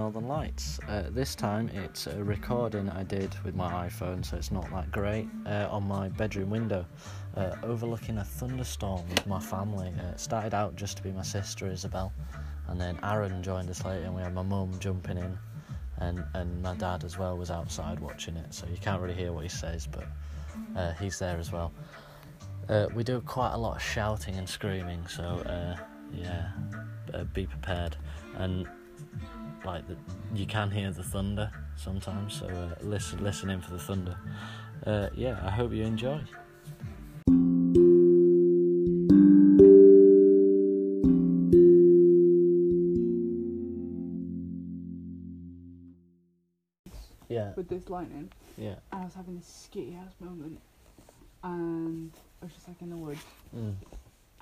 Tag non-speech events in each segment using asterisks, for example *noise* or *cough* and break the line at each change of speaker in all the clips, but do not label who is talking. it's uh, this time it's a recording I did with my iPhone, so it's not that great. Uh, on my bedroom window, uh, overlooking a thunderstorm with my family. Uh, it started out just to be my sister Isabel, and then Aaron joined us later, and we had my mum jumping in, and and my dad as well was outside watching it, so you can't really hear what he says, but uh, he's there as well. Uh, we do quite a lot of shouting and screaming, so uh, yeah, uh, be prepared. And like the, you can hear the thunder sometimes, so uh, listen, listen in for the thunder. Uh, yeah, I hope you enjoy. Yeah,
with this lightning,
yeah,
and I was having this skitty house moment, and I was just like in the woods,
mm,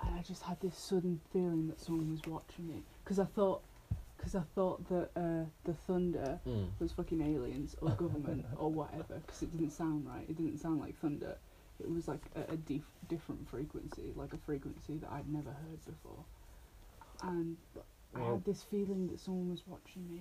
and I just had this sudden feeling that someone was watching me, because I thought, because I thought that uh, the thunder
mm,
was fucking aliens
*laughs*
or government or whatever, because it didn't sound right. It didn't sound like thunder. It was like a, a dif- different frequency, like a frequency that I'd never heard before, and I
Well-
had this feeling that someone was watching me,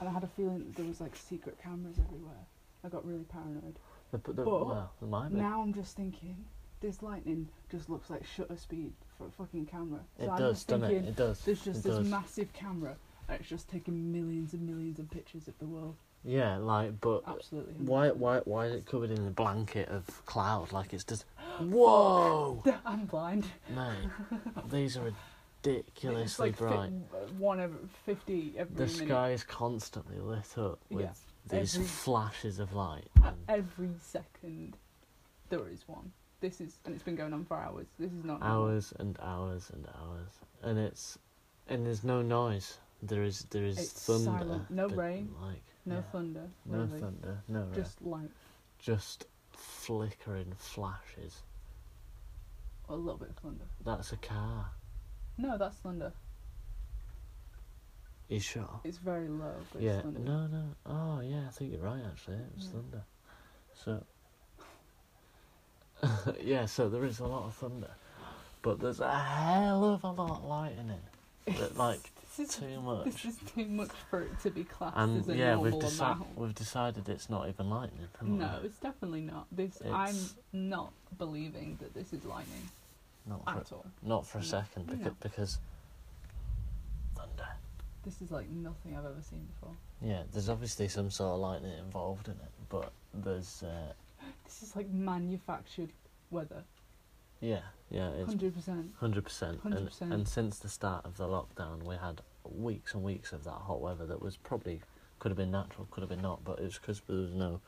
and I had a feeling that there was like secret cameras everywhere. I got really paranoid.
The- the-
But
well, there might be.
Now I'm just thinking, this lightning just looks like shutter speed for a fucking camera. So
it
I'm
does,
just
doesn't
thinking,
it? It does.
There's just
it
this
does.
massive camera, and it's just taking millions and millions of pictures of the world.
yeah, like, but
Absolutely.
why, why, why is it covered in a blanket of cloud? Like it's just, whoa,
I'm blind. *laughs*
mate, these are
it's
ridiculously
like fi-
bright.
one every fifty every
The
minute.
sky is constantly lit up with
Yeah,
these
every-
flashes of light. and
Every second, there is one. This is, and it's been going on for hours. This is not normal.
hours and hours and hours, and it's, and there's no noise. There is, there is
It's
thunder.
silent. No
but,
rain,
Like
No
yeah,
thunder.
No
really.
thunder. No rain.
Just light,
just flickering flashes.
a little bit of thunder.
That's a car.
No, that's thunder.
You sure?
It's very low, but
yeah.
it's thunder. *laughs*
No, no. Oh, yeah. I think you're right. Actually, it was
Yeah.
thunder. So. *laughs* yeah. So there is a lot of thunder, but there's a hell of a lot of lightning. But like
*laughs* this is
too
this
much.
is too much for it to be classed
And
as a
yeah, we've
normal
decided
amount.
we've decided it's not even lightning. haven't
No,
we?
it's definitely not. This I'm
It's-
not believing that this is lightning
not for
at all.
not for a
No.
second because
No.
because thunder.
This is like nothing I've ever seen before.
Yeah, there's obviously some sort of lightning involved in it, but there's uh,
This is like manufactured weather.
yeah, yeah, it's
Hundred percent.
Hundred percent. And
100%.
and since the start of the lockdown, we had weeks and weeks of that hot weather that was probably could have been natural, could have been not, but it's because there was no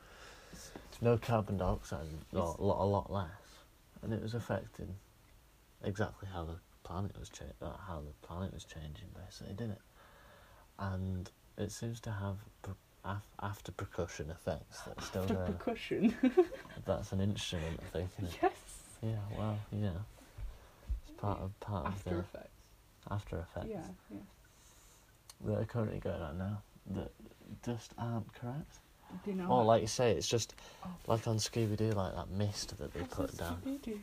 no carbon dioxide, or
It's-
a lot, a lot less, and it was affecting exactly how the planet was cha- uh, how the planet was changing, basically, didn't it? And it seems to have per- af- after percussion effects that are still
After
there.
percussion.
That's an instrument, I think.
*laughs*
Isn't it?
yes.
*laughs* Yeah. Well. Yeah. It's part of part of
After
the
effects.
after effects
Yeah, yeah.
that are currently going on now that just aren't correct.
Do you know?
Or like you say, it's just
Oh.
like on Scooby Doo, like that mist that they
What's
put
*laughs* this
down.
Scooby-Doo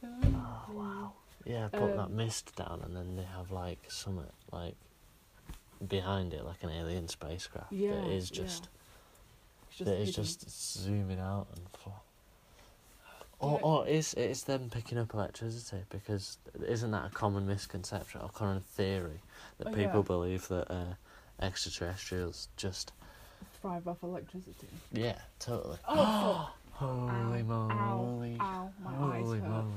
film?
Oh wow! Yeah, put that
Um,
mist down, and then they have like something like behind it, like an alien spacecraft
Yeah,
that is
yeah.
just
It's
that is
hidden.
just zooming out and. Fl- or,
Yeah.
or is it's them picking up electricity because isn't that a common misconception or common theory that
Oh,
people
yeah.
believe that uh, extraterrestrials just
thrive off
*gasps*
electricity.
Yeah, totally.
Oh,
Holy
ow,
moly.
ow, ow, my
Holy
eyes hurt.
moly.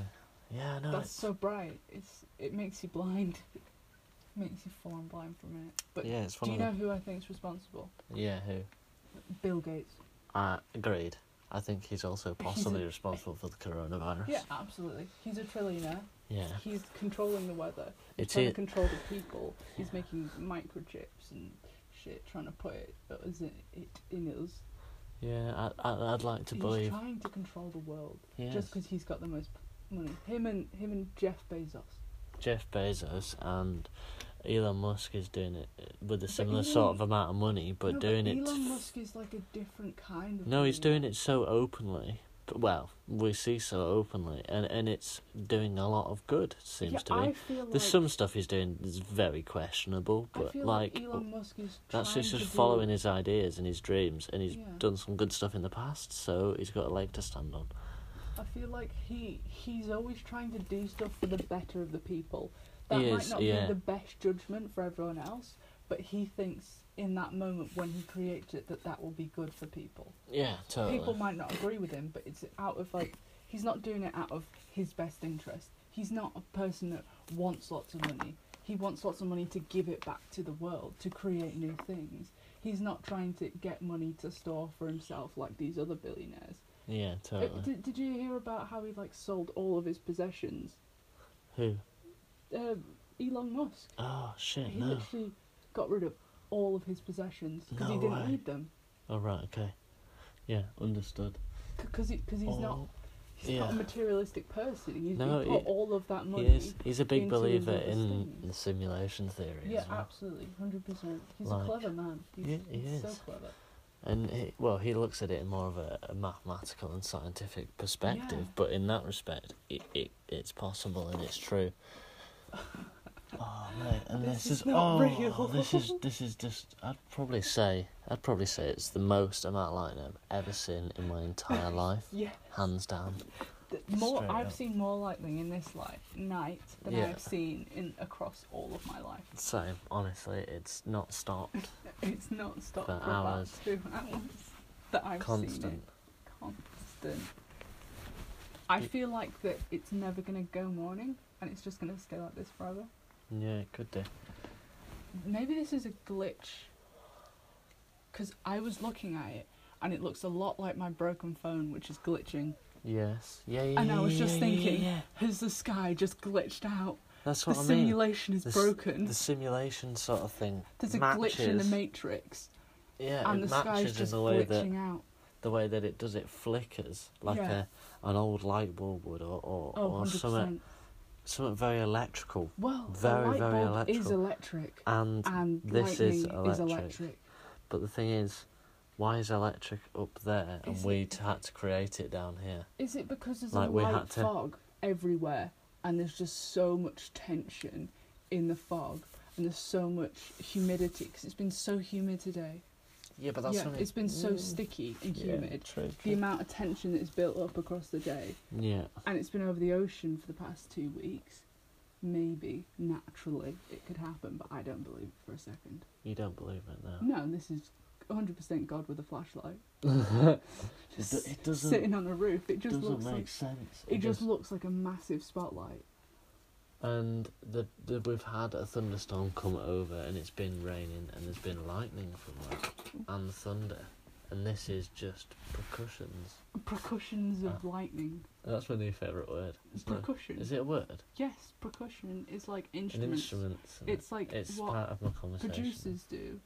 Yeah, I know.
That's
it's-
so bright. It's it makes you blind. *laughs* makes you full on blind for a minute. But
yeah, it's
do
one
you
of
know
the.
who I think is responsible?
Yeah, who?
Bill Gates.
Uh, agreed. I think he's also
a-
possibly responsible for the coronavirus.
Yeah, absolutely. He's a trillionaire.
Yeah.
He's controlling the weather. He's
It's
trying
it-
to control the people. He's
Yeah.
making microchips and shit, trying to put it, us in, it in us.
Yeah, I, I, I'd like to
he's
believe.
trying to control the world
Yes.
just because he's got the most p- money. Him and him and Jeff Bezos.
Jeff Bezos and Elon Musk is doing it with a
But
similar
Elon-
sort of amount of money, but
No,
doing
Elon
it.
Musk is like a different kind of.
No, he's
millionaire.
doing it so openly well, we see so openly, and, and it's doing a lot of good. Seems
yeah,
to me.
I feel
There's
like,
some stuff he's doing that's very questionable,
I
but
feel
like,
Elon Musk is
that's
trying
just,
to
just
do-
following his ideas and his dreams, and he's
Yeah.
done some good stuff in the past, so he's got a leg to stand on.
I feel like he he's always trying to do stuff for the better of the people. That
He
might
is,
not
yeah.
be the best judgment for everyone else, but he thinks in that moment when he creates it that that will be good for people.
Yeah, totally.
People might not agree with him, but it's out of like he's not doing it out of his best interest. He's not a person that wants lots of money. He wants lots of money to give it back to the world to create new things. He's not trying to get money to store for himself like these other billionaires.
yeah,
Uh,
totally.
Did, did you hear about how he like sold all of his possessions?
Who?
Um, Elon Musk.
Oh shit!
He
No.
literally got rid of all of his possessions because he
No
didn't
way.
need them.
Oh right. Okay. Yeah. Understood.
Because because he's not
Oh,
he's not a
yeah.
material person. He's
No,
he put
he-
all of that
He
money.
is. He's a big
into
believer
these other
in
things.
the simulation theory
Yeah,
as well.
absolutely, hundred percent. He's
Like-
a clever man. He's,
Yeah, he
he's so
is.
clever.
And he, well, he looks at it in more of a, a mathematical and scientific perspective,
Yeah.
but in that respect, it, it it's possible and
*laughs*
it's true. Oh mate, and
This
this,
is
is,
not
oh,
real.
this is this is just. I'd probably say I'd probably say it's the most amount of lightning I've ever seen in
*laughs*
my entire life,
Yeah,
hands down.
th- more.
Straight
I've
up.
seen more lightning in this light night than
Yeah.
I've seen in across all of my life.
So honestly, it's not stopped,
It's not stopped for,
For
about
hours.
two hours that *laughs* I've seen it.
constant.
constant. I
Y-
feel like that it's never gonna go morning, and it's just gonna stay like this forever.
Yeah, it could do.
Maybe this is a glitch, because I was looking at it, and it looks a lot like my broken phone, which is glitching.
Yes, yeah, yeah.
And I
yeah,
was just
yeah, yeah,
thinking,
yeah.
Has the sky just glitched out?
that's
The
what I mean.
simulation is
The s-
broken.
The simulation sort of thing.
There's a
matches,
glitch in the matrix,
Yeah,
and the
it
sky's
matches in
just
the way
glitching
that
out.
the way that it does it flickers like
Yeah.
a an old light bulb would, or or,
Oh,
or
100%.
something something very electrical.
well,
very,
a light
very
bulb is
electrical.
electric,
And
and
this
lightning
is
is
electric.
electric.
but the thing is, why is electric up there and
Is
we
it-
t- had to create it down here?
Is it because there's
Like,
a
we
light
had to-
fog everywhere and there's just so much tension in the fog and there's so much humidity because it's been so humid today.
Yeah, but that's
yeah,
only-
it's been so
Mm.
sticky and
Yeah,
humid.
true,
The
true.
amount of tension that's built up across the day
yeah,
and it's been over the ocean for the past two weeks. Maybe naturally it could happen, but I don't believe it for a second.
you don't believe it now.
No, this is 100% God with a flashlight.
It, do-
Just *laughs*
it doesn't.
sitting on a roof. It
*laughs*
just
doesn't
looks
make
like
sense.
it just looks like a massive spotlight.
and the, the we've had a thunderstorm come over and it's been raining and there's been lightning from that and thunder and this is just percussions
Percussions of
Ah.
lightning.
that's my new favorite word isn't it?
Percussion.
is it a word
Yes, percussion is like
an
instruments.
instrument isn't it?
It's like
it's
what
part of my conversation
producers do.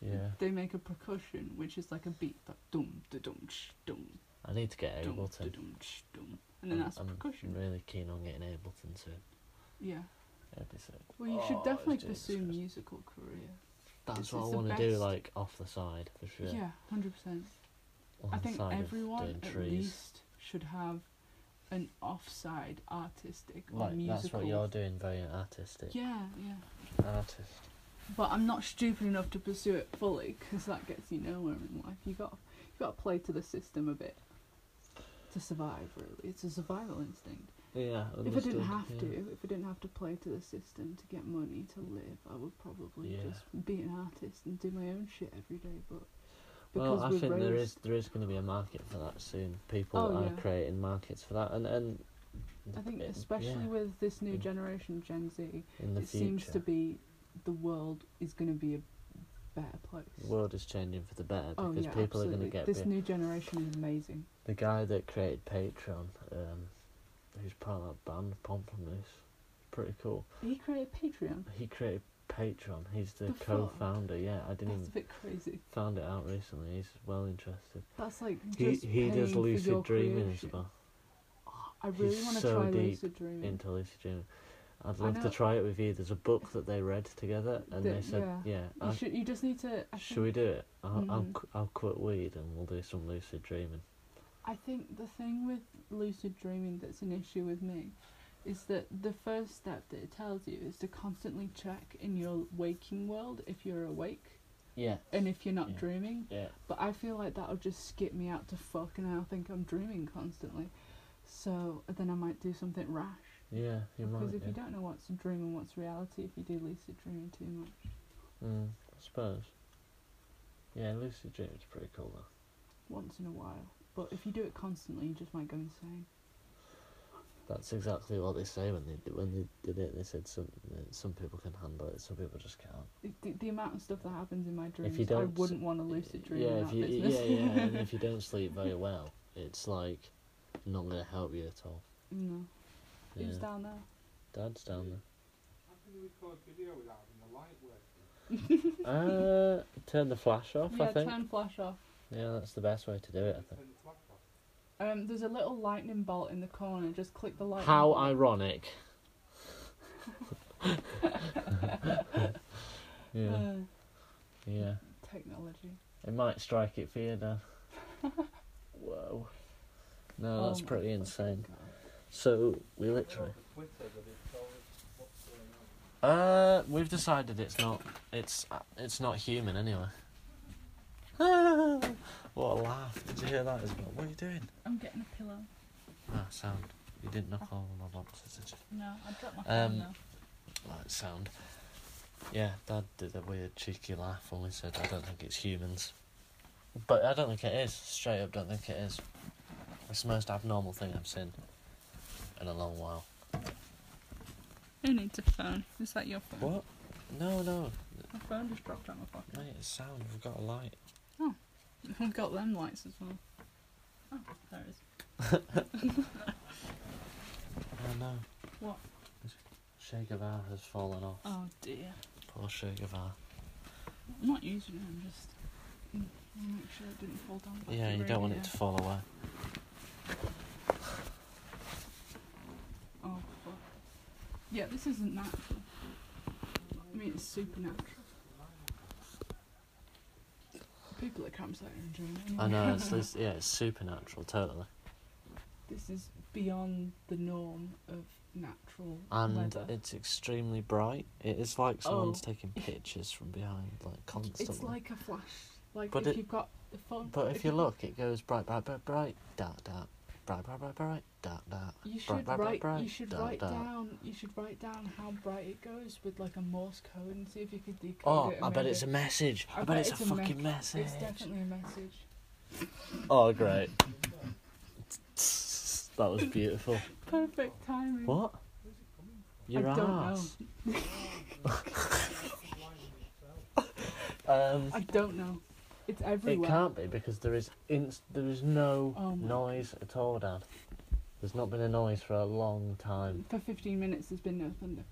yeah
They make a percussion, which is like a beat, like dum da dum sh dum
i need to get
dum da
ableton
dum sh dum, and then
I'm-
that's
I'm
percussion.
really keen on getting ableton soon
Yeah.
episode
Well, you
Oh,
should
it's
definitely
Jesus
pursue
Christ.
musical career.
that's
It's-
what i
it's the
want to do
best.
like off the side for sure
Yeah, hundred percent.
on
I
the
think
side of
everyone
doing
at
trees.
least should have an offside artistic or
like
musical.
that's what you're doing very artistic
Yeah, yeah.
artist
But I'm not stupid enough to pursue it fully because that gets you nowhere in life. You got you got to play to the system a bit to survive. Really, it's a survival instinct.
Yeah.
If I didn't
understood,
have
yeah.
to, if I didn't have to play to the system to get money to live, I would probably
Yeah.
just be an artist and do my own shit every day. But because
Well, I
we're
think there is
raised-
there is going to be a market for that soon. People
Oh,
are
yeah.
creating markets for that, and and
I think
it-
especially
yeah,
with this new
In-
generation Gen Z,
in the
it
future,
seems to be the world is going to be a better place.
the world is changing for the better
oh
because
yeah,
people
absolutely.
are going to get
this
bit-
new generation is amazing.
the guy that created Patreon, um, who's part of that band Pomplamoose, pretty cool.
He created Patreon.
He created Patreon. He's the,
The fuck?
co-founder. Yeah, I didn't
That's a
even
bit crazy.
found it out recently. He's well interested.
That's like
He
just
he
paying
does
for your
lucid dreaming
creation.
as well.
I really
He's
want to
so
try
deep
lucid dreaming.
into lucid dreaming. I'd
Mm. I
love
know-
to try it with you. There's a book that they read together, and
That-
they said,
yeah.
"Yeah,
you
I-
should. You just need to. I
should we do it? I'll, I'll
Mhm.
qu- I'll quit weed and we'll do some lucid dreaming."
I think the thing with lucid dreaming that's an issue with me is that the first step that it tells you is to constantly check in your waking world if you're awake
Yeah.
and if you're not
Yeah.
dreaming.
Yeah.
But I feel like that'll just skip me out to fuck and I'll think I'm dreaming constantly. So then I might do something rash.
Yeah. You
Because
might.
if
yeah.
you don't know what's a dream and what's reality, if you do lucid dreaming too much,
Mm, I suppose. Yeah, lucid dreams are pretty cool though.
once in a while. But if you do it constantly, you just might go insane.
That's exactly what they say when they d- when they did it. They said some that some people can handle it, some people just can't.
The, the, the amount of stuff that happens in my dreams, I
don't s-
wouldn't want to lucid dream
yeah,
in
if
that
you
business.
yeah yeah, and if you don't sleep very well, it's like not gonna help you at all.
*laughs* no.
Yeah.
Who's down there?
Dad's down
How can you record video without having the light working?
there. uh, turn the flash off.
yeah,
I think.
turn flash off.
Yeah, that's the best way to do it. I think.
Turn the flash off.
Um, there's a little lightning bolt in the corner. Just click the lightning.
How
bolt.
ironic.
*laughs*
*laughs* yeah,
Uh,
yeah.
technology.
It might strike it for you
*laughs*
now. Whoa. No,
Oh
that's
my
pretty insane.
God.
So we
I
literally.
wrote on Twitter that it's always what's going
*laughs*
on.
Uh, we've decided it's not. It's uh, it's not human anyway. *laughs* Ah, what a laugh! Did you hear that, Isabel? What are you doing?
I'm getting a pillow.
Ah, sound. You didn't knock all my boxes, did you?
No, I dropped my
phone Um,
phone
now. That sound. Yeah, Dad did a weird cheeky laugh when we said, "I don't think it's humans," but I don't think it is. Straight up, don't think it is. It's the most abnormal thing I've seen in a long while.
Who needs a phone? Is that your phone?
What? No, no,
My phone just dropped out of my pocket.
mate. It's sound. We've got a light.
*laughs* I've got them lights as well. Oh, there it is.
Oh no.
What?
Che Guevara has fallen off.
Oh dear.
Poor Che Guevara.
I'm not using it. I'm just mm, I'll make sure it didn't fall down. back the
Yeah, you don't
road
want it
again.
to fall away.
Oh fuck. Yeah, this isn't natural. I mean, it's supernatural. People at campsite are enjoying it.
I
anyway.
know, it's, it's, yeah, it's supernatural, totally.
*laughs* This is beyond the norm of natural
And
weather.
it's extremely bright. It is like someone's
Oh. *laughs*
taking pictures from behind, like constantly.
it's like a flash. Like
But
if
it-
you've got the phone.
But if you
you've-
look, it goes bright, bright, bright, bright, dark, dark, bright, bright, bright, bright, dark, dark.
You
bright,
should
bright,
write.
bright, bright,
you should
dark,
write
dark.
down. You should write down how bright it goes with like a Morse code and see if you could decode
Oh,
it. and
I bet
read
it's a
it.
message. I, bet, it's, a,
me-
fucking message.
It's definitely a message.
Oh, great. that was
*laughs*
beautiful.
Perfect timing.
What? Your
I don't
ass.
know.
Um,
I don't know. It's
it
everywhere.
can't be because there is inst- there is no
Oh my
noise at all, Dad. There's not been a noise for a long time.
For 15 minutes, there's been no thunder.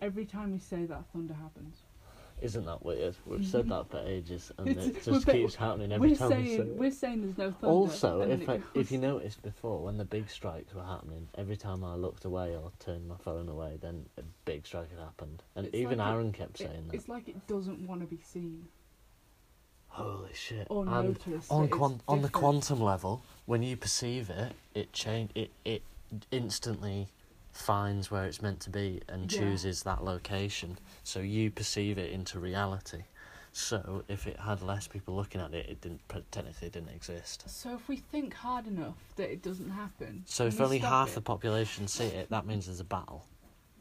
Every time we say that, thunder happens.
Isn't that weird? We've said that for ages, and
Mm-hmm. It's-
it
we're
just
ba-
keeps happening every
we're
time
saying
we say it.
we're saying there's no thunder.
Also,
and
if
it
I, if
goes-
you noticed before, when the big strikes were happening, every time I looked away or turned my phone away, then a big strike had happened, and
It's
even
like it-
Aaron
*laughs*
kept
it-
saying that.
it's like it doesn't want to be seen
Holy shit!
or
and
noticed.
on
It's
quan- on the
different.
quantum level, when you perceive it, it change it it instantly finds where it's meant to be and
Yeah.
chooses that location. So you perceive it into reality. So if it had less people looking at it, it didn't pr- technically didn't exist.
So if we think hard enough that it doesn't happen.
So
and
if
we
only
stop
half
it-
the population see it, that means there's a battle.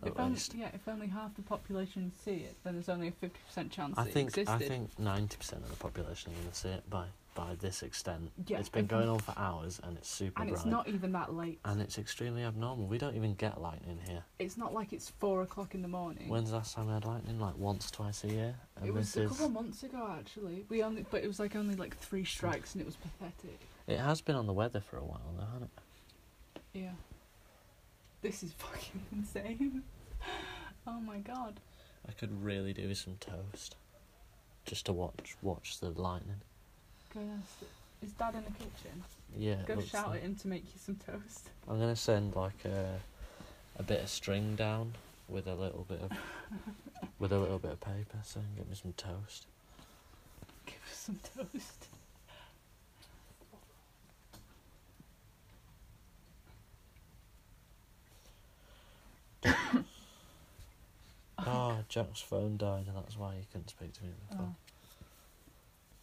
if
At
only,
least.
yeah, if only half the population see it, then there's only a fifty percent chance
I
it
think
existed.
I think ninety percent of the population are gonna see it by by this extent.
Yeah,
it's been
if-
going on for hours and it's super
and
bright.
it's not even that late.
and it's extremely abnormal. We don't even get lightning here.
It's not like it's four o'clock in the morning.
When's the last time we had lightning? Like once, twice a year. And
it was a
this
couple
is.
of months ago, actually. We only, but it was like only like three strikes, and it was pathetic.
It has been on the weather for a while, though, hasn't it?
Yeah. This is *laughs* fucking insane. oh my god.
I could really do with some toast, just to watch watch the lightning.
Goodness. Is Dad in the kitchen?
Yeah. it
Go
looks
shout
like-
at him to make you some toast. *laughs*
I'm gonna send like a a bit of string down with a little bit of
*laughs*
with a little bit of paper saying get me some toast.
Give us some toast.
Ah, Jack's phone died, and that's why he couldn't speak to me
Oh,
on the phone.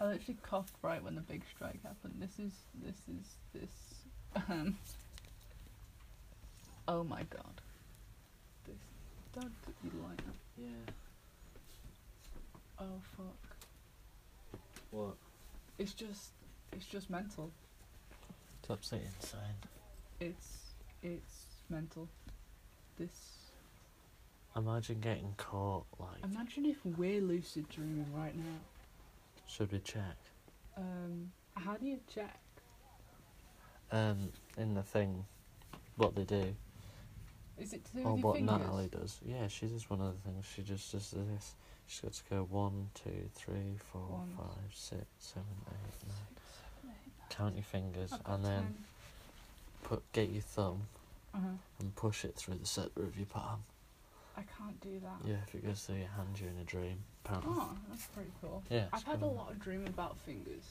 I literally coughed right when the big strike happened. This is this is this. Um, oh my god. This dog that you like.
Yeah.
Oh fuck.
What?
It's just it's just mental.
It's absolutely insane.
It's it's mental. This.
Imagine getting caught. Like,
Imagine if we're lucid dreaming right now.
should we check?
Um, how do you check?
Um, in the thing, what they do,
Is it to do
or
with your
what
fingers?
Oh, Natalie does. Yeah, she does one of the things. She just does this. She's got to go one, two, three, four,
One.
five, six, seven, eight, nine.
Six, seven, eight, nine.
Count your fingers
I've got
and then
10.
put get your thumb
Uh-huh.
and push it through the centre of your palm.
I can't do that.
Yeah, if it goes through your hand, you're in a dream. Apparently.
Oh, that's pretty cool.
Yeah.
I've
it's
had a
cool.
lot of dream about fingers.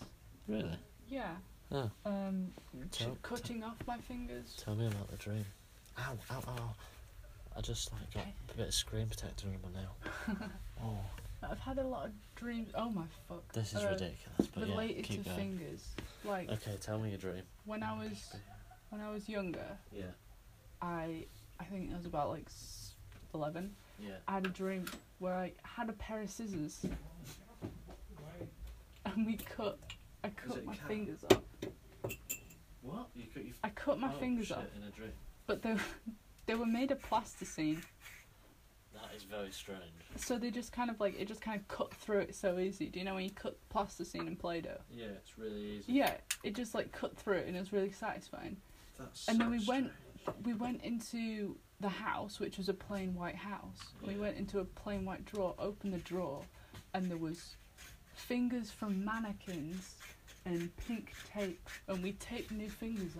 Really?
Yeah.
Oh,
Um, ch-
Tell-
cutting off my fingers.
tell me about the dream. Ow, ow, ow. I just like got a bit of screen protector under my
*laughs*
nail. oh,
I've had a lot of dreams. Oh my fuck.
this is
Uh,
ridiculous. But yeah,
Related
keep
to
going.
fingers. Like
Okay, tell me your dream.
when I was when I was younger,
Yeah,
I I think I was about like s- eleven.
yeah.
I had a dream where I had a pair of scissors and we cut. I
it
cut
a
my
cat?
fingers off.
What? You cut your Oh,
I cut my fingers off,
in a dream.
but they they were *laughs* made of plasticine.
That is very strange.
So they just kind of like it just kind of cut through it so easy. Do you know when you cut plasticine and Play-Doh?
Yeah, it's really easy.
Yeah, it just like cut through it and it was really satisfying.
That's
And then we went we went into the house, which was a plain white house. We
Yeah.
went into a plain white drawer, opened the drawer, and there was fingers from mannequins and pink tape, and we taped new fingers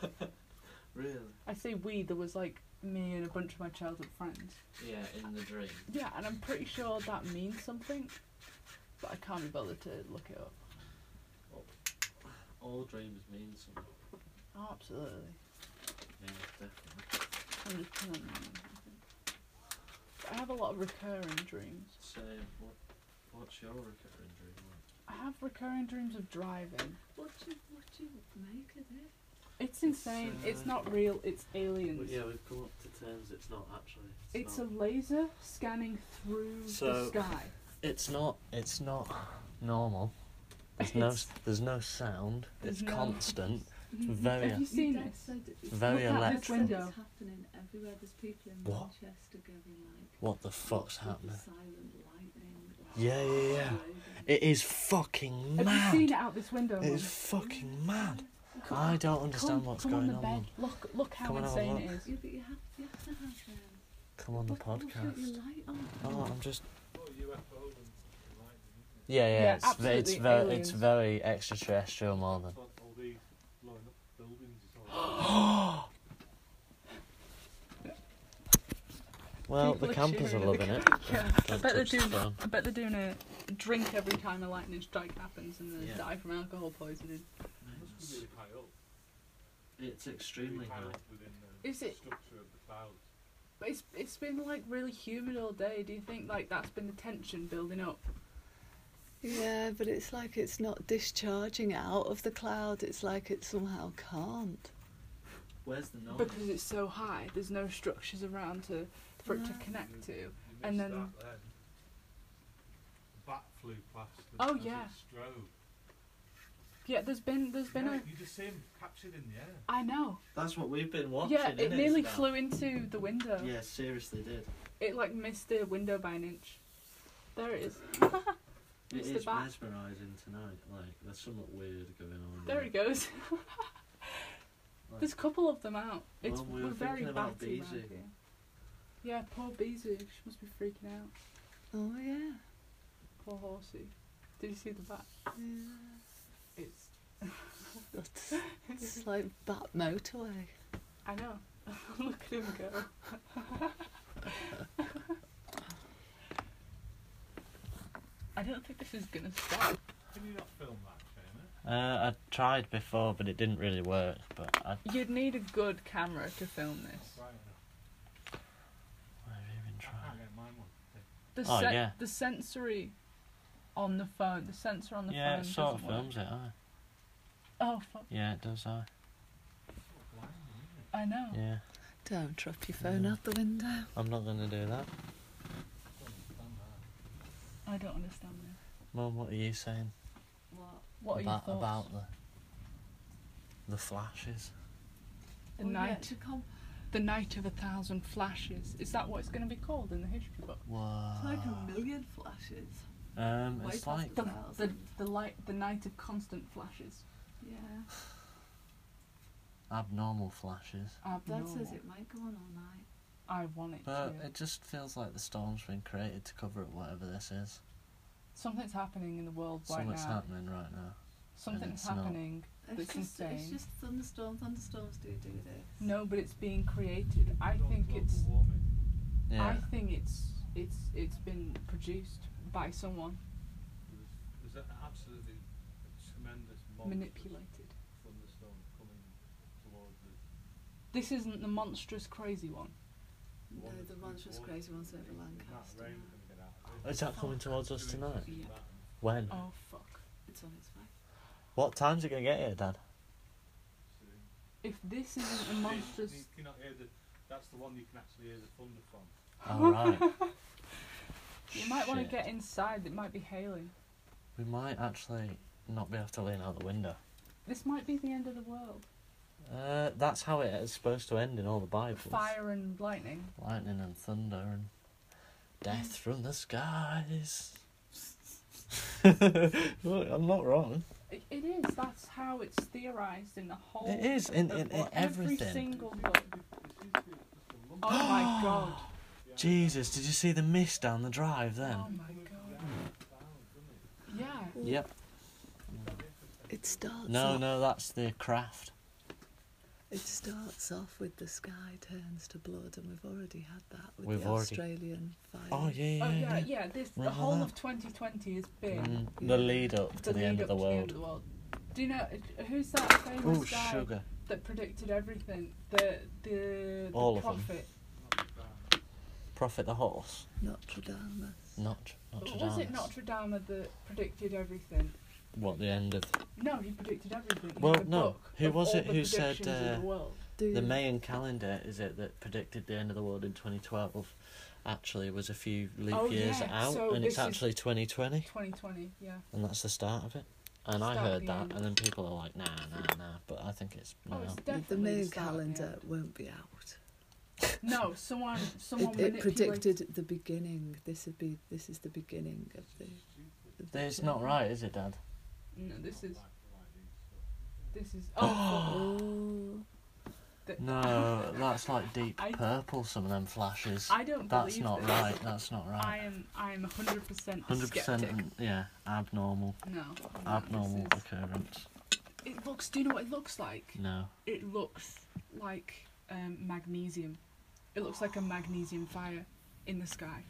on.
Really?
I say we. There was like me and a bunch of my childhood friends.
Yeah, in the dream.
Yeah, and I'm pretty sure that means something, but I can't be bothered to look it up.
All dreams mean something.
Oh, absolutely.
Yeah, definitely.
I'm just putting on my own, I think. I have a lot of recurring dreams.
So, what, what's your recurring dream like?
I have recurring dreams of driving.
What do you, what do you make of it?
It's insane. It's,
uh,
not real. It's aliens.
Well, yeah, we've come up to terms it's not actually.
it's a
not,
laser scanning through the
So-
sky.
It's not. It's not normal. There's no.
It's-
There's no sound.
There's
It's
no-
constant. It's very.
Have you
My
seen
dad
this?
said that it's-
Very
my dad
electric.
said
Window.
It's happening everywhere. There's people in
What?
Manchester going like.
What the fuck's
"Look at the
happening?
Silent lightning. like,
Yeah, yeah, yeah.
exploding."
It is fucking
Have
mad.
you seen it out this window?
It
Mum?
is fucking mad.
Come-
I don't
come-
understand what's
come
going
on.
on.
the bed. Look, look how
Come and have a
insane
look.
it is.
Yeah, but you have, you have to have um,
Come on the
what- what shoot
podcast.
Your light on.
Oh, I'm just.
Oh, UFO and lightning, isn't it?
Yeah,
Yeah,
yeah. it's it's
absolutely
very
aliens.
it's very extraterrestrial more than.
It's like all these blowing up buildings. It's all
Well,
People
the
are
campers are
cheering at the
loving it.
ca- *laughs* Yeah, I
Don't
bet they're
touch the
doing.
phone.
I bet they're doing a drink every time a lightning strike happens and they
Yeah.
die from alcohol poisoning.
must be really high up.
It's
really high up within the
Is it-
structure of the clouds.
But it's it's been like really humid all day. Do you think like that's been the tension building up?
Yeah, but it's like it's not discharging out of the cloud. It's like it somehow can't.
Where's the noise?
Because it's so high, there's no structures around to for it to
No.
connect to.
You
And
missed
then-
that then. A Bat flew past. and
Oh,
as
yeah.
It strode.
Yeah, there's been there's been
yeah,
a.
You just see him captured in the air.
I know.
That's what we've been watching.
yeah, it
innit,
nearly
now?
flew into the window.
Yeah, seriously did.
It like missed the window by an inch. There it is. *laughs*
It
It's the
is
bat.
mesmerising tonight. Like there's something weird going on.
There it
*laughs*
goes.
Like,
There's a couple of them out. It's
Well, we
we
were
are very
thinking about
batty around
Beezy.
here. Yeah, poor Beezy. She must be freaking out.
Oh yeah.
Poor horsey. Did you see the bat?
yeah.
It's.
That's, it's like Bat Motorway.
I know. *laughs* Look at him go. *laughs* I don't think this is gonna stop.
Can you not film that,
Uh,
Shana?
I tried before, but it didn't really work. But I,
You'd need a good camera to film this.
Right enough.
I've even
I can't
tried.
get mine one.
The
Oh,
sen-
yeah.
the sensory on the phone, the sensor on Ah, the
yeah,
phone.
it sort of
doesn't work.
films it, aye.
Oh, fuck.
Yeah, it does, aye.
I know.
Yeah.
Don't drop your phone
Yeah.
out the window.
I'm not going to do that.
I don't understand this.
Mum, what are you saying?
What?
What are your
about,
thoughts?
about the the flashes.
Oh,
oh,
the night, the night of a thousand flashes. Is that what it's going to be called in the history book?
Wow.
It's like a million flashes.
um,
way
it's
past
like
the-
The, the, the light, the night of constant flashes.
Yeah.
abnormal flashes.
Dad
Abnormal.
says it might go on all night.
I want it
But
to.
it just feels like the storm's been created to cover up whatever this is.
Something's happening in the world right
Something's
now.
happening right now.
Something's
it's not.
happening.
It's
That's
just, it's
insane.
just thunderstorm. Thunderstorms do do this.
No, but it's being created. I think it's.
Yeah.
I think it's it's it's been produced by someone
There's an absolutely tremendous monstrous
manipulated.
thunderstorm coming towards us.
This isn't the monstrous crazy one.
No,
One
the
that's
monstrous
towards
crazy
us.
one's over
It's not
Lancaster.
rain
now.
coming in out.
Oh, Is that coming towards us tonight?
Yeah.
When?
Oh fuck!
It's on its way.
What time's it gonna get here, Dad?
If this isn't a monstrous,
You cannot hear the. That's the one you can actually hear the thunder from.
*laughs*
All Oh, right.
you might want to
Shit.
get inside. It might be hailing.
We might actually not be able to lean out the window.
This might be the end of the world.
Uh, that's how it is supposed to end in all the Bibles.
Fire and lightning.
Lightning and thunder and
Mm.
death from the skies.
*laughs*
Look, I'm not wrong.
It, it is. That's how it's theorized in the whole.
It is, in-
of
in-
what-
in everything.
Every single book.
It seems to be just a lump
Oh
*gasps*
my god.
behind
Jesus, did you see the mist down the drive then?
Oh my god. Yeah.
Yep.
It starts.
No,
off,
no, that's the craft.
It starts off with the sky turns to blood, and we've already had that with
We've
the
already-
Australian fire.
Oh yeah, yeah.
Oh yeah,
yeah.
yeah. This the
Remember
whole
that?
of 2020 has been
Mm, the lead up to the, end
lead
of the
up to
world.
world. Do you know uh, who's that famous
Oh
guy
sugar.
that predicted everything? The the, the
All of them.
prophet.
Prophet the horse.
Notre Dame.
Not Notre
Was it
Dame's.
Notre Dame that predicted everything?
What the end of
No, he predicted everything. He
Well,
had a
no.
book
Who
of
was
all
it
the
who said, uh,
predictions of the world.
the Mayan calendar? Is it that predicted the end of the world in 2012? Actually, was a few leap
Oh,
years
yeah,
out,
so
and it's
this is-
actually 2020,
2020? Yeah.
and that's the start of it. And I
Start of
heard
the
that,
end.
and then people are like, "Nah, nah, nah," but I think it's no.
Oh, it's
the
definitely
moon
start of the end.
calendar won't be out.
No, someone
*laughs*
someone
It, it
manipulated.
predicted the beginning. This would be. This is the beginning of the. of the
it's not
thing.
right, is it, Dad?
No, this is this
*gasps*
is. Oh,
Oh.
fuck. *laughs*
No, that's like deep
I-
purple. Some of them flashes.
I don't
That's
believe
not
this.
right. That's not
I
right.
am I am 100%
Hundred percent.
skeptic.
Yeah, abnormal.
No. no,
Abnormal
this
occurrence.
is- it looks. Do you know what it looks like?
No.
It looks like um, magnesium. It looks like a magnesium fire in the sky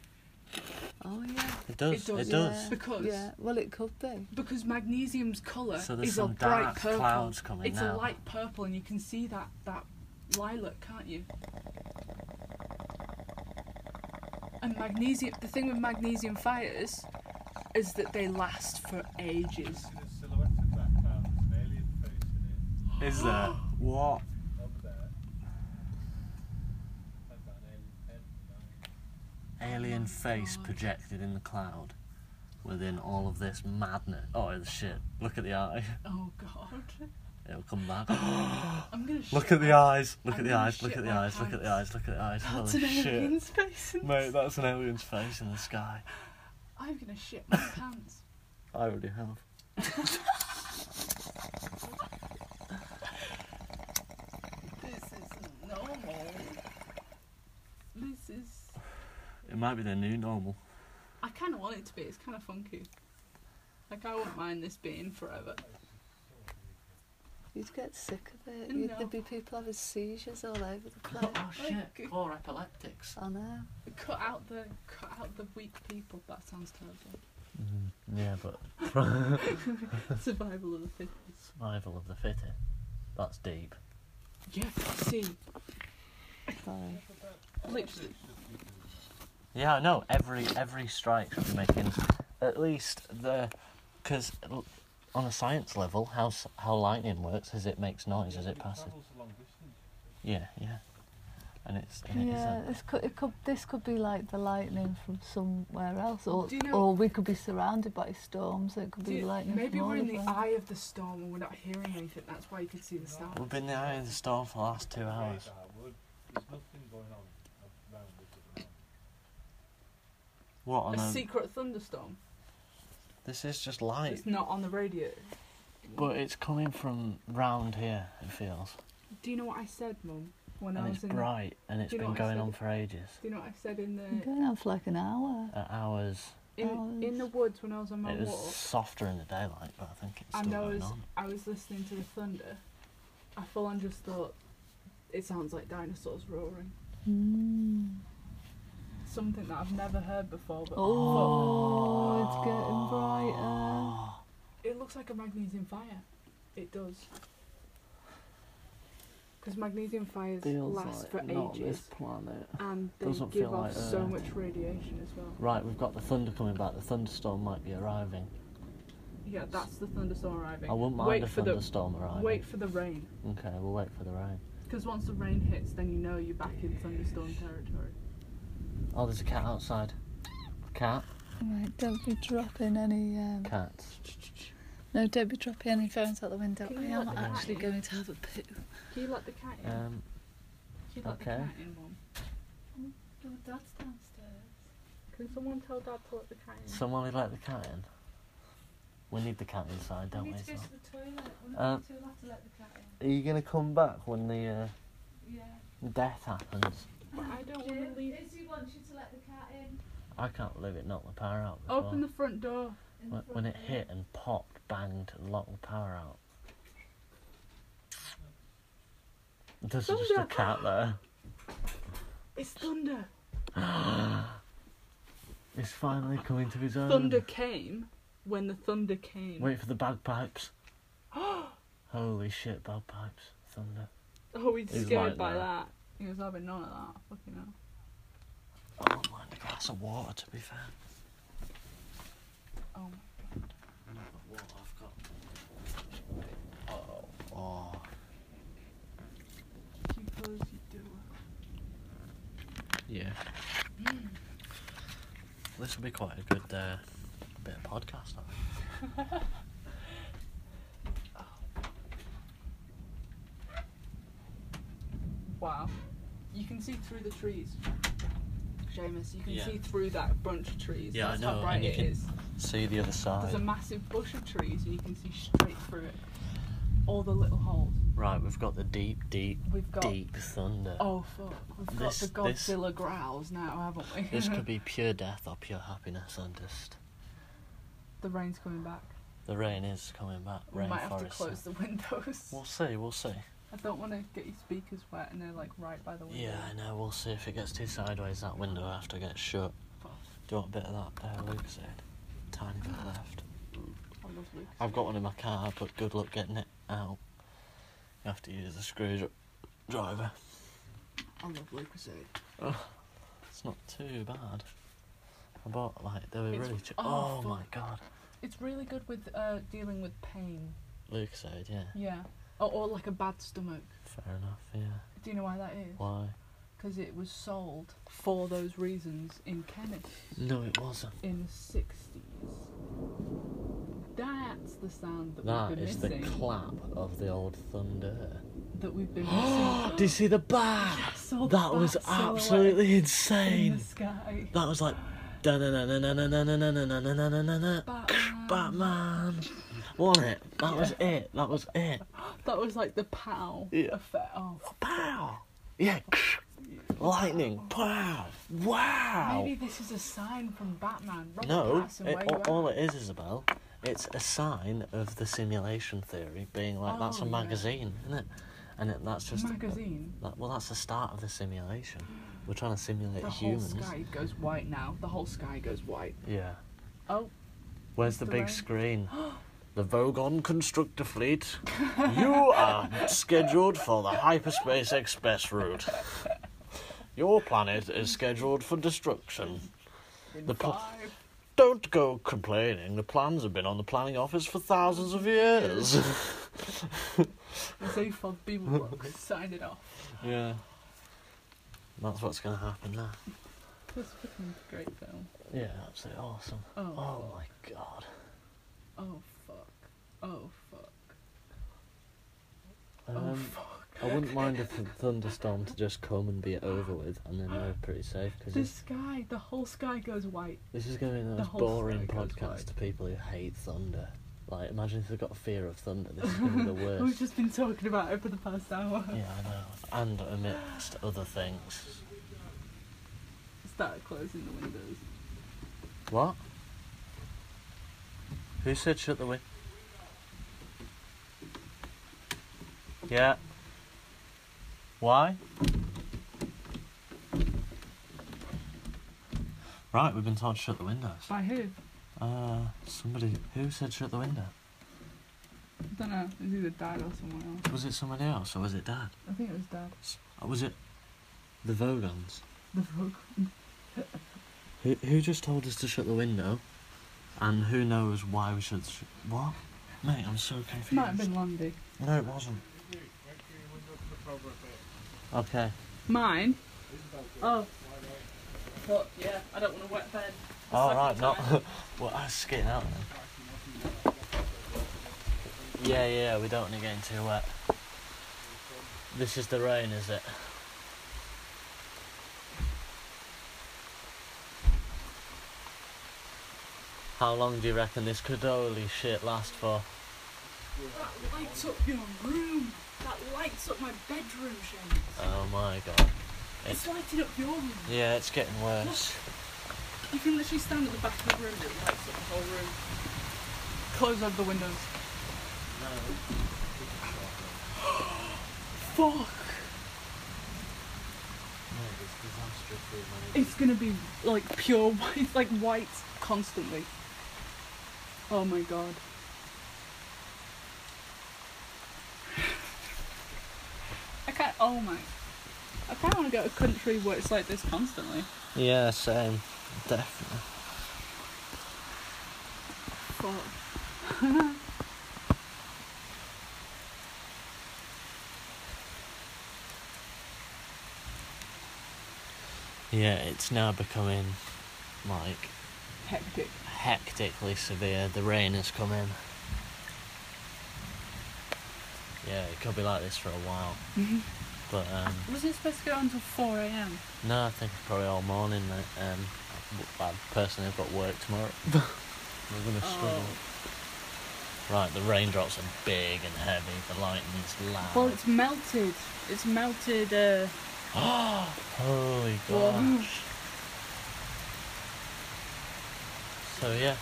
Oh yeah.
It does. It does.
does, because
Yeah. Well, it could be.
because magnesium's color
So there's
is a
some
bright
dark
purple.
clouds coming
it's a
now.
light purple, and you can see that that lilac, can't you? And magnesium. The thing with magnesium fires is that they last for ages.
It's silhouetted that car. There's an alien face in it.
Is there? What?
Over there. That's got an alien head. behind it.
Alien
my
face
God.
projected in the cloud. Within all of this madness. Oh shit! Look at the eye. *laughs*
Oh God.
It'll come back.
I'm gonna
look
shit
at the
my-
eyes. Look
I'm
at the
gonna
eyes. Look
Oh, shit
at the
my
eyes. Look at the eyes.
pants.
Look at the eyes.
That's
Holy
an alien
shit!
space. in
*laughs* Mate,
this.
that's an alien's face in the sky.
I'm gonna shit my pants.
I already have.
This isn't normal. This is.
It might be the new normal.
I kind of want it to be. It's kind of funky. Like I wouldn't mind this being forever.
You'd get sick of it.
No.
You'd, There'd be people having seizures all over the place.
Oh
Okay.
shit! Poor epileptics.
I know.
Cut out the cut out the weak people. That sounds terrible. *laughs*
Mm-hmm. Yeah, but
Survival of the fittest.
survival of the fittest. That's deep.
Yeah. See,
Sorry.
literally.
Yeah, I know. Every every strike should be making at least the because on a science level, how s- how lightning works is it makes noise as it passes.
travels a long distance.
Yeah, yeah. And it's and
Yeah,
it
this could, it could this could be like the lightning from somewhere else, or
Do you know-
or we could be surrounded by storms. It could be lightning.
maybe
from
we're
all
in
of
the
them.
eye of the storm and we're not hearing anything. That's why you could see the stars.
isn't. We've been in the eye of the storm for the last two hours.
Radar would- There's nothing going on around this at the moment.
What
A
on earth?
secret thunderstorm.
This is just light,
It's not on the radio.
but it's coming from round here. It feels,
Do you know what I said, Mum? When I
and
was in.
it's bright, and it's
you know
been
what I
going
said?
on for ages.
Do you know what I said in
We've been
the
going on for like an hour.
At hours,
in, in the
hours.
woods when I was on my
it was
walk?
softer in the daylight, but I think it's
and
still
I
going
was
on.
I was listening to the thunder. I full on just thought it sounds like dinosaurs roaring.
Mm.
Something that I've never heard before,
Oh.
but
Oh, it's getting brighter.
it looks like a magnesium fire. It does. Because magnesium fires last for ages,
planet.
and they
Doesn't
give
feel
off
like
so
Earth.
much radiation as well.
Right, we've got the thunder coming back. The thunderstorm might be arriving.
Yeah, that's the thunderstorm arriving.
I wouldn't mind
wait
a
for the
thunderstorm arriving.
wait for the rain,
Okay, we'll wait for the rain.
because once the rain hits, then you know you're back in thunderstorm
*laughs*
territory.
Oh, there's a cat outside. Cat,
Right, don't be dropping any. Um,
cats.
no, don't be dropping any phones out the window.
Can
I
you
am
let the
actually
cat in?
going to have a poo.
Can you let the cat in?
Um,
Can you let
okay.
the cat in, Mum?
Your dad's downstairs.
Can someone tell Dad to let the cat in?
someone would let the cat in. We need the cat inside, don't we?
need to go
so-
to the toilet. We're not
Um,
going to have to let the cat in.
Are you gonna come back when the uh,
Yeah.
death happens?
But I don't want to
Jim,
leave.
Izzy wants you to let the cat in.
I can't believe it knocked the power out. Before.
Open the front door.
in
when,
the
when it
front
hit and popped, banged, and locked the power out. There's just a
Thunder.
cat there.
It's thunder.
He's finally coming to his own.
Thunder came when the thunder came.
Um, Wait for the *gasps* bagpipes. Holy shit, bagpipes. Thunder.
Oh, he's
He's
scared
like
by
that.
that. He was having none of that. Fucking hell.
I don't mind Oh, a glass of water, to be fair.
Oh,
What I've got. Oh. oh.
because you do. it.
Yeah. Hmm. This will be quite a good uh, bit of podcast, I think.
Wow. You can see through the trees. Seamus, you can
Yeah.
see through that bunch of trees.
Yeah, I
That's
know,
how bright
and you
it
can-
is.
See the other side.
There's a massive bush of trees and you can see straight through it. All the little holes.
Right, we've got the deep, deep,
We've got
deep thunder.
Oh fuck. We've
This-
got the
this-
Godzilla growls now, haven't we?
This
*laughs*
could be pure death or pure happiness. I'm just.
the rain's coming back.
The rain is coming back.
We
Rainforest.
might have to close the *laughs* windows.
We'll see, we'll see.
I don't want to get your speakers wet and they're like right by the window.
Yeah, I know, we'll see if it gets too sideways that window after it gets shut. Do you want a bit of that there, Luke said? Tiny bit left.
I love Lucas.
I've got one in my car, but good luck getting it out. You have to use a screwdriver.
I love Lucas Aid.
It's not too bad. I bought, like, they were
It's-
really. Ch-
oh,
oh, my
fuck.
god.
It's really good with uh, dealing with pain.
Lucasade, yeah.
Yeah. Or, or like a bad stomach.
Fair enough, yeah.
Do you know why that is?
Why?
Because it was sold for those reasons in Kenneth
No, it wasn't.
in the 60s. That's the sound that,
That
we've been
is the
missing.
clap of the old thunder.
that we've
*gasps*
been missing.
Did
*gasps*
you see the bat?
Saw the
That was
bat silhouette
absolutely
in the
insane.
sky.
That was like da na na na na na na na na na na na na na
Batman.
Batman. Wasn't it? That was it. That was it.
That was like the pow
Yeah.
effect. Oh,
Pow. Yeah. Lightning. Pow. Wow.
Maybe this is a sign from Batman. Robert
No,
Pattinson,
it,
where you at?
all, all it is, Isabel, it's a sign of the simulation theory being like that's
Oh,
a
yeah.
magazine, isn't it? And it, that's just
magazine.
That, well, that's the start of the simulation. We're trying to simulate
The
humans.
whole sky goes white now. The whole sky goes white.
Yeah.
Oh,
Where's the
The
big
rain.
screen? *gasps* The Vogon Constructor Fleet. You are scheduled for the Hyperspace Express route. Your planet is scheduled for destruction.
In
The po-
five,
Don't go complaining. The plans have been on the planning office for thousands of years.
It's a fun beaver box.
*laughs*
Sign it off.
yeah. That's what's going to happen now.
This fucking great film.
Yeah, absolutely awesome.
Oh.
Oh my god.
Oh fuck. Oh fuck. Oh
Um,
fuck.
I wouldn't mind a th- thunderstorm to just come and be it over with, and then we're pretty safe because
The
this,
sky, the whole sky goes white.
this is going to be the
the
most
whole
boring
sky goes wide.
podcast to people who hate thunder. Like, imagine if they've got a fear of thunder. This is going to be the
We've
worst.
just been talking about it for the past hour. *laughs*
yeah, I know. And amidst other things.
Start closing the windows.
What? Who said shut the window? Yeah. Why? Right, we've been told to shut the windows.
By who?
Uh, somebody who said shut the window?
I don't know. It's either dad or someone else.
Was it somebody else or was it Dad?
I think it was dad. *laughs*
S- Or was it the Vogons?
The frog.
Who who just told us to shut the window? And who knows why we should? Sh- what? Mate, I'm so confused.
Might have been Landy.
No, it wasn't.
make sure your windows look over a bit.
Okay.
Mine?
Isn't that good?
Oh.
Why not?
But yeah, I don't want a wet bed.
All right, not. well, I was getting out then. Yeah, yeah, we don't want to get into wet. This is the rain, is it? How long do you reckon this codoli shit last for?
That lights up your room. That lights up my bedroom, Shane.
Oh my god.
It's lighting up your room.
Yeah, it's getting worse.
You can literally stand at the back of the room and it lights up the whole room. Close over the windows. Fuck! It's gonna be like pure *laughs* white, like white constantly. Oh my god. *sighs* I can't. Oh my. I kind of want to go to a country where it's like this constantly.
Yeah, same. Definitely.
Fuck.
Yeah, it's now becoming like
Hectic.
hectically severe. The rain has come in. Yeah, it could be like this for a while. But um,
Was it supposed to go until 4 a.m.?
no, I think it's probably all morning. mate. Um, I- I personally have got work tomorrow. We're gonna
Oh.
struggle. Right, the raindrops are big and heavy. The lightning's loud.
Well, it's melted. It's melted. Uh,
Holy
Whoa.
gosh. So yeah.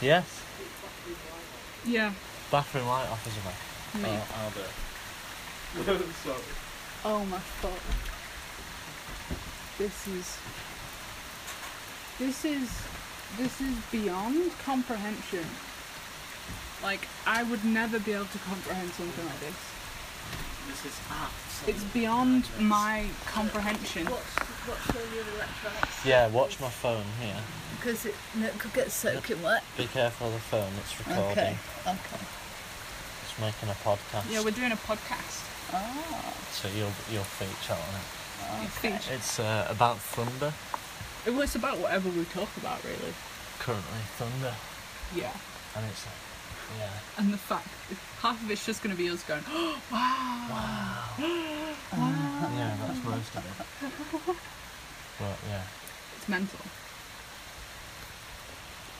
Yes.
yeah.
Bathroom light off as well.
mate.
Oh, Albert.
Sorry.
Oh my fuck. This is. This is. This is beyond comprehension. Like, I would never be able to comprehend something like this.
This is absolutely.
It's beyond my comprehension.
Watch, watch all your electronics.
Yeah, watch my phone here.
Because it, no, it could get soaking wet.
Be careful of the phone, it's recording.
Okay. Okay.
It's making a podcast.
Yeah, we're doing a podcast.
Ah.
So you'll, you'll feature on
Okay.
it. It's uh, about thunder.
It was about whatever we talk about, really.
Currently, thunder.
Yeah.
And it's like, yeah.
And the fact, half of it's just going to be us going, oh, wow.
Wow. yeah, that's most of it. But yeah.
It's mental.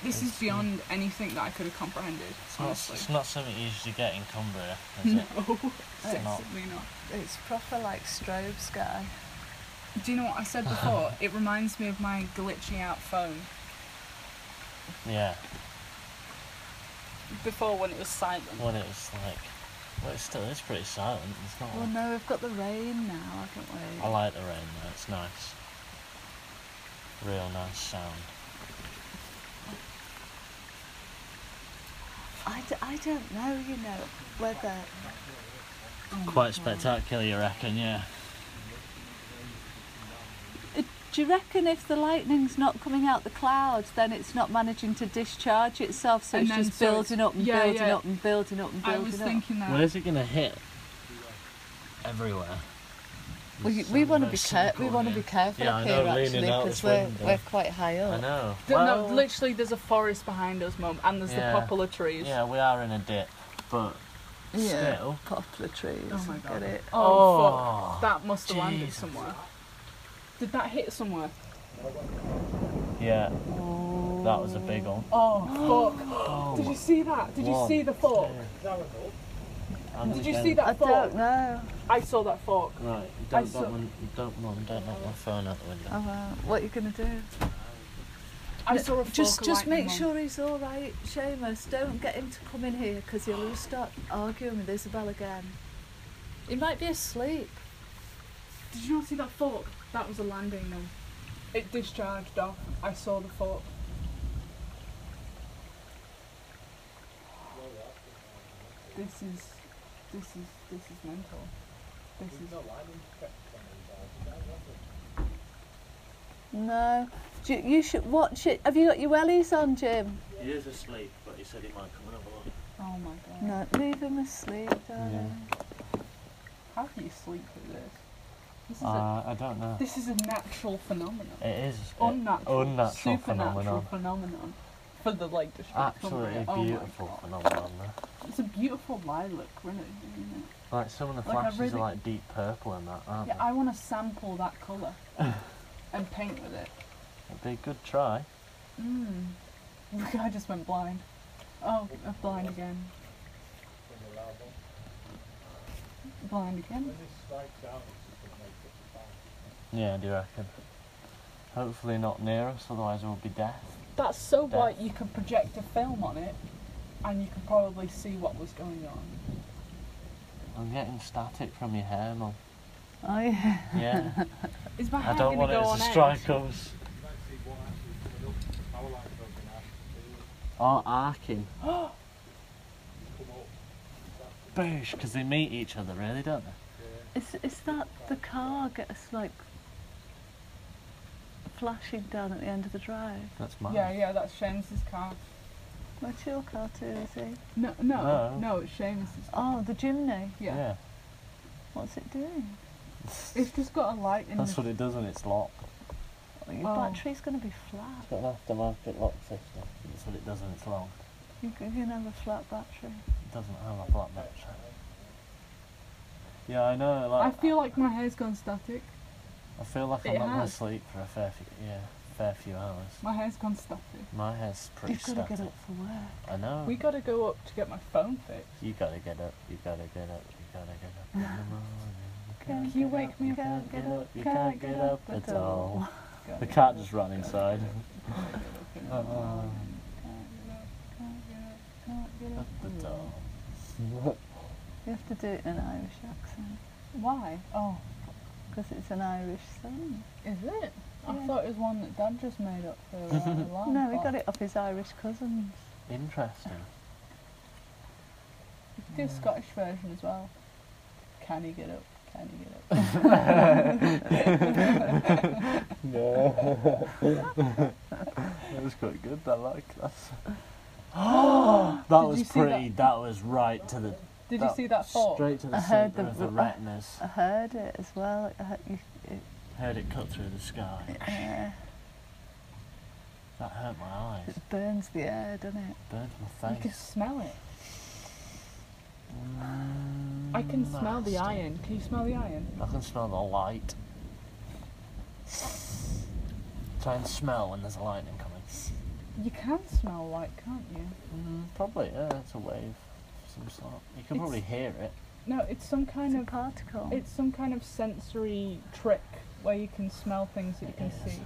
This is
It's-
beyond anything that I could have comprehended,
It's not,
honestly.
it's not something you usually get in Cumbria, is
No,
it?
it's
not.
definitely not.
It's proper like strobe sky.
Do you know what I
*laughs*
said before? it reminds me of my glitching out phone
Yeah.
before when it was silent.
When it was like, well, it still is pretty silent. It's not.
Well,
like-
no, we've got the rain now, haven't we?
I like the rain though. It's nice. Real nice sound.
I, d- I don't know, you know, whether
Quite spectacular, you reckon? Yeah.
uh, Do you reckon if the lightning's not coming out the clouds, then it's not managing to discharge itself, so
And
it's
then
just
so it's-
building up and
yeah,
building
yeah.
up and building up and
I
building
was
up?
thinking that.
Where's it gonna hit? Everywhere.
we
You
we
sound
want to
very
be care- we
cynical
want to
here.
be careful
Yeah, I
up here
know, leaning
actually
out
because
this
we're
window.
we're quite high up.
I know.
Th-
Well,
no, literally, there's a forest behind us, Mum, and there's
Yeah.
the poplar trees.
yeah, we are in a dip, but
Yeah,
still.
poplar trees.
Oh my
I
God.
Get it?
Oh,
Oh,
fuck. That must have landed
Jesus.
somewhere. Did that hit somewhere?
yeah, that was a big one.
Oh, fuck.
Oh,
Did you see that? Did you
One,
see the fork?
I'm
Did you
gonna-
see that
I
fork?
don't know.
I saw that fork.
Right,
I
don't,
saw-
don't, mon- don't, mum, don't knock my phone out the window.
Oh, well, what are you gonna do?
I saw a fork.
Just
of
just
lightning,
make
Mum.
sure he's all right, Seamus. Don't get him to come in here because he'll start arguing with Isabel again. He might be asleep.
Did you not see that fork? That was a landing, Mum. It discharged off. I saw the fork. This is, this is, this is mental. This is. oh
No. Do you, you should watch it. Have you got your wellies on, Jim?
He is asleep, but he said he might come and have a look.
Oh my god.
No, leave him asleep, darling.
How can you sleep with this? This is, a,
Uh, I don't know.
this is a natural phenomenon.
It is
Unnatural,
Eh, unnatural
supernatural
phenomenon.
phenomenon for the like destruction.
Absolutely
oh my
beautiful
God.
phenomenon. Though.
It's a beautiful lilac, really. Isn't it?
Like some of the
Like, I
flashes
really-
are like deep purple and that, aren't
Yeah,
they?
I want to sample that
*laughs*
colour and paint with it.
It'd be a good try.
Mm. *laughs* Look, I just went blind. Oh, I'm blind again. Blind again.
Yeah, do you reckon? Hopefully not near us, otherwise it will be death.
That's so
Death.
white you could project a film on it and you could probably see what was going on.
I'm getting static from your hair, Mum.
Oh, yeah. *laughs*
*laughs*
Yeah,
Is my hair
I don't
gonna
want
go
it
on
to
end?
strike us. Or arcing. Boosh, because they meet each other, really, don't they?
Is, is that the car gets like flashing down at the end of the drive?
That's mine.
Yeah, yeah, that's Seamus's car.
What's your car too, is he?
No, no,
No.
no, it's Seamus's.
Oh, the chimney.
Yeah.
What's it doing?
It's just got a light in
*laughs* That's
the
what it does when it's locked.
Oh, your
Oh.
battery's going to be flat.
It's got an aftermarket lock system. That's what it does when it's locked.
You can you can have a flat battery.
It doesn't have a black match. Yeah, I know.
I
Like,
feel like my hair's gone static.
I feel like I'm
it
not going to
has.
sleep for a fair few, yeah, fair few hours.
My hair's gone static.
My hair's pretty
You've got to
static.
get up for work.
I know.
We gotta go up to get my phone fixed.
You gotta get up. You gotta get up. You gotta get up in the morning.
Can you wake me
You
up?
can't get up. You can't get up at all.
Gotta
The
get
cat
up,
just ran
gotta
inside.
get up in the
Uh,
morning. Can't get up, can't get up, can't get up
At
at all.
all.
You have to do it in an Irish accent
Why? Oh,
because it's an Irish song.
is it? I
Yeah.
thought it was one that Dad just made up for
*laughs*
uh, the
Oh,
alarm
no, he
clock.
got it off his Irish cousins.
Interesting.
You could do a Scottish version as well. Can he get up? Can he get up?
*laughs* No. that was quite good. I like that. *gasps* that
Did
was
you see that?
pretty. That? was right to the.
Did you see that fork?
Straight to the
I heard
centre
the
of the
r-
retinas.
I heard it as well. I heard, you, it,
Heard it cut through the sky.
yeah,
That hurt my eyes.
it burns the air, doesn't it?
Burned my
You can
face.
smell it. I can smell the
Mm, Nasty.
iron. Can you smell the iron?
I can smell the light. Try and smell when there's a lightning coming.
You can smell light, can't you?
Mm, probably, yeah, it's a wave of some sort. You can probably
It's-
hear it.
No, it's some kind
it's
of
a particle.
it's some kind of sensory trick where you can smell things that you
It
can
is.
see.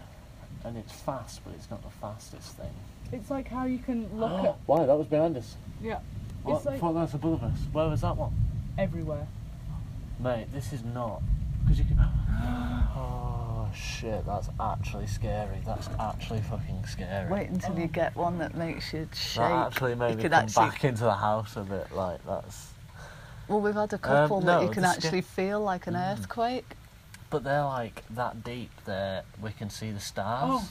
And it's fast, but it's not the fastest thing.
It's like how you can look at
Why? That was behind us.
yeah
What?
It's like-
I thought that was above us. Where was that one?
everywhere. *laughs*
Mate, this is not. Because you can. *gasps* Oh, shit, that's actually scary. That's actually fucking scary.
Wait until you get one that makes you shake.
That actually made
You
me
could
come
actually-
back into the house a bit. Like that's
Well, we've had a couple
Um, no, Mm.
that you can
the sca-
actually feel like an earthquake.
But they're like that deep there we can see the stars
Oh.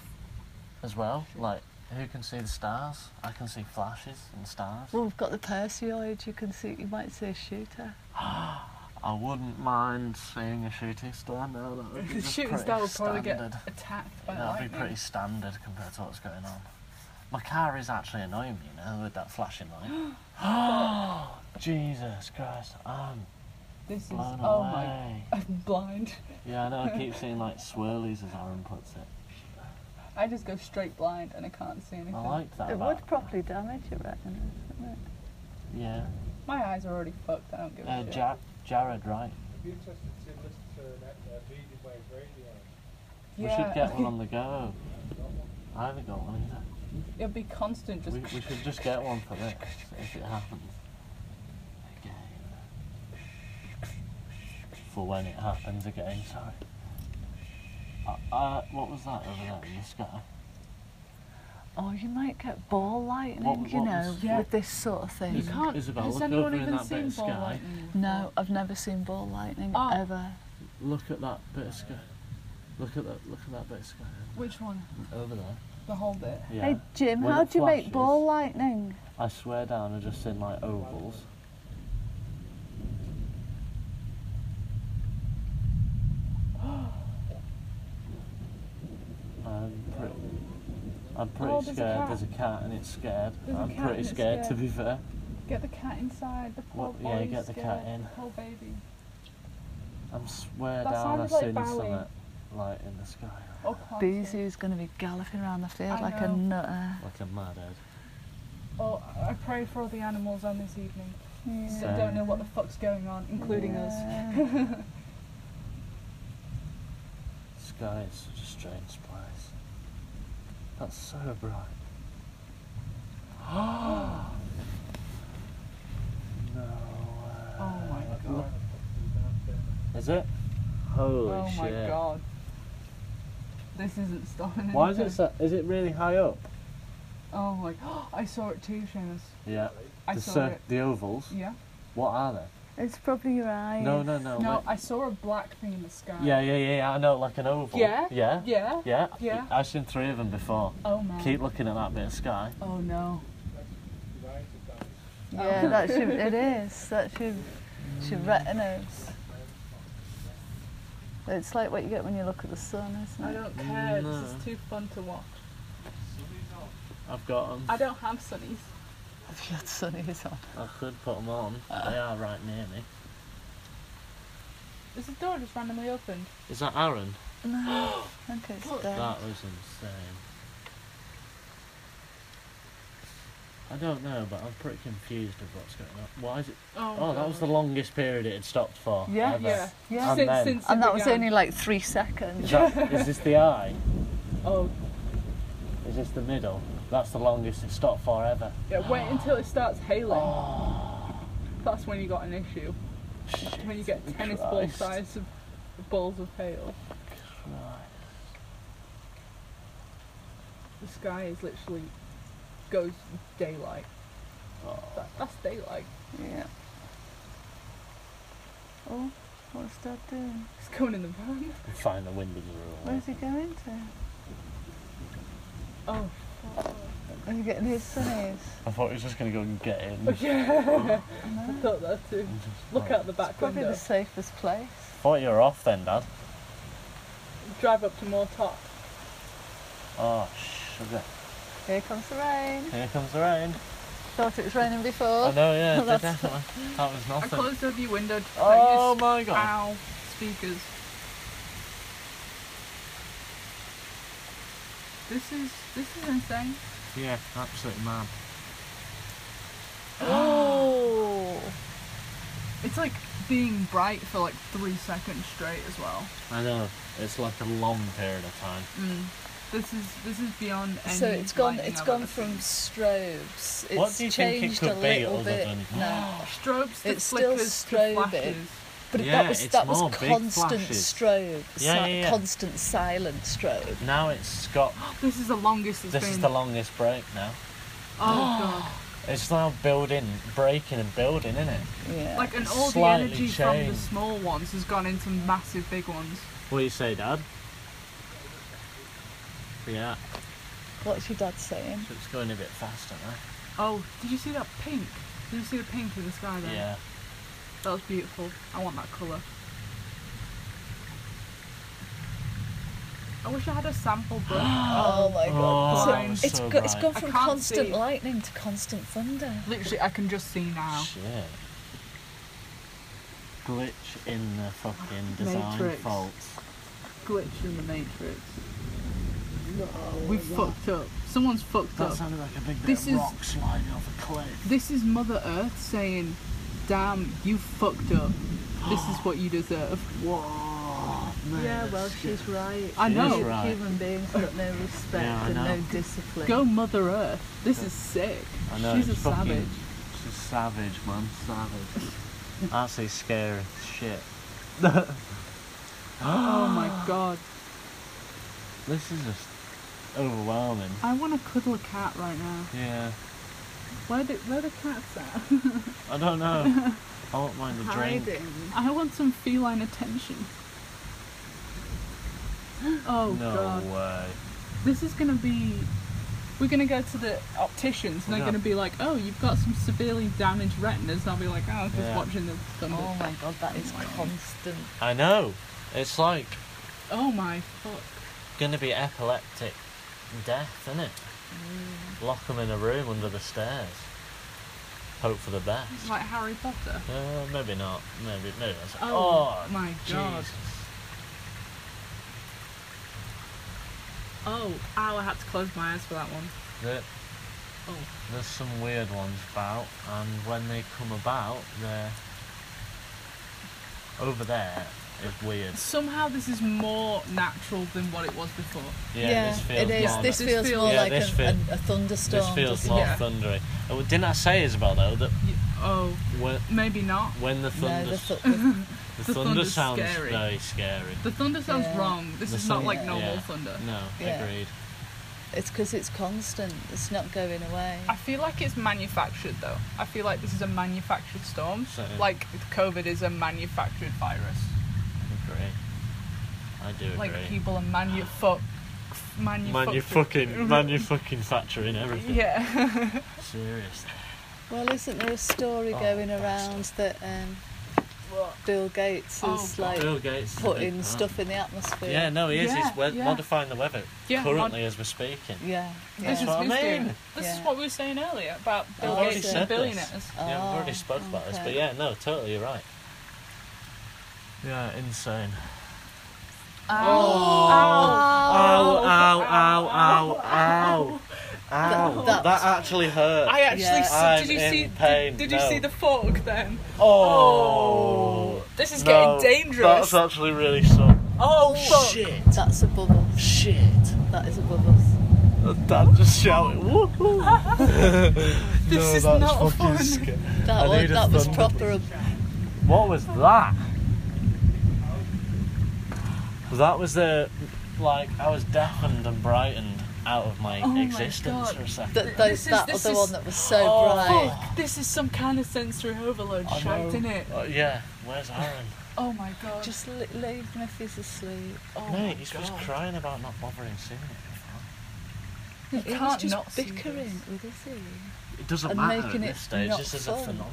as well. Like who can see the stars? I can see flashes and stars.
Well, we've got the Perseoid. You can see. You might see a shooter.
I wouldn't mind seeing a shooting star now. That
*laughs*
would be
The
just
shooting
pretty
star will probably
standard.
get attacked by
That'd
lightning.
be pretty standard compared to what's going on. My car is actually annoying me now with that flashing light.
*gasps*
*gasps* Jesus Christ, I'm
This is
blown
oh my
away.
*laughs* I'm blind.
Yeah, I know. I keep seeing like swirlies as Aaron puts it.
I just go straight blind and I can't see anything.
I like that.
It
about-
would properly damage you, retina, wouldn't it?
Yeah.
My eyes are already fucked. I don't give a
Uh,
shit.
ja- Jared, right?
Be interested to listen to an uh, medium wave radio.
yeah,
We should get
*laughs*
one on the go. I haven't got one either.
it'll be constant. Just
We, we should just get one for this if it happens. Again. For when it happens again, sorry. Uh, uh, what was that over there in the sky?
Or Oh, you might get ball lightning, you
what
know,
was-
with
Yeah.
this sort of thing.
you can't.
Isabel,
has
look
anyone
over in
even
that bit
seen
of
ball
sky.
lightning? before?
No, I've never seen ball lightning
Oh.
ever.
Look at that bit of sky. Look at that. Look at that bit of sky
Which one?
over there.
The whole bit.
Yeah.
Hey Jim,
When
how
it
do you
flashes-
make ball lightning?
I swear down, I've just seen like ovals. *gasps* I'm pretty, I'm pretty
Oh, there's a
scared.
cat.
there's a cat and it's scared.
There's a
I'm
cat
pretty
and it's
scared, to
scared.
be fair.
Get the cat inside. The poor
What- yeah,
boy's
get the
scared,
cat in.
The poor baby.
I'm swear
That
down, I've
sounded like
seen
Bowie.
something like in the sky,
Or Quantum.
Boozoo's going to be galloping around the field
I
like
know.
a nutter.
like a mad head.
Oh, I pray for all the animals on this evening. 'cause I
Yeah.
don't know what the fuck's going on, including us. *laughs*
Yeah.
Sky is such a strange place. That's so bright. *gasps* no way.
Oh my god.
Is it? Holy
oh
shit.
my god. This isn't stopping.
Why is it
anytime.
so, is it really high up?
Oh my! *gasps* I saw it too, Seamus.
Yeah.
I
the
saw
cir-
it.
the ovals.
Yeah.
What are they?
It's probably your eyes.
No, no, no.
No,
wait.
I saw a black thing in the sky.
Oh yeah, yeah, yeah, yeah, I know, like an oval.
Yeah?
Yeah.
Yeah.
Yeah.
Yeah.
I've seen three of them before.
Oh man.
Keep looking at that bit of sky.
Oh no.
Yeah, that's your, it is. That's your, it's your retinas. It's like what you get when you look at the sun,
I
isn't it?
don't care. This
No.
is too fun to watch.
I've got them.
I don't have sunnies.
If you had sunnies on.
I could put them on. They are right near me.
Is the door just randomly opened?
Is that Aaron?
No, I think it's dead.
That was insane. I don't know, but I'm pretty confused of what's going on. Why is it?
Oh,
Oh, that was the longest period it had stopped for.
Yeah.
ever.
Yeah.
Yeah.
And
Since,
then-
since
And
it
that was
began.
only like three
Is,
seconds.
that, is this the eye?
Oh,
Is this the middle? That's the longest it stopped for ever.
yeah. Wait until it starts hailing.
*gasps*
That's when you got an issue. When you get tennis ball
Christ.
size of balls of hail. The sky is literally goes daylight. That, that's daylight.
Yeah. Oh, what's Dad doing?
It's going in the van.
Find the wind in the room.
Where's he going to?
Oh,
Are you getting his sunnies?
I thought he was just going to go and get in.
*laughs* yeah. I
No.
thought that too. Look out the back
Probably
window.
the safest place.
thought you were off then, Dad.
Drive up to more top.
Oh, sugar.
Here comes the rain.
Here comes the rain.
Thought it was raining before.
I know, yeah,
Well, that's-
definitely. That was
I
nothing.
closed every window to play
Oh
this
my god.
ow speakers. This is this is insane.
Yeah, absolutely mad.
Oh, it's like being bright for like three seconds straight as well.
I know. It's like a long period of time.
Mm. This is this is beyond. Any
So it's gone.
lightning
It's
I've
gone
ever seen.
from strobes. It's
What do you think it
changed
could
a
be
little
other
bit.
than-
No,
strobes to
It's still
flickers
strobing.
to flashes.
but
Yeah,
that was
it's
that
more
was
big
constant
flashes.
strobe.
Yeah,
si-
yeah, yeah.
Constant silent strobe.
Now it's got.
This is the longest it's
This
been.
is the longest break now.
*gasps*
oh god.
It's now building, breaking and building, isn't it?
Yeah.
Like, and all the
Slightly
energy from the
changed.
small ones has gone into massive big ones.
What do you say, Dad? Yeah,
What's your dad saying?
so it's going a bit faster now.
Oh, did you see that pink? Did you see the pink in the sky there?
Yeah.
That was beautiful. I want that colour. I wish I had a sample book.
*gasps* Oh, my
Oh,
god.
that was
so it's,
so
go- it's
bright.
gone
I
from
can't
constant
see.
lightning to constant thunder.
Literally, I can just see now.
Shit. Glitch in the fucking design
Matrix.
fault.
Glitch in the matrix.
No,
We've fucked up. Someone's fucked
That
up.
sounded like a big bit
This
of
is-
rock sliding off a cliff.
This is Mother Earth saying, "Damn, you fucked up. This is what you deserve."
Whoa! man,
Yeah, well,
that's
she's
good.
right.
I
She
know.
is right.
Human beings got no respect
Yeah, I
and
know.
no discipline.
Go Mother Earth. This is sick.
I know,
She's a
it's fucking- *gasps*
savage.
She's savage, man. *laughs* Savage. Actually, scary as shit.
Oh my god.
This is just overwhelming.
I want to cuddle a cat right now.
Yeah.
Where do where the cats at?
I don't
*laughs*
know. I won't mind the
Hiding.
drink.
I want some feline attention. *gasps* Oh
no
god.
way.
This is gonna be. We're gonna go to the opticians and
We're
they're
gonna-
gonna be like, oh, you've got some severely damaged retinas. And I'll be like, oh, I was just
Yeah.
watching the thunder.
Oh my god, that is constant.
I know. It's like
Oh my fuck.
gonna be epileptic death, isn't it?
Mm.
Lock them in a room under the stairs. Hope for the best.
Like Harry Potter.
Uh, maybe not. Maybe maybe that's.
Oh
Oh,
my God.
Jesus.
Oh, ow, I had to close my eyes for that one.
There-
Oh.
there's some weird ones about, and when they come about, they're over there is weird.
Somehow this is more natural than what it was before.
Yeah, this feels
it is.
more
This
like-
feels
This
more
feel- Yeah,
like
this
an-
feel-
an- a thunderstorm.
this feels
doesn't
more
it?
Yeah.
thundery. Oh, didn't I say Isabel though that
Y oh,
when,
maybe not.
when the
No,
thunder
the thu- the-
the,
The
thunder
thunder's
sounds
scary.
very scary.
The thunder sounds
Yeah.
wrong. This
The
is
sun-
not like normal
yeah.
thunder.
No,
Yeah.
agreed.
*laughs* it's because it's constant. It's not going away.
I feel like it's manufactured though. I feel like this is a manufactured storm.
Same.
Like COVID is a manufactured virus.
Agree. I do agree.
Like people are manu fuck manu
Manufucking, manufucking factoring everything.
Yeah. *laughs*
Seriously.
well, isn't there a story
Oh,
going
bastard.
around that um, Bill Gates
Oh,
is like
Bill Gates. is a big
putting
fan.
stuff in the atmosphere?
Yeah, no, he is.
Yeah,
He's we-
yeah.
modifying the weather
Yeah,
currently
mod-
as we're speaking.
Yeah.
This
yeah.
is- what I
this
mean.
doing- This is
Yeah.
what we were saying earlier about Bill
I've
already
Gates
said
and
this.
billionaires.
Yeah, we've already
Oh,
spoke about this, but
okay.
yeah, no, totally, you're right. Yeah, insane.
Oh.
Ow, ow, ow, ow,
*laughs*
ow, ow.
That-
That actually hurt.
I actually
Yeah.
saw, did
I'm
you
in
see
pain,
did, did you see
no.
the fork then?
oh,
This is
no,
getting dangerous.
That's actually really sore.
oh fuck.
Shit,
That's above us.
shit.
That is above us.
Dad just shouted, woohoo!
*laughs*
*laughs*
This
no,
is
that's
not
fucking
fun.
sca- I
That, was,
need a
that was
thunder-
proper. ab-
What was that? That was the like I was deafened and brightened out of my
Oh my
existence
God.
for a second.
That, that,
This is-
that
this
other
is-
one that was so
Oh,
bright.
Fuck, this is some kind of sensory overload
I know.
shite, in it?
Oh,
Uh, yeah, where's Aaron?
Oh my god.
Just li- leave him if he's asleep.
oh my
Mate, he's just
God.
crying about not bothering seeing it.
He
You
was
can't
just
not see
bickering
this.
with his ear.
It doesn't
And
matter at
making
this
it
stage.
not
This is a
fun.
phenomenon.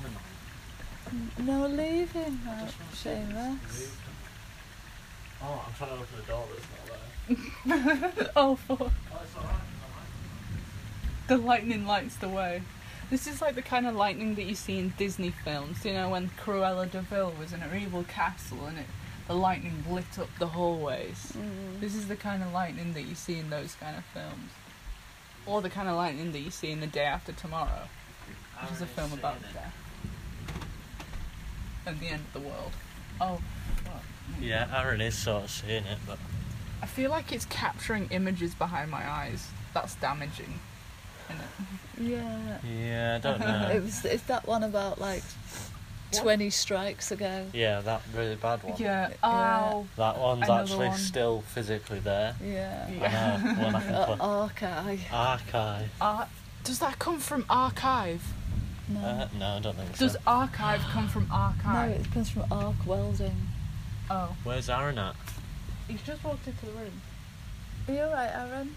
No, leave him. Right.
Just wanna see if it's
Shameless.
moved. Oh, I'm trying to open the door, but it's not there.
Oh fuck.
Oh, it's alright.
*laughs* The lightning lights the way. This is like the kind of lightning that you see in Disney films. You know, when Cruella de Vil was in her evil castle and it, the lightning lit up the hallways.
Mm.
This is the kind of lightning that you see in those kind of films. Or the kind of lightning that you see in The Day After Tomorrow, which is a film about death and the end of the world. Oh, fuck.
Yeah, Aaron is sort of seeing it, but
I feel like it's capturing images behind my eyes. That's damaging. isn't it?
Yeah.
yeah, I
*laughs*
don't
It
know.
was it's that one about like
What?
20 strikes ago.
yeah, that really bad one.
Yeah.
Yeah.
Ow.
That one's
Another
actually
one.
still physically there.
Yeah.
Yeah.
I know,
*laughs*
when I can
Uh,
put
Archi.
archive.
Ar- does that come from archive?
No.
Uh, no, I don't think
Does
so.
archive come from
no,
archive?
it comes from arc welding.
Oh.
Where's Aaron at?
He's just walked into the room.
Are you alright, Aaron?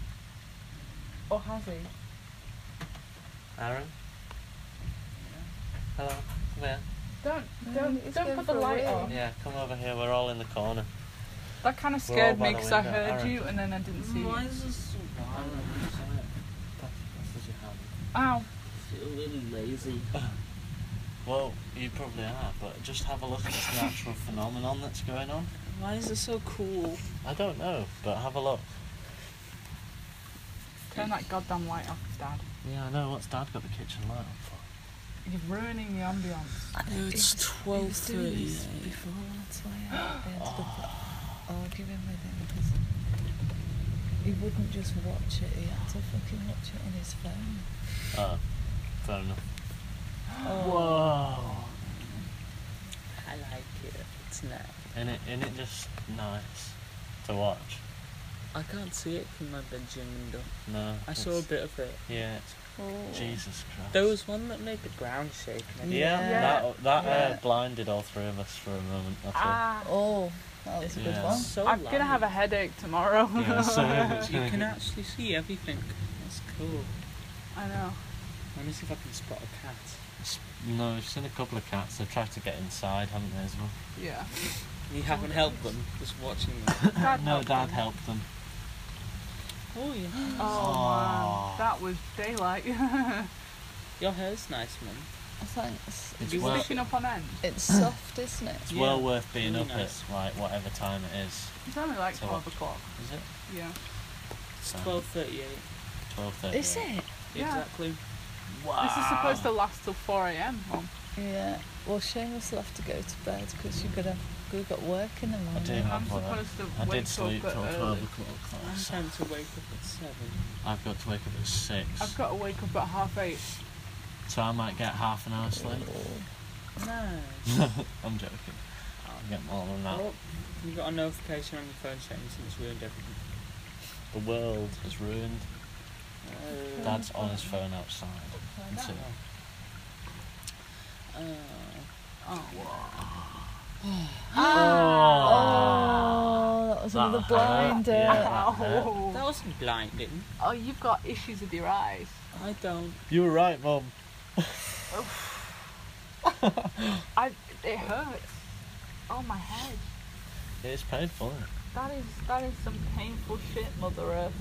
Or has he?
Aaron? Hello. Come here.
Don't,
No,
don't,
he's
don't
going
put
for
the
a
light
wee.
on.
Yeah, come over here. We're all in the corner.
That kind of scared
by
me
the
because I
window.
heard
Aaron.
you and then I didn't see you.
is this so
Aaron,
wild?
what's on it? That- that's your hand.
Ow.
I feel really lazy.
Well, you probably are, but just have a look at this natural phenomenon that's going on.
Why is it so cool?
I don't know, but have a look.
Turn that goddamn light off, Dad.
Yeah, I know. What's Dad got the kitchen light on for?
You're ruining the ambience.
No, it's
He
twelve
was doing
thirty.
this before, that's why I I ended up *gasps* arguing with him because he wouldn't just watch it, he had to fucking watch it on his phone.
Oh, fair enough.
Oh,
Whoa!
I like it. It's nice.
And it, and it just nice to watch.
I can't see it from my bedroom window.
No.
I
it's-
saw a bit of it.
Yeah. It's, Jesus Christ.
There was one that made the ground shake. and I-
Yeah,
Yeah.
that that Uh,
Yeah.
blinded all three of us for a moment. I thought.
Ah.
oh that was a good
Yeah.
one.
So
I'm gonna have a headache tomorrow.
*laughs*
yeah, so
You can actually see everything. That's cool.
*laughs* I know.
I want to see if I can spot a cat.
No, we've seen a couple of cats. They've tried to get inside, haven't they, as well? *laughs*
Yeah.
You haven't helped them, just watching them.
Dad
no,
helped
Dad
them.
helped them.
oh, yeah.
Oh,
Aw.
man, that was daylight. *laughs*
Your hair's nice, man.
Thanks.
It's,
You
He's
well,
sticking up on end.
*clears throat* It's soft, isn't it?
it's well
Yeah.
worth being
Really
up
nice.
at like whatever time it is.
It's only like
So what?
twelve o'clock.
Is it
Yeah.
It's
Fine.
12.38.
twelve thirty?
Is it?
Yeah.
Exactly.
Wow.
This is supposed to last till four a.m. Mum.
Yeah. Well, Seamus will have to go to bed because you've got to, we've got work in the morning.
do. Yeah,
I'm
well,
supposed to
I
wake
did sleep
up
till
at
twelve
early.
o'clock.
I'm
last
trying to wake up at 7.
night. I've got to wake up at six,
I've got to wake up at half eight.
so I might get half an hour sleep.
*laughs*
Nice.
I'm joking. I'll get more than that.
Oh, you got a notification on your phone saying something's ruined everything.
The world is ruined.
Uh,
Oh.
Dad's on his phone outside.
Find
That's
out.
it.
Oh.
Oh.
Oh, that was another
That hurt.
blinder.
Yeah.
Ow.
That wasn't blinding.
Oh, you've got issues with your eyes.
I don't.
You were right, Mum.
I. It hurts. Oh my head.
It is painful, isn't it?
That is that is some painful shit, Mother Earth.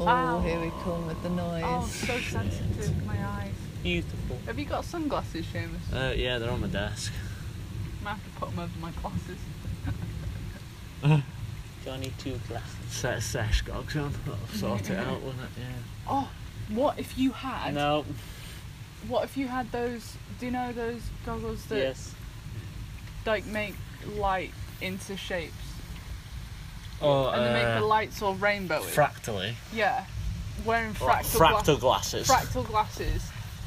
Oh,
Ow.
here we come with the noise.
Oh, so sensitive, my eyes.
Beautiful.
Have you got sunglasses, Seamus?
Uh, yeah, they're on my desk.
I'm gonna have to put them over my glasses.
Johnny two glasses.
Set sesh gogs on. That'll sort it out, wouldn't it? Yeah.
Oh, what if you had?
No.
What if you had those? Do you know those goggles that
Yes.
like make light into shapes,
Oh,
and they make the lights all rainbowy?
fractally.
yeah, wearing
Or
fractal,
Oh, fractal
gla-
glasses.
fractal glasses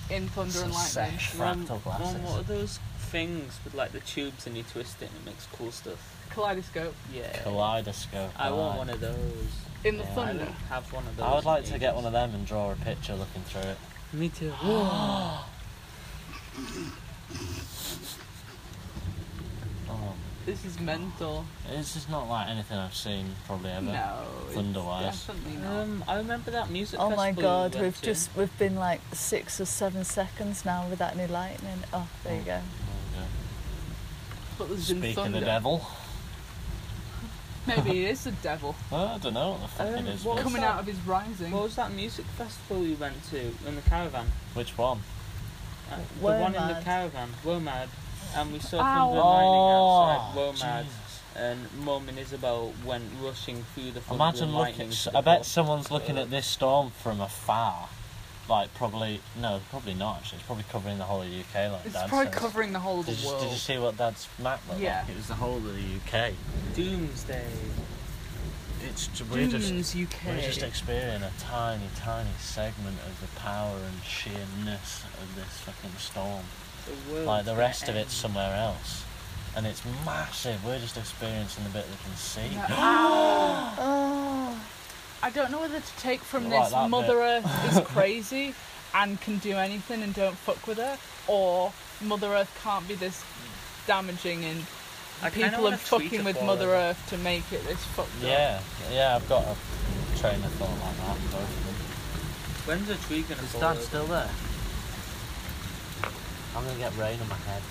in thunder
Some
and lightning.
sesh
Mum,
fractal
Mum, what are
glasses.
those things with like the tubes and you twist it and it makes cool stuff?
Kaleidoscope
Yeah.
Kaleidoscope.
I want
right.
one of those.
in the
Yeah.
I
thunder.
don't have one of those.
I would like
in
to get one of
ages.
them and draw a picture looking through it. *gasps*
Me too.
Oh,
This is mental.
it's just not like anything I've seen probably ever.
No, it's
Thunder-wise.
definitely not.
um, I remember that music
Oh
festival.
my
we
god,
went
we've
to.
just we've been like six or seven seconds now without any lightning. Oh, there you go.
There
But there's
we go.
been
Speak of the
thunder.
devil.
Maybe it is the devil
Oh, I don't know what the fuck *laughs*
Um,
it is.
what
but-
was
coming
that?
out of his rising.
What was that music festival we went to in the caravan?
Which one?
Uh, the
Womad.
one in the caravan, Womad. And we saw
Ow.
thunder and
Oh,
lightning outside Womad.
Jesus.
And Mum and Isabel went rushing through the thunder
Imagine
and
looking.
lightning.
s-
to the
I bet
pub.
someone's looking at this storm from afar. Like probably no, probably not. Actually, it's probably covering the whole of UK. Like
It's
Dad
probably
says.
covering the whole of
Did
the
you,
world.
did you see what Dad's map looked
Yeah.
like? It was the whole of the UK.
Doomsday.
It's j- we're just
Dunes, UK.
we're just experiencing a tiny, tiny segment of the power and sheerness of this fucking storm.
The world.
Like the rest of it's somewhere else, and it's massive. We're just experiencing the bit we can see.
Yeah. Ow.
Oh,
I don't know whether to take from
Like
this
that
Mother Earth is crazy and can do anything and don't fuck with her, or Mother Earth can't be this damaging and
I kinda
people
wanna
are
tweet
fucking
a
with
follow.
Mother Earth to make it this fucked up.
Yeah, yeah, I've got a train of thought like that. Both of them.
When's a tree gonna
Is
fall
Dad
over?
still there? I'm gonna get rain on my head.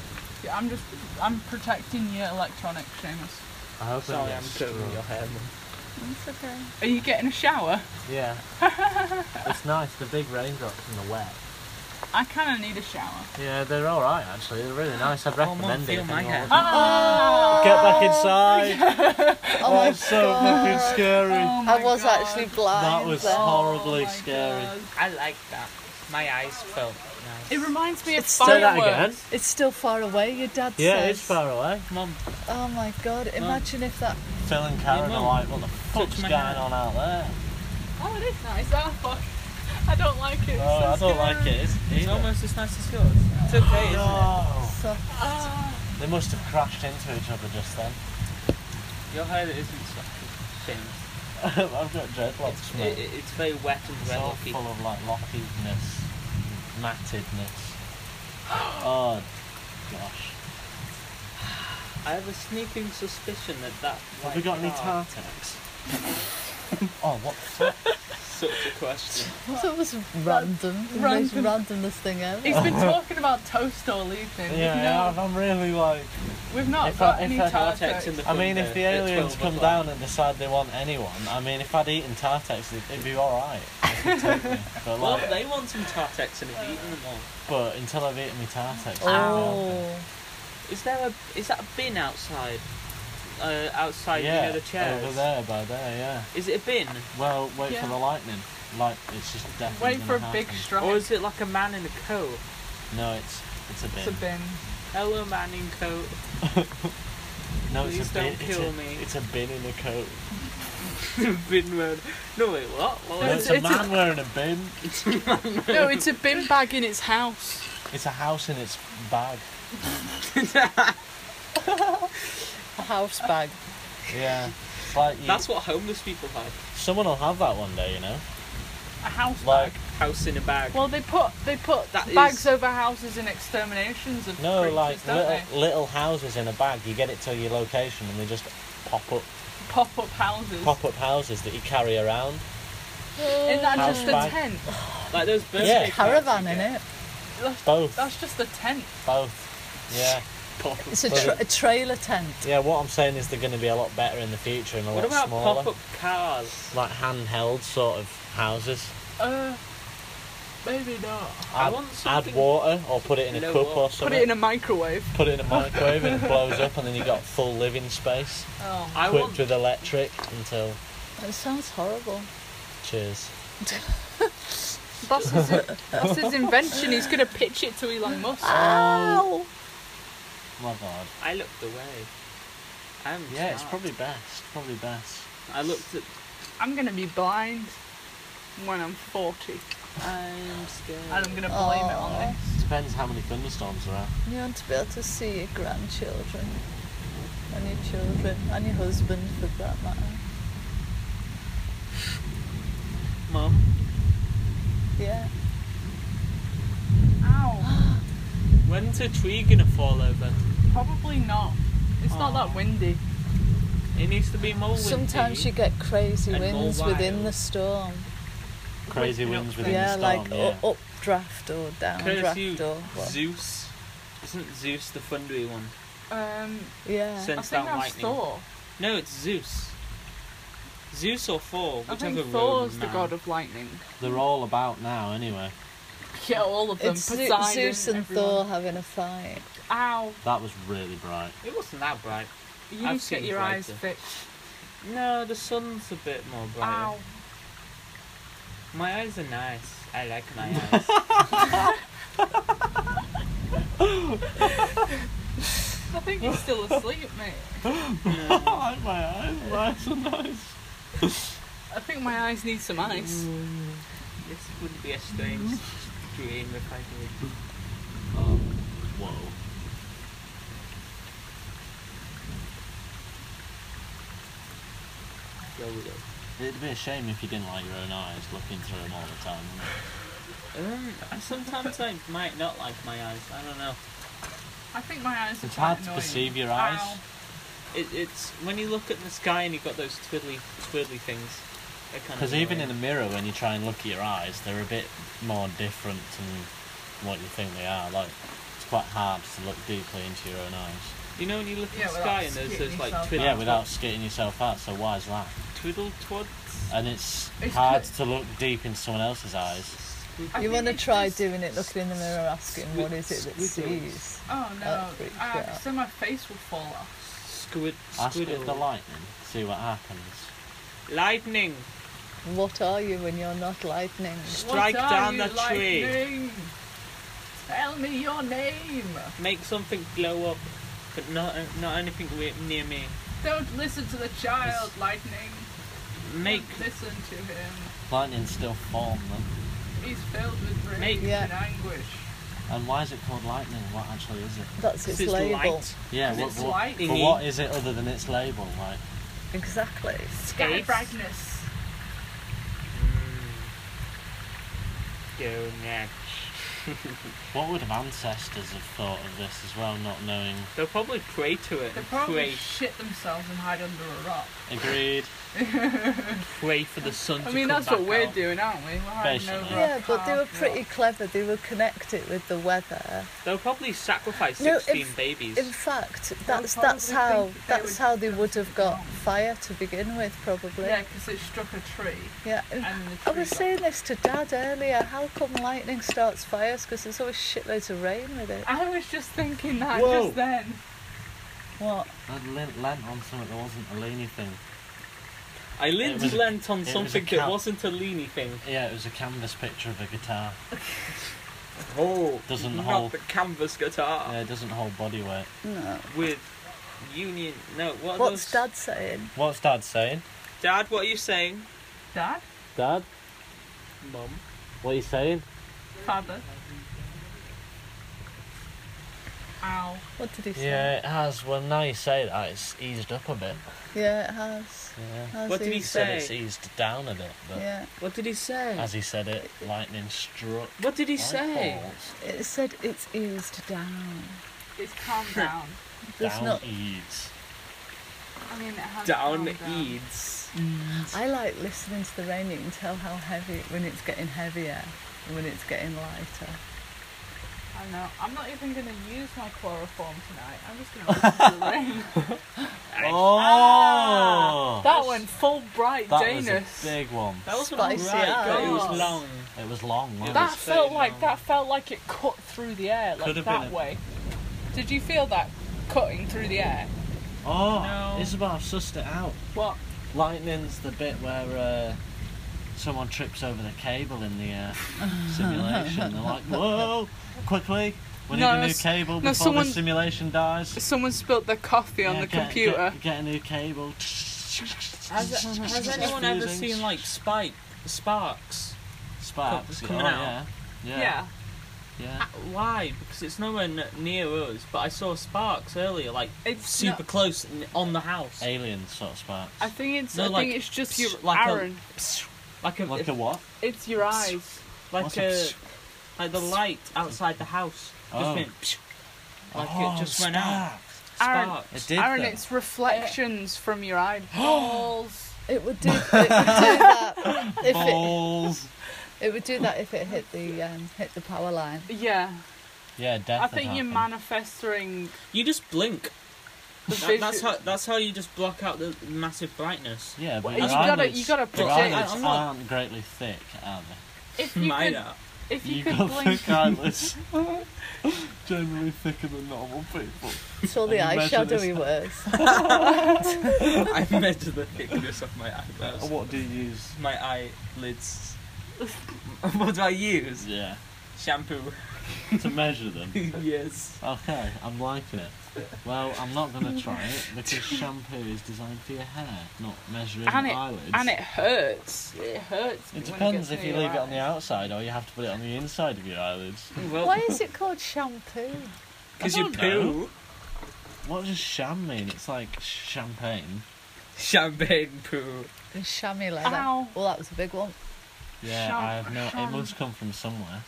Yeah, I'm just I'm protecting your electronics, Seamus.
I hope I
Sorry,
get
I'm
struck.
covering your hair. Mum.
It's okay.
Are you getting a shower?
Yeah.
*laughs*
it's nice, the big raindrops and the wet.
I kind of need a shower.
Yeah, they're alright actually, they're really nice. I'd
Oh,
recommend
Mum,
it.
feel
if
my Ah!
anyone-
hair.
Oh,
Get back inside!
*laughs*
Oh my
That's so fucking scary.
Oh
Oh
Oh
I was actually blind.
that was
then.
horribly scary.
I like that. My eyes felt nice.
It reminds me of
Say that
fireworks.
again.
It's still far away, your dad
Yeah,
says.
it's far away.
Mum,
Oh my god, imagine if that.
Phil and Karen are
mum,
like, what the fuck's
my
going
hand.
on out there?
Oh, it is nice. Oh, fuck. I don't like it. It's
No,
so
Oh, I don't like
scary.
it. It's,
it's
either.
almost as nice as yours. It's okay, isn't it?
No.
So,
Ah.
They must have crashed into each other just then. *laughs*
Your hair isn't soft. Shame.
I've got dreadlocks,
It's,
mate.
it, it- it's very wet and
It's all
relicky.
full of like lockheedness, *gasps* mattedness. oh gosh.
I have a sneaking suspicion that that.
Have we
white
got any
car-
Tartex? oh, what the fuck?
Such a question.
*laughs* that was random. The most
Random.
randomest thing ever.
He's been talking about toast all evening.
*laughs* yeah, yeah,
we've, not,
I'm really like.
we've not
If I-
got
if
any
I had
tartar.
Cortex in the
I mean, if
front
the
there at
aliens
12
come
o'clock.
down and decide they want anyone, I mean, if I'd eaten Tartex, it'd, it'd be *laughs* alright. It'd take me. But,
Well,
like,
they want some Tartex and have eaten them all.
but until I've eaten my Tartex, I don't know.
Oh.
Is there a? Is that a bin outside? Uh, outside,
yeah,
you know, the chairs.
over there by there, yeah.
Is it a bin,
Well, wait
Yeah.
for the lightning. Like, it's just definitely.
Wait for
gonna
a big
happen.
strike.
or is it like a man in a coat?
No, it's it's a bin.
It's a bin.
Hello, man in coat.
No, it's
Please
a bin.
don't
it's,
kill
a,
me.
it's a bin in a coat.
bin man. No wait, what? What
No,
was
it's,
it?
a man wearing a bin.
no, it's a bin bag in its house.
It's a house in its bag.
A house bag.
Yeah. It's like you,
That's what homeless people have.
someone will have that one day, you know.
A house
Like
House in a bag.
Well, they put they put
That
bags
is-
over houses in exterminations of
no,
creatures,
like
don't
little
they?
little houses in a bag. You get it to your location, and they just pop up
Pop up houses.
pop up houses that you carry around.
Isn't that
House
just a
bag.
tent?
like those
*laughs*
birthday
Yeah.
cards
Caravan
you
in
get.
it.
That's,
Both,
that's just a tent.
both. Yeah,
Pop-
It's a,
Well,
tra- a trailer tent.
yeah. What I'm saying is they're going to be a lot better in the future and a
What
lot
about
smaller,
pop-up cars?
like handheld sort of houses.
Uh, maybe not.
I
Add,
want
add
something-
water or put it in a
No
cup
water.
or
Put
Put
something.
it in a microwave.
put it in a microwave and it blows up, and then you got full living space
Oh.
I
equipped
want.
with electric until
It sounds horrible.
cheers.
That's his, that's his invention. He's going to pitch it to Elon Musk.
Ow!
My God.
I looked away. I'm
Yeah, it's
smart.
probably best. Probably best.
I looked at.
I'm going to be blind when I'm 40.
I'm scared.
And I'm going to blame it on
Aw.
this.
Depends how many thunderstorms there are.
You want to be able to see your grandchildren and your children and your husband for that matter.
Mum,
Yeah.
Ow.
when's a tree gonna fall over?
Probably not. It's not that windy.
It needs to be eh? more windy.
Sometimes you get crazy
And more
winds within the
wild. storm.
storm.
Crazy
Waking up
winds
thing.
within
yeah,
the storm.
like
yeah.
u- updraft or
Curse you,
downdraft or what.
Zeus. Isn't Zeus the thundery one?
Um,
Yeah.
Sen-
I
It's
think
that
that's
lightning.
Thor.
No, it's Zeus. Zeus or Thor,
I
whichever
think
Roman
Thor's the
man.
god of lightning.
They're all about now, anyway.
Yeah, all of them.
it's Ze-
Poseidon,
Zeus and Thor
everyone.
having a fight.
Ow.
That was really bright.
It wasn't that bright.
You
I've
need to get
seen
your eyes
brighter.
fixed.
No, the sun's a bit more brighter.
Ow.
My eyes are nice. I like
*laughs*
my eyes.
I think he's still asleep, *laughs* mate.
*laughs*
I like my eyes. My eyes are nice.
I think my eyes need some ice.
this would be a strange dream if I did.
Oh, Whoa.
Go with it.
It'd be a shame if you didn't like your own eyes looking through them all the time. wouldn't
Um, I- sometimes I might not like my eyes. I don't know.
I think my eyes are
It's
quite
hard to
annoying.
perceive your
Ow.
eyes. It, it's when you look at the sky and you've got those twiddly, twiddly things. they're kind of
Because even in
annoying.
the mirror, when you try and look at your eyes, they're a bit more different than what you think they are. Like, it's quite hard to look deeply into your own eyes.
you know when you look at
Yeah,
the
without
sky and there's
skinning
those like
yourself
twiddly,
yeah, without skating yourself out, so why is that?
twiddle twads.
And it's,
It's
hard
cl-
to look deep into someone else's eyes.
Squid-
I
You
think
want to
it's
try
just-
doing it, looking in the mirror, asking what is it that
Squiggles.
sees.
Oh
That
no!
freaks
Ah,
you out.
so my face will fall off.
Squid,
Ask
squid,
it the lightning, see what happens.
lightning.
What are you when you're not lightning?
Strike
what are
down
you,
the tree.
lightning? Tell me your name.
Make something glow up, but not not anything we- near me.
Don't listen to the child, lightning.
Make
Don't listen to him.
Lightning's still form them.
He's filled with rage
Make-
Yeah.
and anguish.
And why is it called lightning? What actually is it?
That's
'cause
its,
it's
label.
light.
Yeah,
'Cause
what,
it's
what,
lightning.
but what is it other than its label? Like,
Exactly.
Sky
Space.
brightness.
Go next.
what would have ancestors have thought of this as well, not knowing?
They'll probably pray to it.
They
and
probably
pray,
shit themselves and hide under a rock.
Agreed.
pray for the sun.
I
to
mean,
come
that's what
back
we're
out.
doing, aren't we? We're hiding
Basically.
over a
Yeah, but they
half
were pretty
rock.
clever. They were connected with the weather.
They'll probably sacrifice
No, if-
sixteen babies.
In fact, that's
probably
that's how
think that they would
that's how they would have got
wrong.
fire to begin with, probably.
Yeah, because it struck a tree.
Yeah.
And the tree
I was
got-
saying this to Dad earlier. How come lightning starts fires? Because there's always shitloads of rain with
Ah.
it.
I was just thinking that
Whoa.
just then.
What?
I'd lent, lent on something that wasn't a leany thing.
I leant,
It was a-
lent on
was a
something that
cat.
wasn't a leany thing.
Yeah, it was a canvas picture of a guitar.
Oh, *laughs*
Doesn't
not
hold.
the canvas guitar
Yeah, Uh, it doesn't hold body weight.
No.
with union. No, what? Are
What's
those?
Dad saying?
What's Dad saying?
Dad, what are you saying?
Dad?
Dad,
Mum.
what are you saying?
Father? Ow.
What did he say?
Yeah, it has. Well, now you say that, it's eased up a bit.
Yeah, it has.
Yeah.
Has
What did he
eased
Said
say?
up.
it's eased down a bit, but
Yeah.
What did he say?
as he said it, lightning struck.
What did he
my
say?
balls.
It said it's eased down.
It's
*laughs*
calmed down.
There's
Down
not.
eaves.
I mean, it has
Down
calmed down.
E.
Eads.
I like listening to the rain. You can tell how heavy when it's getting heavier and when it's getting lighter.
I know. I'm not even going to use my chloroform tonight. I'm just
*laughs*
going to listen to the rain. Ah!
Oh!
That went full bright
that was a
Janus.
big one.
That was
Spicy
Oh, right, but it was
eyes.
long.
It was long, wasn't
That
it?
was
felt
very
like
long.
that felt like it cut through the air like
Could've
that
been a-
way. Did you feel that cutting through the air?
Oh,
No.
Isabel, I've sussed it out.
What?
Lightning's the bit where uh, someone trips over the cable in
*laughs*
the uh, simulation. They're like, whoa, quickly, we need
No,
a new
s-
cable before
someone-
the simulation dies.
Someone spilt their coffee on
Yeah,
the
get-
computer.
Get, get a new cable.
Has, has anyone ever seen like spike sparks?
sparks?
coming
oh,
out?
Yeah.
yeah.
Yeah. yeah.
Why? Because it's nowhere n- near us. But I saw sparks earlier, like
It's
super
not-
close n- on the house.
Alien sort of sparks.
I think it's
No,
I
like,
think it's just your
psh, like a-
Aaron.
Like a
like a what?
It's your eyes.
like
What's
a,
a-
like the light outside the house just
Oh.
went psh, like
Oh,
it just went out.
sparks.
Aaron-
Sparks.
It did.
Aaron,
though.
it's reflections from your
*gasps*
eyeballs.
It would do. It would do that if it.
Balls.
It would do that if it hit the um, hit the power line.
yeah,
yeah,
*laughs*
death.
I
had
think you're
happened.
manifesting
You just blink.
the
That- that's
visu-
how that's how you just block out the massive brightness.
*laughs* Yeah, but
Well,
your
you gotta-
eyelids-
you gotta
your
project-
eyelids
I'm not-
aren't greatly thick, are they?
If you
Mine
could,
are.
if you,
You
could
got
blink,
thick eyelids. Generally thicker than normal people.
It's all the
And you measure
eyeshadow he
this-
wears.
uh, *laughs* I measure the thickness of my eyebrows.
What do you use?
My eyelids. *laughs* what do I use?
Yeah,
Shampoo. *laughs*
to measure them.
yes.
Okay, I'm liking it. Well, I'm not gonna try it because shampoo is designed for your hair, not measuring
And it-
eyelids.
and it hurts. It hurts.
It
me when
depends
gets
if
near
you
your
leave it on the
eyes.
outside or you have to put it on the inside of your eyelids.
Well,
Why is it called shampoo?
because
I
you
don't
poo.
know. What does sham mean? It's like champagne.
Champagne poo.
And chamois leather.
Ow.
Well, that was a big one.
Yeah,
Shun-
I have no. It
shun.
must come from somewhere,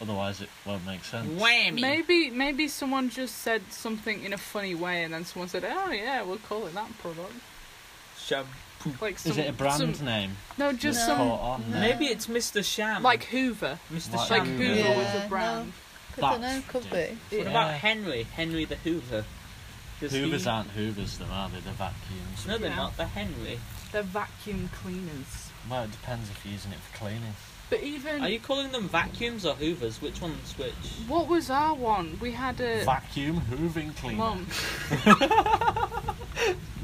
otherwise it won't make sense.
Whammy!
Maybe maybe someone just said something in a funny way, and then someone said, "Oh yeah, we'll call it that product."
Shampoo.
Like some,
Is it a brand
some-
name?
No, just
that's
some
caught on there?
Maybe it's Mr. Sham.
like Hoover.
Mr.
Like
Like
Sham.
Hoover
Yeah.
was
Yeah,
a brand.
I don't know,
That's-
could
yeah.
be.
What
Yeah.
about Henry? Henry the Hoover. Does he-
Hoovers aren't Hoovers, though, are they? They're vacuums.
No, they're
Yeah.
not. They're Henry.
They're vacuum cleaners.
Well, it depends if you're using it for cleaning.
But even
Are you calling them vacuums or Hoovers? Which one's which?
what was our one? We had a
Vacuum hooving cleaner.
mum.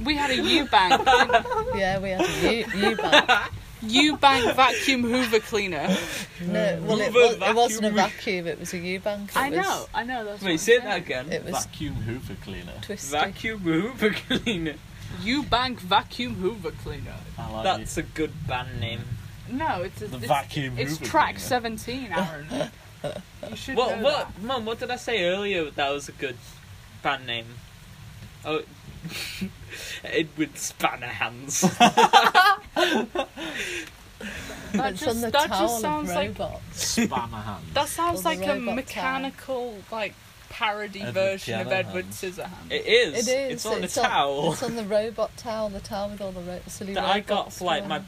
we had a Eubank
Yeah, we had a U, Eubank.
Eubank vacuum Hoover cleaner.
No, well, it,
Hoover
was, it wasn't a
vacuum.
vacuum, it was a Eubank. It
I
was,
know, I know. That's what I'm
Wait, say that
saying.
again.
It was
Vacuum hoover cleaner.
twisty.
Vacuum Hoover *laughs* Cleaner.
Eubank vacuum Hoover cleaner.
I like
That's a good band name.
No, it's a,
The
it's,
vacuum
It's
Hoover
track
cleaner.
seventeen, Aaron. you should
What?
know
What? Mum, what did I say earlier? That was a good band name. Oh, *laughs* Edward Spannerhands.
that. That
It's
just,
on the
that
towel
just sounds
of
like
robots.
it. Spammer hand.
that sounds
Or the
like a
robot towel.
mechanical like parody
Edward
version of
Piano
Edward
Hands.
Scissorhands.
it is.
It is.
It's on
it's
the towel
it's on the robot towel, the towel with all the ro- silly
that I
robots.
got for like
around.
my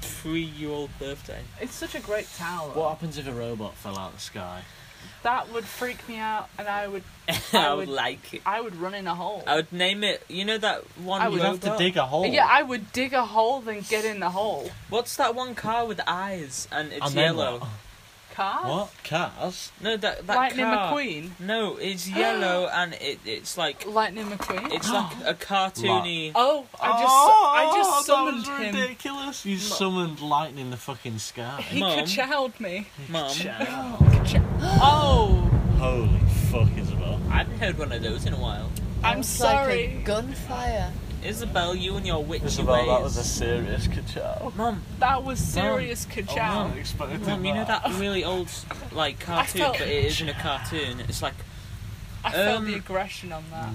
three-year-old birthday.
It's such a great towel.
What happens if a robot fell out of the sky?
That would freak me out, and I would
I
I
would
would-
like it.
I would run in a hole.
I would name it. You know that one.
I would
You'd have to
robot?
dig a hole.
Yeah, I would dig a hole then get in the hole.
What's that one car with eyes and it's
And then
yellow?
Cars?
What? Cars?
No, that that
Lightning
car.
McQueen.
No, it's yellow and it it's like
Lightning McQueen.
it's like a cartoony.
oh, I just I just summoned
that was
him.
ridiculous. You summoned lightning in the fucking sky.
He
Mum.
ka-chowed me.
Mum,
Child.
Oh,
Holy fuck, Isabel.
I haven't heard one of those in a while.
I'm
It's
sorry.
Like a gunfire.
Isabel, you and your witchy
Isabel,
ways.
that was a serious ka-chow.
Mum,
That was serious
Oh,
ka-chow.
Unexpected
mum, you know that really old like cartoon,
felt-
but it isn't a cartoon. It's like,
I felt
Um,
the aggression on that.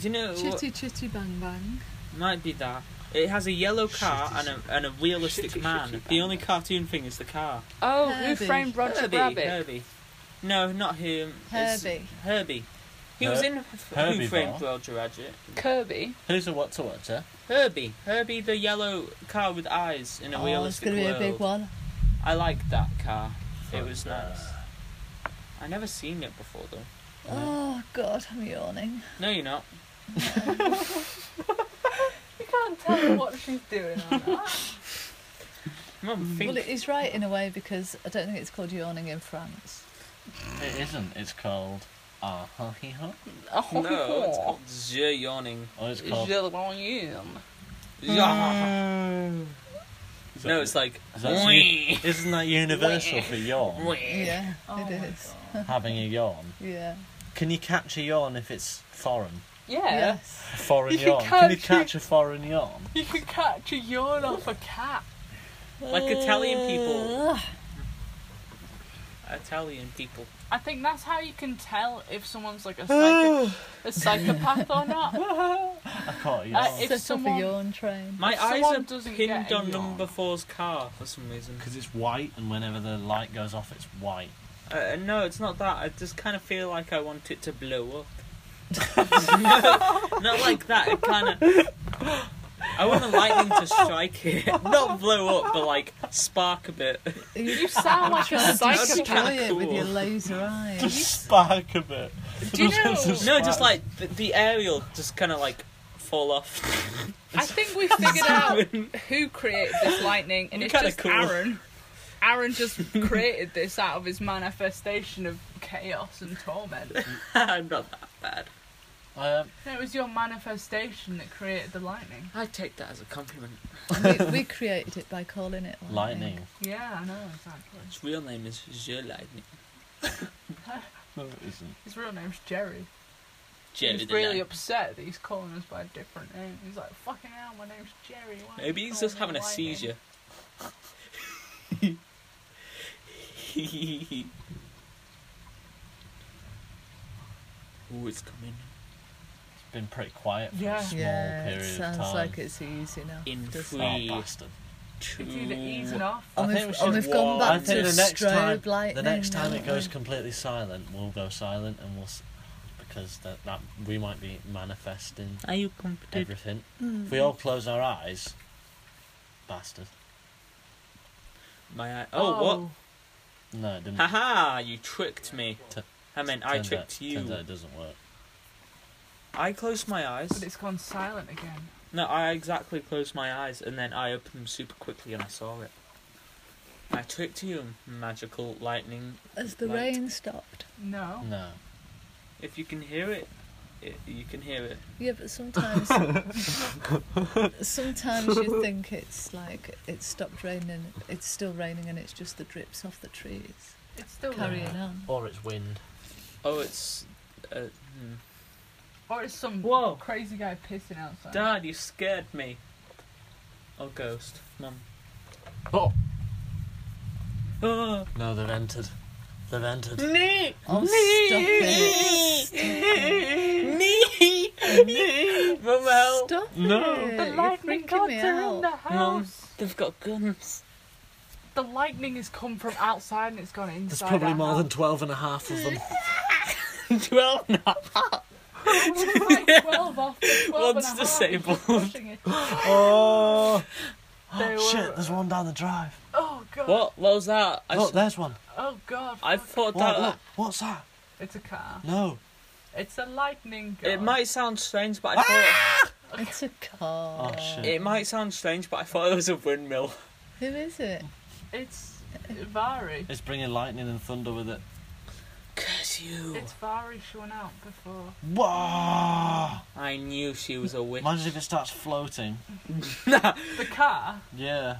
do you know what?
Chitty chitty bang bang.
Might be that. It has a yellow car
Shitty,
and a and a realistic
shitty,
man.
shitty
the
bang.
only cartoon thing is the car.
Oh,
Herbie.
who framed Roger
Herbie,
Rabbit?
Herbie. No, not him. It's
Herbie.
Herbie. He
Her-
was in
Herbie
Who Framed
Ball.
Roger Rabbit.
Kirby.
Who's a what to watcher?
Herbie. Herbie, the yellow car with eyes in a
Oh, it's
realistic
going to be
world.
a big one.
I liked that car. It
Fuck
was
that.
nice. I never seen it before though.
Oh god, I'm yawning.
No, you're not.
You can't tell what she's doing.
Mum, think.
Mm, Well, it is right in a way because I don't think it's called yawning in France.
It isn't. It's called. Ah, ha, hee, ha.
*laughs* Oh,
no, it's
*laughs*
called Je yawning.
Or it's called.
Je l'en
Mm.
Yeah.
Is that-
No, it's like.
is that u- isn't that
*laughs*
universal for yawn?
Yeah,
Oh
it
my
is.
Having a yawn.
Yeah.
Can you catch a yawn if it's foreign?
Yeah.
Yes.
A foreign
You can
yawn. Can you
catch
catch a foreign yawn?
You could catch a yawn off a cat.
*laughs* Like Italian people. Italian people.
I think that's how you can tell if someone's like a, psycho- a psychopath or not.
I can't
Uh,
yawn.
if
Set
someone-
up a yawn train.
My
If
eyes
someone
are
doesn't
pinned
get a
on
yawn-
number four's car for some reason.
Because it's white, and whenever the light goes off, it's white.
Uh, no, it's not that. I just kind of feel like I want it to blow *laughs* up. not like that. It kind of. I want the lightning to strike it, *laughs* not blow up, but like spark a bit.
You sound
*laughs*
like a
Trying to
psychopath.
destroy it with
cool.
your laser eyes.
Just spark a bit.
Do you know?
*laughs* No, just like the, the aerial, just kind of like fall off. *laughs*
I think we figured out who created this lightning, and
You're
it's
kinda
just
cool.
Aaron. Aaron
*laughs*
just created this out of his manifestation of chaos and torment.
I'm not that bad.
Um,
No, it was your manifestation that created the lightning.
I take that as a compliment.
we, we created it by calling it
lightning.
Yeah, I know exactly.
Its real name is Je Lightning.
No, it isn't.
His real name's Jerry.
Jerry
he's
the
really
Lightning.
upset that he's calling us by a different name. He's like, "Fucking hell, my name's Jerry." why are
Maybe
you
he's just
calling
having
me
a
lightning?"
seizure. *laughs* Ooh, it's coming.
It's been pretty quiet for
Yeah.
a small
Yeah,
period
it
of
sounds
time.
like it's easy now.
In
doesn't
three.
it?
Oh,
We-
bastard.
It's either easing
Mm.
off.
I think
And we've,
we
and
should
we've gone
walk.
back
I
to
think the next
strobe
time-
lightning.
The next time it
haven't
goes
we?
completely silent, we'll go silent and we'll. S- because that, that we might be manifesting
Are you competent?
everything.
Mm.
If we all close our eyes, bastard.
My eye. Oh, what?
No, it didn't.
Haha! You tricked me.
T-
I meant I
Turns
tricked
out- Turns out
you.
it doesn't work.
I closed my
But
eyes.
it's gone silent again.
No, I exactly closed my eyes and then I opened them super quickly and I saw it. I tricked you, magical lightning.
Has the
Light.
rain stopped?
No.
No.
If you can hear it, it you can hear it.
Yeah, but
*laughs*
sometimes, sometimes you think it's like it stopped raining. It's still raining, and it's just the drips off the trees
It's still
carrying
there.
on.
Or it's wind.
Oh, it's. Uh, hmm.
Or it's some
Whoa.
crazy guy pissing outside.
Dad, you scared me. Oh, ghost. Mum.
Oh!
Oh,
No, they've entered. They've entered.
me!
Oh, stop it!
Me! Me! Mum, help.
Stop
No.
it!
The
You're
lightning
freaking
gods
me
are in
out.
the house.
They've got guns. *laughs*
The lightning has come from outside and it's gone inside.
There's probably
our
more *laughs* than
house.
12 and a half of
*laughs*
them.
Twelve.
like 12 off. 12 and a
One's
half.
disabled.
Pushing it.
oh!
They were-
Shit, there's one down the drive.
Oh god.
What? What was that? I,
Look,
s-
there's one.
Oh god.
I thought
What,
that.
look, what's that?
It's a car.
No.
It's a lightning god.
It might sound strange, but I thought
It's a car.
Oh, shit.
it might sound strange, but I thought it was a windmill.
Who is it?
It's Vari.
It's bringing lightning and thunder with it.
Curse you!
It's Vari showing out before.
Whoa!
I knew she was a witch.
Imagine if it starts floating.
The car.
Yeah.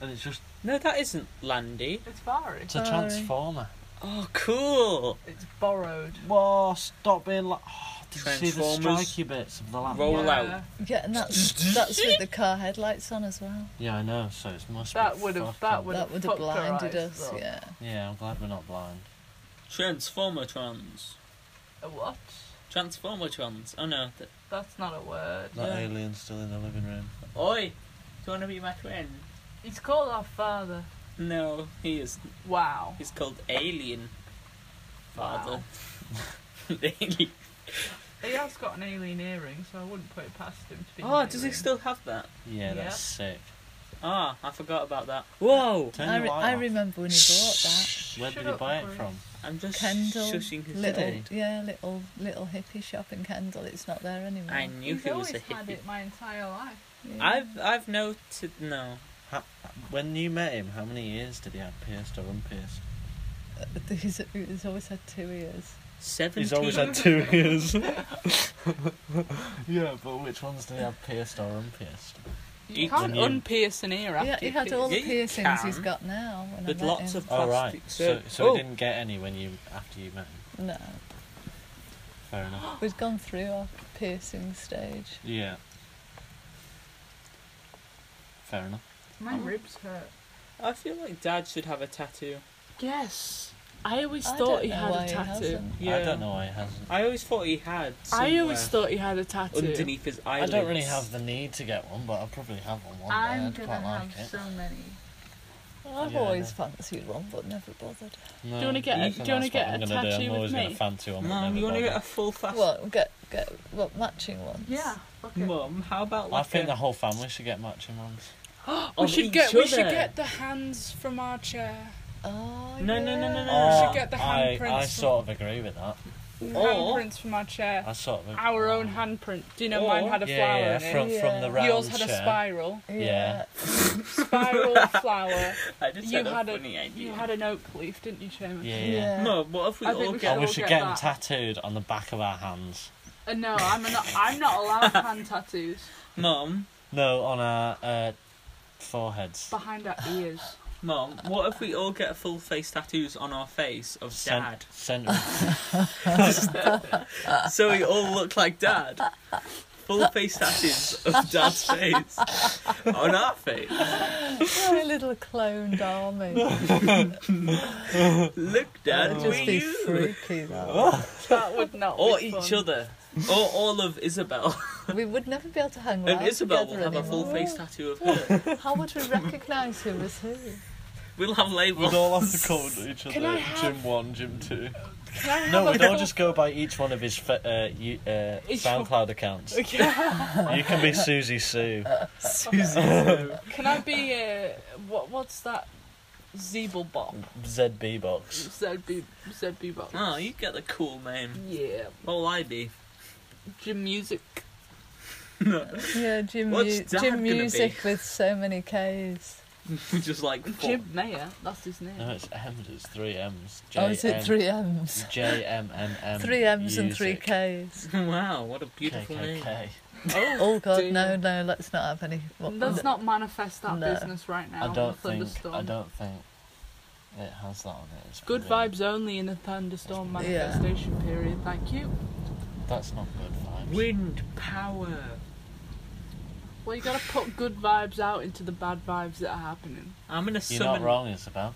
And it's just.
No, that isn't Landy.
It's Vari.
It's a
Sorry.
transformer.
Oh, cool!
It's borrowed.
Whoa, stop being like. Oh, did you see the
Transformers.
strikey bits of the lamp?
Roll
yeah.
out.
Yeah, and that's that's with the car headlights on as well.
Yeah, I know, so it must
That
be.
would have.
fucking-
That would
that
have.
would have blinded us.
Though.
Yeah.
Yeah, I'm glad we're not blind.
Transformer trans.
A what?
Transformer trans. Oh no. Th-
That's not a word.
That
Yeah.
alien's still in the living room.
Oi! Do you want to be my friend?
He's called our father.
No, he is.
Wow.
He's called Alien. Father.
Wow.
*laughs*
He has got an alien earring, so I wouldn't put it past him to be.
oh,
an
does he
alien.
still have that?
Yeah,
Yeah.
that's sick.
Ah, I forgot about that. Whoa!
Turn
I,
your
re-
light
I
off.
remember when he bought that
Where
Shut
did you
up,
buy it
Maurice.
from?
I'm just
Kendall
shushing his
little,
mind.
yeah, little little hippie shop in Kendall. It's not there anymore.
I knew
He's
he was
always
a
had
hippie.
it my entire life.
Yeah.
I've I've noted no.
When you met him, how many ears did he have pierced or unpierced?
But *laughs* He's, he's always had two ears.
Seventeen.
He's always had two
*laughs*
ears. yeah, but which ones do they have pierced or unpierced?
You
Each
can't
one.
unpierce an ear after
Yeah, he
you
had
pierce-
all the
Yeah, you
piercings he's
can,
got now. When I
with
met
lots
him.
of
Oh
plastic
right, so,
surgery.
so
Oh,
he didn't get any when you after you met him.
No,
Fair
*gasps*
enough.
we'd gone through our piercing stage.
Yeah. Fair enough.
My ribs hurt.
I feel like Dad should have a tattoo.
Yes, I always
I don't know why he hasn't.
Yeah.
I don't know why he hasn't.
I always thought he had. somewhere
he had a tattoo.
underneath his
I
eyelids.
don't really have the need to get one, but I'll probably have one one
I'm
day. I'd
gonna
quite
have
like it.
so many.
I've
Yeah, I
always
know.
fancied one, but never bothered.
No,
Do you wanna get a-
I think
do you wanna
that's
get
what I'm
a
gonna do.
tattoo
I'm
with
always gonna
me?
fancy one. but
Mum,
never
you want to
bother.
get a full fast?
Well, get get what matching ones.
Yeah, fuck it.
Mum, how about
I
like
think
a,
the whole family should get matching ones.
of each other?
the hands from our chair.
Oh,
No, no, no, no,
yeah.
no. Oh,
should get the
I,
handprints
I
from-
sort of agree with that.
Or-
from our chair.
I sort of
handprint. Do you
Or-
yeah, yeah, from,
Yeah.
from the round chair.
spiral.
Yeah.
*laughs*
Spiral flower.
I just
You
had,
had
a
a
funny idea.
you had an oak leaf, didn't you, Seamus?
Yeah, yeah.
Yeah.
Mum, what if we
I think
all
we
get?
And we
We'll
should
get
get them
that.
tattooed on the back of our hands.
Uh, no, I'm not. I'm not allowed hand tattoos
Mum,
No, on our uh, foreheads.
behind our ears.
Mum, what if we all get full face tattoos on our face of
Cen-
Dad?
*laughs*
Centre.
so we all look like dad. Full face tattoos of dad's face on our face.
*laughs* We're a little cloned army.
Look, dad,
That'd
we
just be
you.
freaky, that.
That would not.
Or
be
each
fun.
other. Or all of Isabel.
we would never be able to hang
And
around
Isabel will
together
have a full
anymore.
face tattoo of her.
How would we recognise who was who?
We'll have labels.
We'd all have to call each
Can
other
I have-
Jim 1, Jim 2.
Can I have
No,
a
we'd all
full-
just go by each one of his fa- uh, you, uh,
Each
SoundCloud accounts.
*laughs* Okay.
You can be
*laughs*
Susie Sue.
Susie.
Can I be uh, what? What's that? Zeeble bop.
ZB Box.
ZB ZB bop.
*laughs* Oh, you get the cool name.
Yeah,
All I be. *laughs*
gym music.
Yeah, Jim,
What's
mu-
Dad gonna
Jim Music
be?
with so many Ks.
Just like four.
Jim Mayer. That's his name.
No, it's M's. It's three M's. J
Oh, is it three M's?
J M M M.
Three M's and three
music.
Ks.
Wow, what a beautiful name.
KKK.
Oh God,
dear.
no, no, let's not have any. what-
Let's not manifest that
No.
business right now.
I
in
don't
a
think.
thunderstorm.
I don't think it has that on it. It's
Good
pretty-
vibes only in the thunderstorm
Yeah.
manifestation period. Thank you.
That's not good vibes.
Wind power.
Well, you gotta put good vibes out into the bad vibes that are happening.
I'm gonna
You're not
summon.
wrong, Isabel.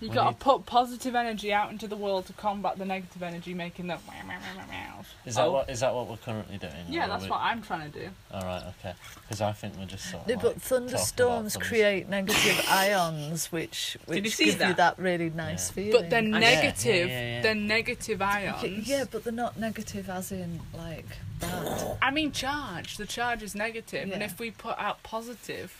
You
We
gotta
need-
put positive energy out into the world to combat the negative energy, making that. meow, meow, meow, meow.
Is that
Oh.
what is that what we're currently doing?
Yeah, that's what I'm trying to do.
All right, okay. Because I think we're just sort of.
No,
like,
but thunderstorms
thunderstorms.
create negative ions, which
Did you
which
see
give you
that?
that really nice feeling.
But they're
yeah,
negative.
yeah, yeah.
They're negative ions.
Okay, yeah, but they're not negative as in like bad.
I mean, charge. The charge is negative, and
Yeah.
if we put out positive,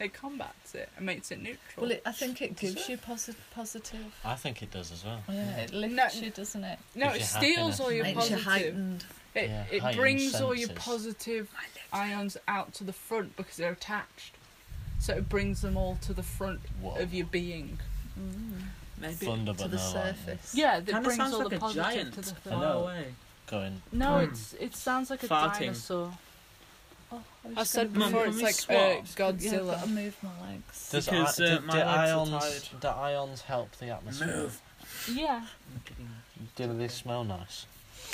it combats it and makes it neutral.
Well, it, I think it gives you posi- positive.
I think it does as well.
Yeah, it lifts
No.
you, doesn't it?
no, it
Gives you
steals
happiness.
all your
Makes you
positive.
heightened.
It,
Yeah,
it
heightened
brings all your
senses.
positive ions out to the front because they're attached. So it brings them all to the front
Whoa.
of your being.
Maybe.
Thunder,
to
but
the
no lightning.
surface.
Yeah, that
Kind of
brings
sounds
all
like
the
a
positive
giant
to the
I
front.
know.
far away.
Going.
No,
Mm.
it's it sounds like a
Farting.
dinosaur.
Oh,
I
just
said
gonna
Mum,
before,
can
it's
we
like uh,
swap?
Yeah, I've got to
Godzilla.
move my legs.
Does
Because,
I,
uh,
do,
my
do
legs are
ions do ions help the atmosphere?
Move.
Yeah,
Do they smell nice?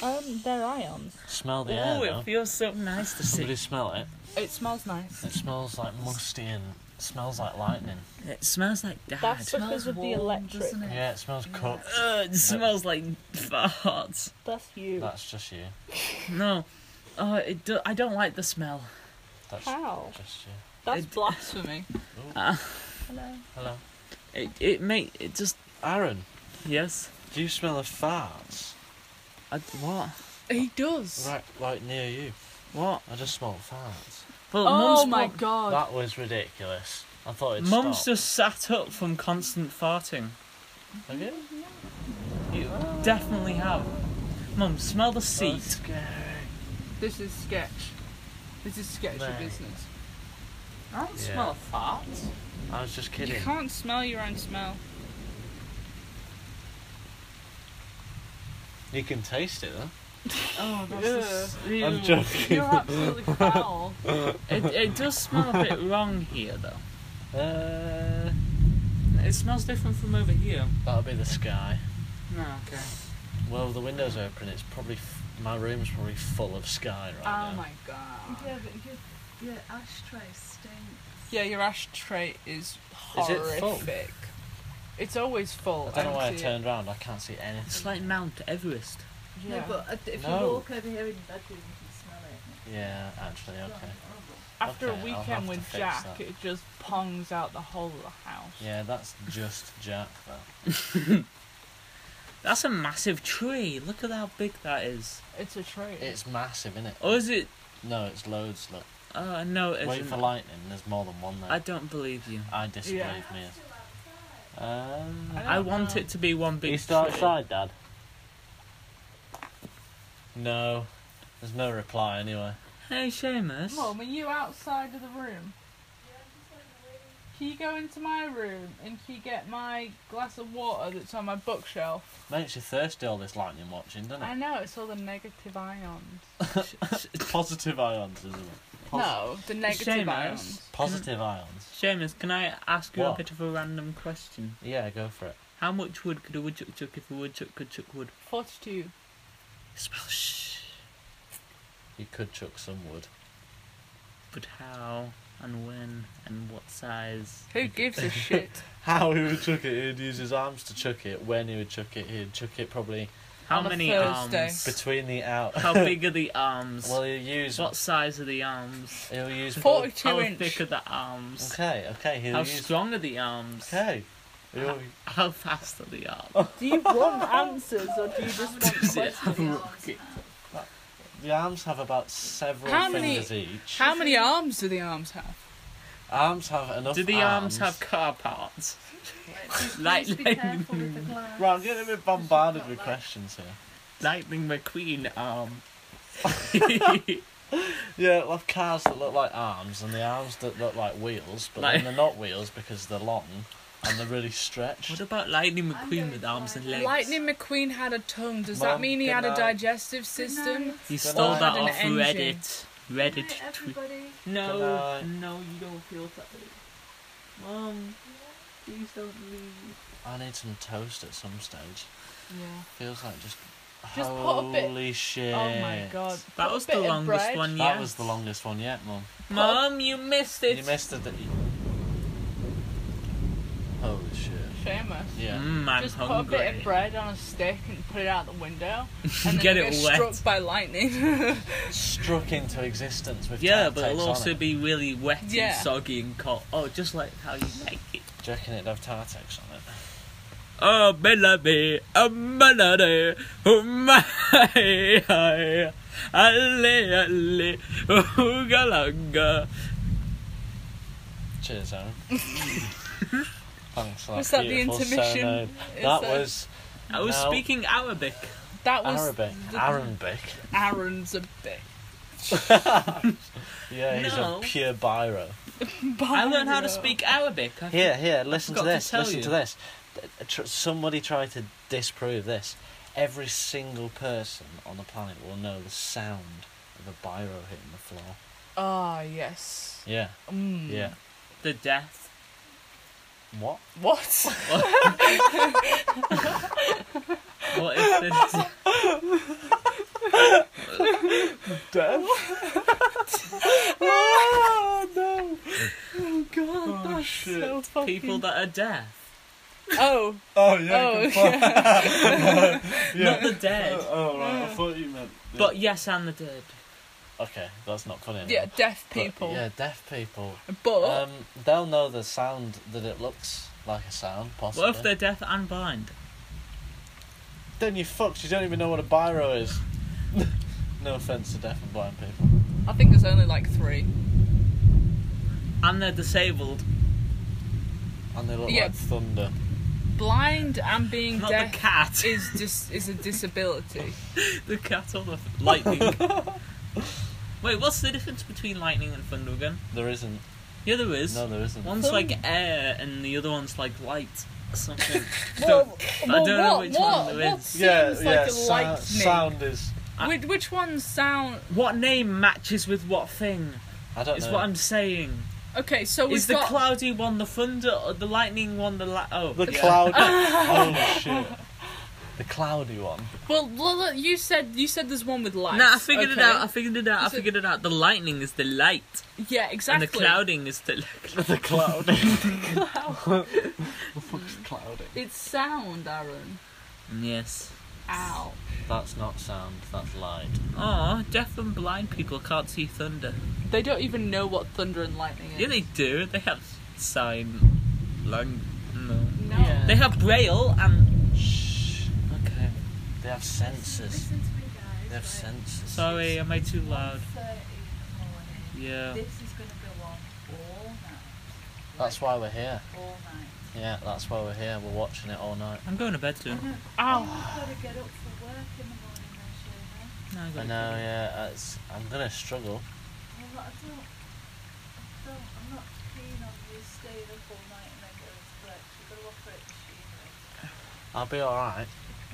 Um, they're ions.
Smell the
Oh,
air.
it
though.
feels so nice to
Somebody
see.
smell it.
it smells nice.
It smells like musty and smells like lightning.
It smells like dad.
That's
Smells
because of the
warm,
electric.
doesn't it?
Yeah, it smells cooked.
Ugh, Uh, it smells like farts.
That's you.
That's just you.
No. Oh, it do- I don't like the smell.
That's
How?
just you.
That's
It-
blasphemy.
Hello.
Hello,
It it make it just
Aaron.
yes.
Do you smell of farts?
I, what
He does.
Right, like near you.
what?
I just smelled farts.
Well,
Oh
mum's
my
prob-
god.
That was ridiculous. I thought it'd
Mum's
stop.
just sat up from constant farting.
Have you?
You definitely have. Mum, smell the
That's
seat.
scary.
This is sketch. This is sketchy
Mate.
business.
I don't
Yeah.
smell a fart.
I was just
You
kidding.
can't smell your own smell.
You can taste it though.
Oh,
that's
I'm joking.
You're absolutely foul. Oh
It, it does smell a bit wrong here, though.
Uh,
It smells different from over here.
that'll be the sky.
No, okay.
Well, the window's open. It's probably f- my room's probably full of sky right
Ah.
Oh
now.
my god.
Yeah, but your, your ashtray stinks.
Yeah, your ashtray is
Is
horrific.
it full?
It's always full.
I don't know why I
empty.
turned around. I can't see anything.
It's like Mount Everest.
Yeah.
No, but if- if
No.
you walk over here in the bedroom, you can smell it.
Yeah, actually, okay.
After
okay,
a
I'll have
weekend
to
with
fix
Jack,
that.
it just pongs out the whole of the house.
Yeah, that's just Jack though.
That's a massive tree. Look at how big that is.
It's a tree.
It's massive, isn't it?
Or is it?
No, it's loads. Look,
Uh, no, it
wait
isn't.
for lightning. There's more than one there.
I don't believe you.
I disbelieve
Yeah.
me. Um,
I don't
I want
know.
it to be one big
East
tree.
outside, Dad. No, there's no reply anyway.
Hey, Seamus.
Mum, are you outside of the room? Can you go into my room and can you get my glass of water that's on my bookshelf?
Makes you thirsty all this lightning watching, doesn't
I
it?
know it's all the negative
*laughs*
ions.
It's positive ions, isn't it?
no, the negative
Seamus.
ions.
Positive ions.
Seamus, can I ask you a
What?
bit of a random question?
Yeah, go for it.
How much wood could a woodchuck chuck if a woodchuck could chuck wood?
Forty-two.
Splash.
You could chuck some wood.
But how and when and what size?
Who gives a shit?
How he would chuck it? He'd use his arms to chuck it. When he would chuck it, he'd chuck it probably
*laughs* How
On a
many
Thursday.
arms?
Between the out. *laughs*
How big are the arms?
Well, you use.
what size are the arms?
He'll use. both-
42
How
inch.
thick are the arms?
Okay, okay. He'll
How
use.
strong are the arms?
Okay. Oh, He'll-
How fast are the arms?
Do you want answers or do you just
*laughs*
want
Does it
questions?
have rocket?
The arms have about several
How many-
fingers each.
How many arms do the arms have?
Arms have enough.
Do the arms have car parts? Like
Please be careful with the glass.
Right, I'm getting a bit bombarded with questions here.
Lightning McQueen
*laughs*
arm. *laughs*
Yeah, we'll have cars that look like arms and the arms that look like wheels, but
Like-
then they're not wheels because they're long and they're really
what
stretched.
about Lightning McQueen with arms and legs?
Lightning McQueen had a tongue. Does
Mum,
that mean he
good
had a
night.
digestive system?
He
Good
stole
night.
that
Had an
off
engine.
Reddit. Reddit
Right,
tweet.
everybody.
Good
No,
night.
no, you don't feel that. Mom, please don't leave.
I need some toast at some stage.
Yeah.
Feels like just.
Just put a
holy
bit-
shit.
Oh my god.
That
Put a
was
bit
the
of
longest
bread.
one
That
yet.
was the longest one yet, Mum.
Mom, you missed it.
You missed it. Holy shit.
Famous.
Yeah.
Mm, I'm
Just
hungry.
put a bit of bread on a stick and put it out the window,
*laughs*
and then
Get
you'll
it
get
wet.
struck by lightning. *laughs*
Struck into existence with
Yeah,
tap
but it'll
takes on
also
it.
be really wet
Yeah.
and soggy and cold. Oh, just like how you like it.
Do you reckon it'd have Tartex on it?
Oh, melody, a melody, oh my, alle, alle, oogalanga.
Cheers, Aaron. Thanks for
Was that the
beautiful
intermission?
serenade.
Is
That
that-
was
I was
No.
speaking Arabic.
that was
Arabic.
the-
Arabic.
Aaron's a bit.
Yeah, he's
No.
a pure biro.
I learned how to speak Arabic. I
Here, here, listen to
forgot to
this.
tell
listen
you.
to this. Th- tr- Somebody tried to disprove this. Every single person on the planet will know the sound of a biro hitting the floor.
Ah yes.
Yeah,
Mm.
yeah.
The death.
What?
What?
*laughs* What if
*laughs*
the
oh no!
Ah, oh, shit.
so fucking-
people that are deaf?
Oh.
Oh
Oh,
good point.
Not the dead.
Oh, oh, right, I thought you meant. the-
But yes, and the dead.
Okay, that's not funny.
*laughs* Yeah,
anymore.
deaf
But,
people.
yeah, deaf people.
But
Um, they'll know the sound that it looks like a sound, possibly.
What if they're deaf and blind?
Then you fucked. You don't even know what a biro is. *laughs* no offense to deaf and blind people.
I think there's only like three.
And they're disabled.
And they look
Yeah.
like thunder.
Blind and being
Not
deaf
the cat. *laughs*
is dis- is a disability.
the cat or the f- lightning.
*laughs*
Wait, what's the difference between lightning and thunder again?
There isn't.
Yeah, there is.
No, there isn't.
One's like air and the other one's like light.
*laughs*
or Something.
well,
*laughs* I
well,
don't know
what,
which
what,
one there
what
is.
seems like a lightning?
sound is.
Which, which one sound?
What name matches with what thing?
I don't
Is
know.
what I'm saying.
Okay, so we've
Is the
got
cloudy one the thunder or the lightning one the la- oh
the
yeah.
cloud. *laughs* oh shit! The cloudy one.
well. l- l- You said you said there's one with light.
Nah, I figured it
okay?
out. I figured it out. I
Is it-
figured it out. The lightning is the light,
Yeah, exactly.
and the clouding is the.
The cloudy.
It's sound, Aaron.
yes.
Ow.
That's not sound. That's light.
Oh, deaf and blind people can't see thunder.
They don't even know what thunder and lightning is.
Yeah, they do. They have sign lang. No.
No.
Yeah.
They have braille and.
Shh.
Okay.
They have senses.
Listen to me,
They have
guys.
senses.
Sorry, am I too loud?
Like, 30 in the morning.
Yeah.
This is going to go on all night.
That's why we're here.
All night.
Yeah, that's why we're here. We're watching it all night.
I'm going to bed soon.
Mm-hmm. Ow.
You've got to get up for work in the morning, though, Shona.
No,
I
gotta
know. Yeah, it's, I'm gonna struggle.
Well, I don't, I don't, I'm not keen on you staying up all night and then going to work. You've got to operate machinery.
I'll be all right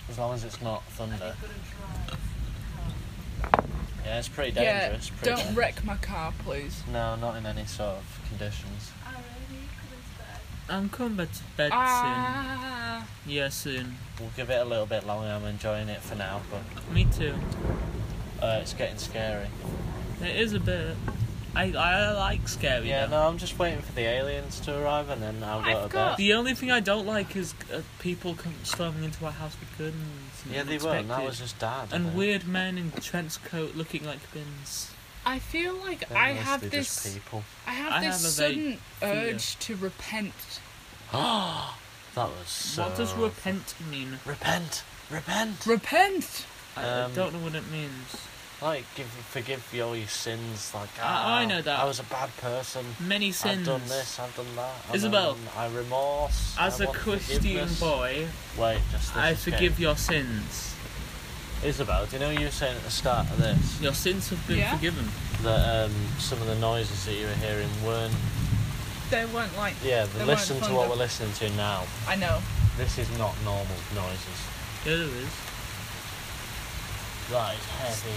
as long as it's not thunder.
You've got to drive.
Yeah, it's pretty
Yeah.
dangerous. pretty
Don't
dangerous.
wreck my car, please.
No, not in any sort of conditions.
Aaron, are you coming to bed?
I'm coming back to bed
Ah.
soon. Yeah, soon.
We'll give it a little bit longer. I'm enjoying it for now, but
Me too.
uh, it's getting scary.
It is a bit. I, I like scary.
Yeah,
now.
no, I'm just waiting for the aliens to arrive and then I'll go
I've
to
got-
bed.
The only thing I don't like is uh, people come storming into our house with guns. and
Yeah, they were,
unexpected.
and that was just dad. I
And
think.
weird men in trench coat looking like bins.
I feel like
They're
I have
mostly
this.
just people.
I have
I
this
have a
sudden
vague fear.
urge to repent.
*gasps* that was so.
What does repent mean?
Repent! Repent!
Repent.
I I
Um,
don't know what it means.
like, give, forgive you all your sins. Like,
I- I
"Ah,
know that."
I was a bad person.
Many sins.
I've done this, I've done that. and
Isabel,
then I remorse.
As
I
a
want
Christian
forgiveness.
boy,
Wait, just this
I
is
forgive
gay.
your sins.
Isabel, do you know you were saying at the start of this
Your sins have been
Yeah.
forgiven.
that um, some of the noises that you were hearing weren't.
They weren't like.
Yeah,
They
listen
weren't
to what
thunder.
we're listening to now.
I know.
This is not normal noises.
Yeah, there is.
That is heavy.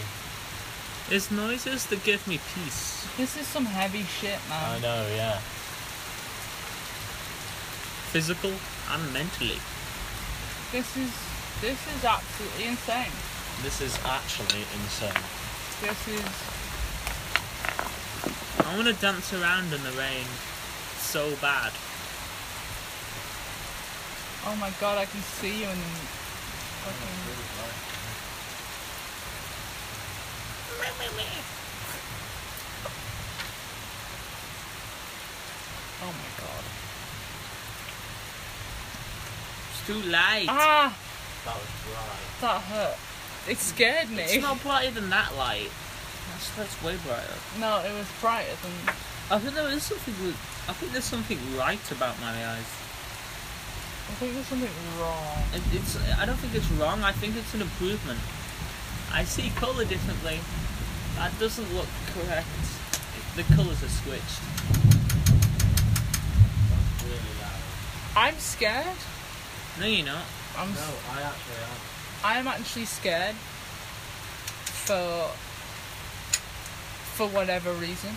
It's noises that give me peace.
This is some heavy shit,
I
man.
know, yeah.
Physical and mentally.
This is this is absolutely insane.
This is actually insane.
This is
I want to dance around in the rain so bad.
oh my god. I can see you in. Fucking, oh my god.
It's too light.
Ah,
That was dry.
that hurt. It scared me.
It's not brighter than that light. That's, that's way brighter.
No, it was brighter than.
I think there is something. with- I think there's something right about my eyes.
I think there's something wrong.
It, it's. I don't think it's wrong. I think it's an improvement. I see color differently. That doesn't look correct. The colors are switched.
Really loud.
I'm scared.
No, you're not.
I'm.
No,
s
I actually am.
I'm actually scared. For. For whatever reason.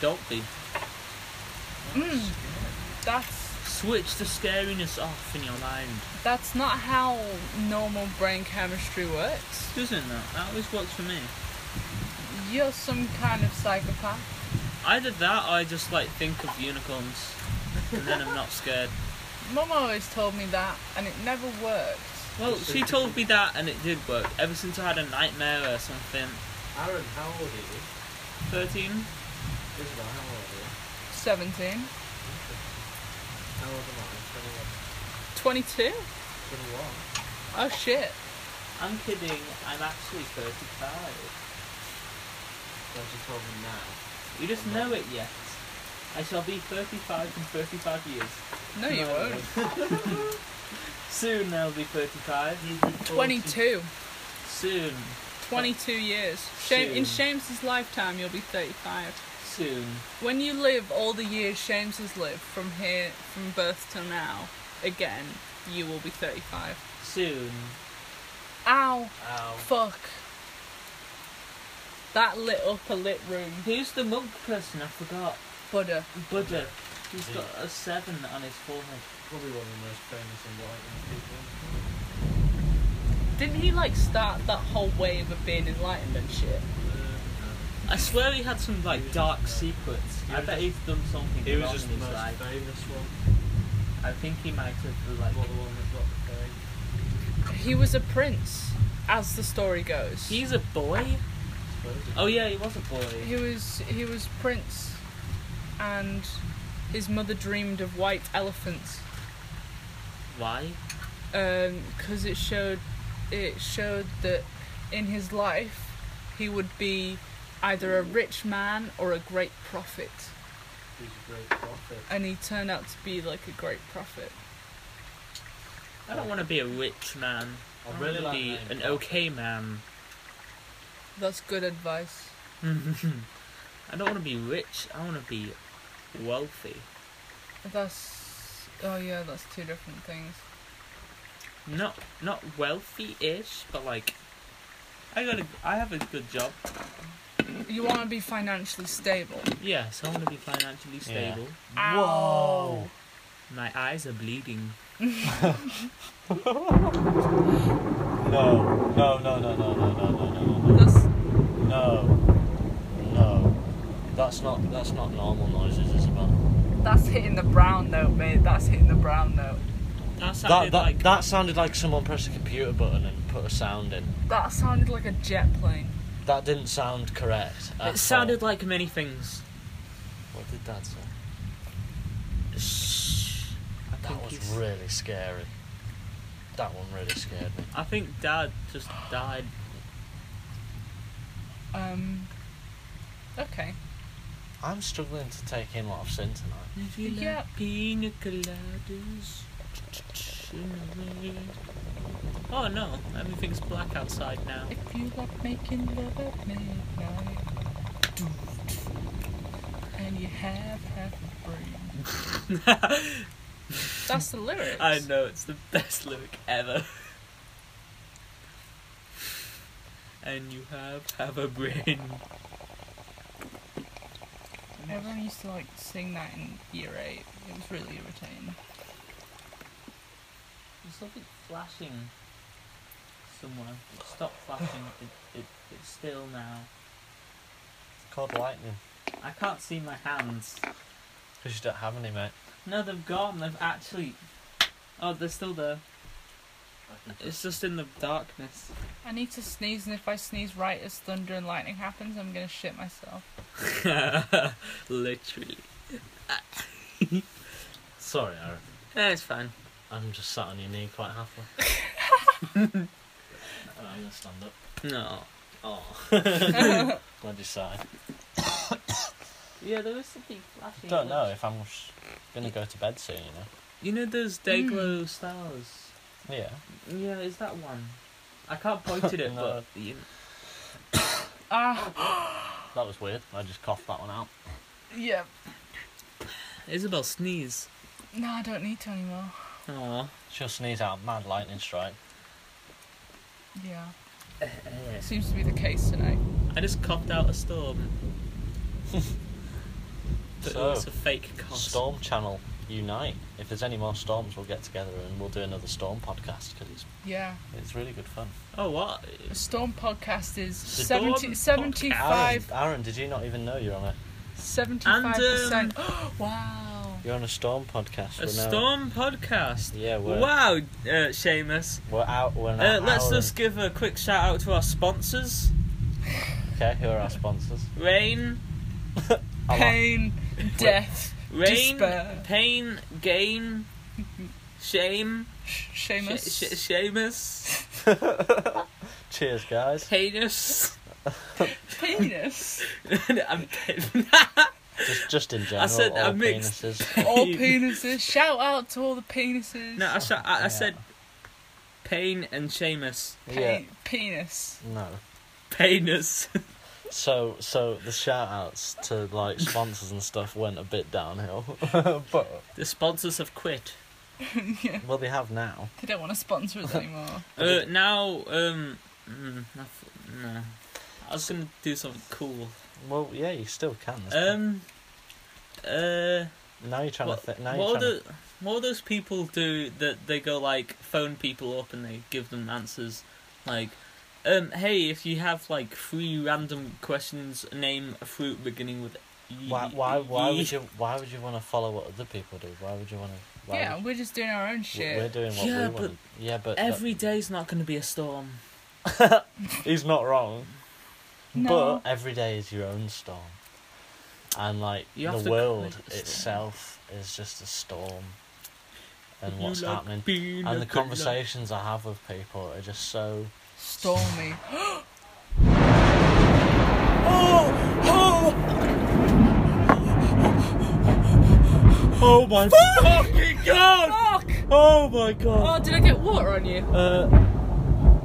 Don't be.
Mm, that's
Switch the scariness off in your mind.
that's not how normal brain chemistry works.
Doesn't that? That always works for me.
You're some kind of psychopath.
Either that, or I just like think of unicorns, and then I'm not scared.
Mum always told me that, and it never worked.
Well, she told me that, and it did work. Ever since I had a nightmare or something.
Aaron, how old are you?
Thirteen.
Isabel, how old are you?
Seventeen.
How old am I?
Twenty-two.
21.
Oh shit.
I'm kidding. I'm actually thirty-five.
Don't you tell me now.
You just know it yet. I shall be 35 in 35 years.
No, you won't.
Soon I'll be 35.
Twenty-two.
Soon.
22 years. Shame, in
Soon.
Shames's lifetime, you'll be 35.
Soon.
When you live all the years Shames has lived from here, from birth till now, again, you will be 35.
Soon.
Ow!
Ow.
Fuck. That lit up a lit room.
Who's the monk person? I forgot.
Buddha.
Buddha. He's got a 7 on his forehead.
Probably one of the most famous enlightened people.
Didn't he like start that whole wave of being enlightened and shit?
I swear he had some like dark secrets. I
was
bet
just-
he's done something
He was
wrong
just the
in
most
his life.
famous one.
I think he might have like.
Not the one that got the fame.
He was a prince, as the story goes.
He's a boy.
Supposedly.
Oh yeah, he was a boy.
He was he was prince, and his mother dreamed of white elephants.
Why?
because it showed it showed that in his life he would be either a rich man or a great prophet,
He's a great prophet.
and he turned out to be like a great prophet.
I don't want to be a rich man. I
I
want
really
to
like
be
that
an
name,
okay man. *laughs*
That's good advice.
I don't want to be rich. I want to be wealthy.
That's oh yeah, that's two different things.
Not not wealthy-ish, but like I got a I have a good job.
You want to be financially stable.
Yes, I want to be financially
Yeah.
stable.
Whoa.
My eyes are bleeding.
No, no, no, no, no, no, no, no, no, no,
That's
no, no, That's not that's not normal noises, Isabel.
That's hitting the brown note, mate. That's hitting the brown note.
That
That
sounded
that,
like
that sounded like someone pressed a computer button and put a sound in.
That sounded like a jet plane.
That didn't sound correct. at all.
it sounded like many things.
What did that sound?
Shh. I
That
think
was
he's-
really scary. That one really scared me.
I think Dad just died.
Um. Okay.
I'm struggling to take in what I've seen tonight.
If you
Yeah.
like pina coladas. Oh no, everything's black outside now. *laughs*
If you like making love at midnight, and you have half a brain. That's the lyrics.
I know, it's the *laughs* best lyric ever. and you have have a brain.
Everyone used to like sing that in year eight. It was really irritating.
There's something flashing somewhere. It stopped flashing, it, it, it's still now.
It's called lightning.
I can't see my hands.
Because you don't have any, mate.
No, they've gone, they've actually. Oh, they're still there. It's just in the darkness.
I need to sneeze, and if I sneeze right as thunder and lightning happens, I'm gonna shit myself.
Literally.
Sorry, Aaron.
Eh, it's fine.
I'm just sat on your knee quite
*laughs*
*laughs* happily. and I'm going to stand up.
No.
Oh, *laughs* glad you sat.
*coughs* Yeah, there was something flashing.
Don't know if I'm going to go to bed soon, you know.
You know those Dayglow Hmm. stars?
Yeah.
Yeah, is that one? I can't point at it, *laughs*
No.
but you,
Ah,
That was weird. I just coughed that one out.
yeah.
Isabel sneeze.
No, I don't need to anymore.
Aww.
She'll sneeze out a mad lightning strike.
*laughs*
Yeah. Seems to be the case tonight.
I just coughed out
*laughs*
a storm. but
So,
it was a fake cough.
Storm Channel, unite. If there's any more storms, we'll get together and we'll do another storm podcast because it's,
Yeah.
it's really good fun.
Oh what?
The Storm podcast is
Storm
70,
podcast.
75
Aaron, Aaron, did you not even know you're on a
Seventy-five
And,
percent.
um,
*gasps* wow.
you're on a storm podcast?
A
We're now-
storm podcast.
Yeah, we're
Wow, uh, Seamus.
we're out. We're
Uh,
now.
let's just give a quick shout out to our sponsors.
Okay, who are our sponsors?
Rain,
Hello.
Pain, death,
rain,
Despair.
pain, gain, shame,
sh-
sh-
Seamus.
sh- Seamus,
Cheers, guys.
*laughs* penis,
penis.
*laughs*
and pin-
Just, just in general,
said
all
I
*laughs*
mixed-
penises.
all penises. Shout out to all the penises.
*laughs* No, I, sh- I, I
Yeah.
said pain and Seamus.
Pe-
yeah.
Penis.
No.
Painus.
So, so the shout outs to like sponsors and stuff went a bit downhill, *laughs* but
*laughs* the sponsors have quit.
yeah.
well, they have now.
They don't want to sponsor
*laughs*
us anymore.
Uh, now, um, mm, I th- no. I was gonna do something cool.
Well, yeah, you still can. that's
Um, uh,
fine. now you're trying
what,
to think. Now
what
you're
are
trying
the, what do those people do that they go like phone people up and they give them answers, like, um, hey, if you have like three random questions, name a fruit beginning with. E.
to, why, why, why would you, why would you want to follow what other people do? Why would you want to? Why
yeah,
would
we're just doing our own
you- we're
shit.
doing what
Yeah,
we
but
want. Yeah, but that-
*laughs* Every day's not going to be a storm.
He's not wrong.
No.
But every day is your own storm. And like
You have
the
to
world
create a storm.
itself is just a storm. And
You
what's
like
happening.
being
And
a
the
good
conversations I have with people are just so *laughs*
Stormy.
Oh my
fucking god!
Fuck!
Oh my god.
Oh, did I get water on you?
Uh,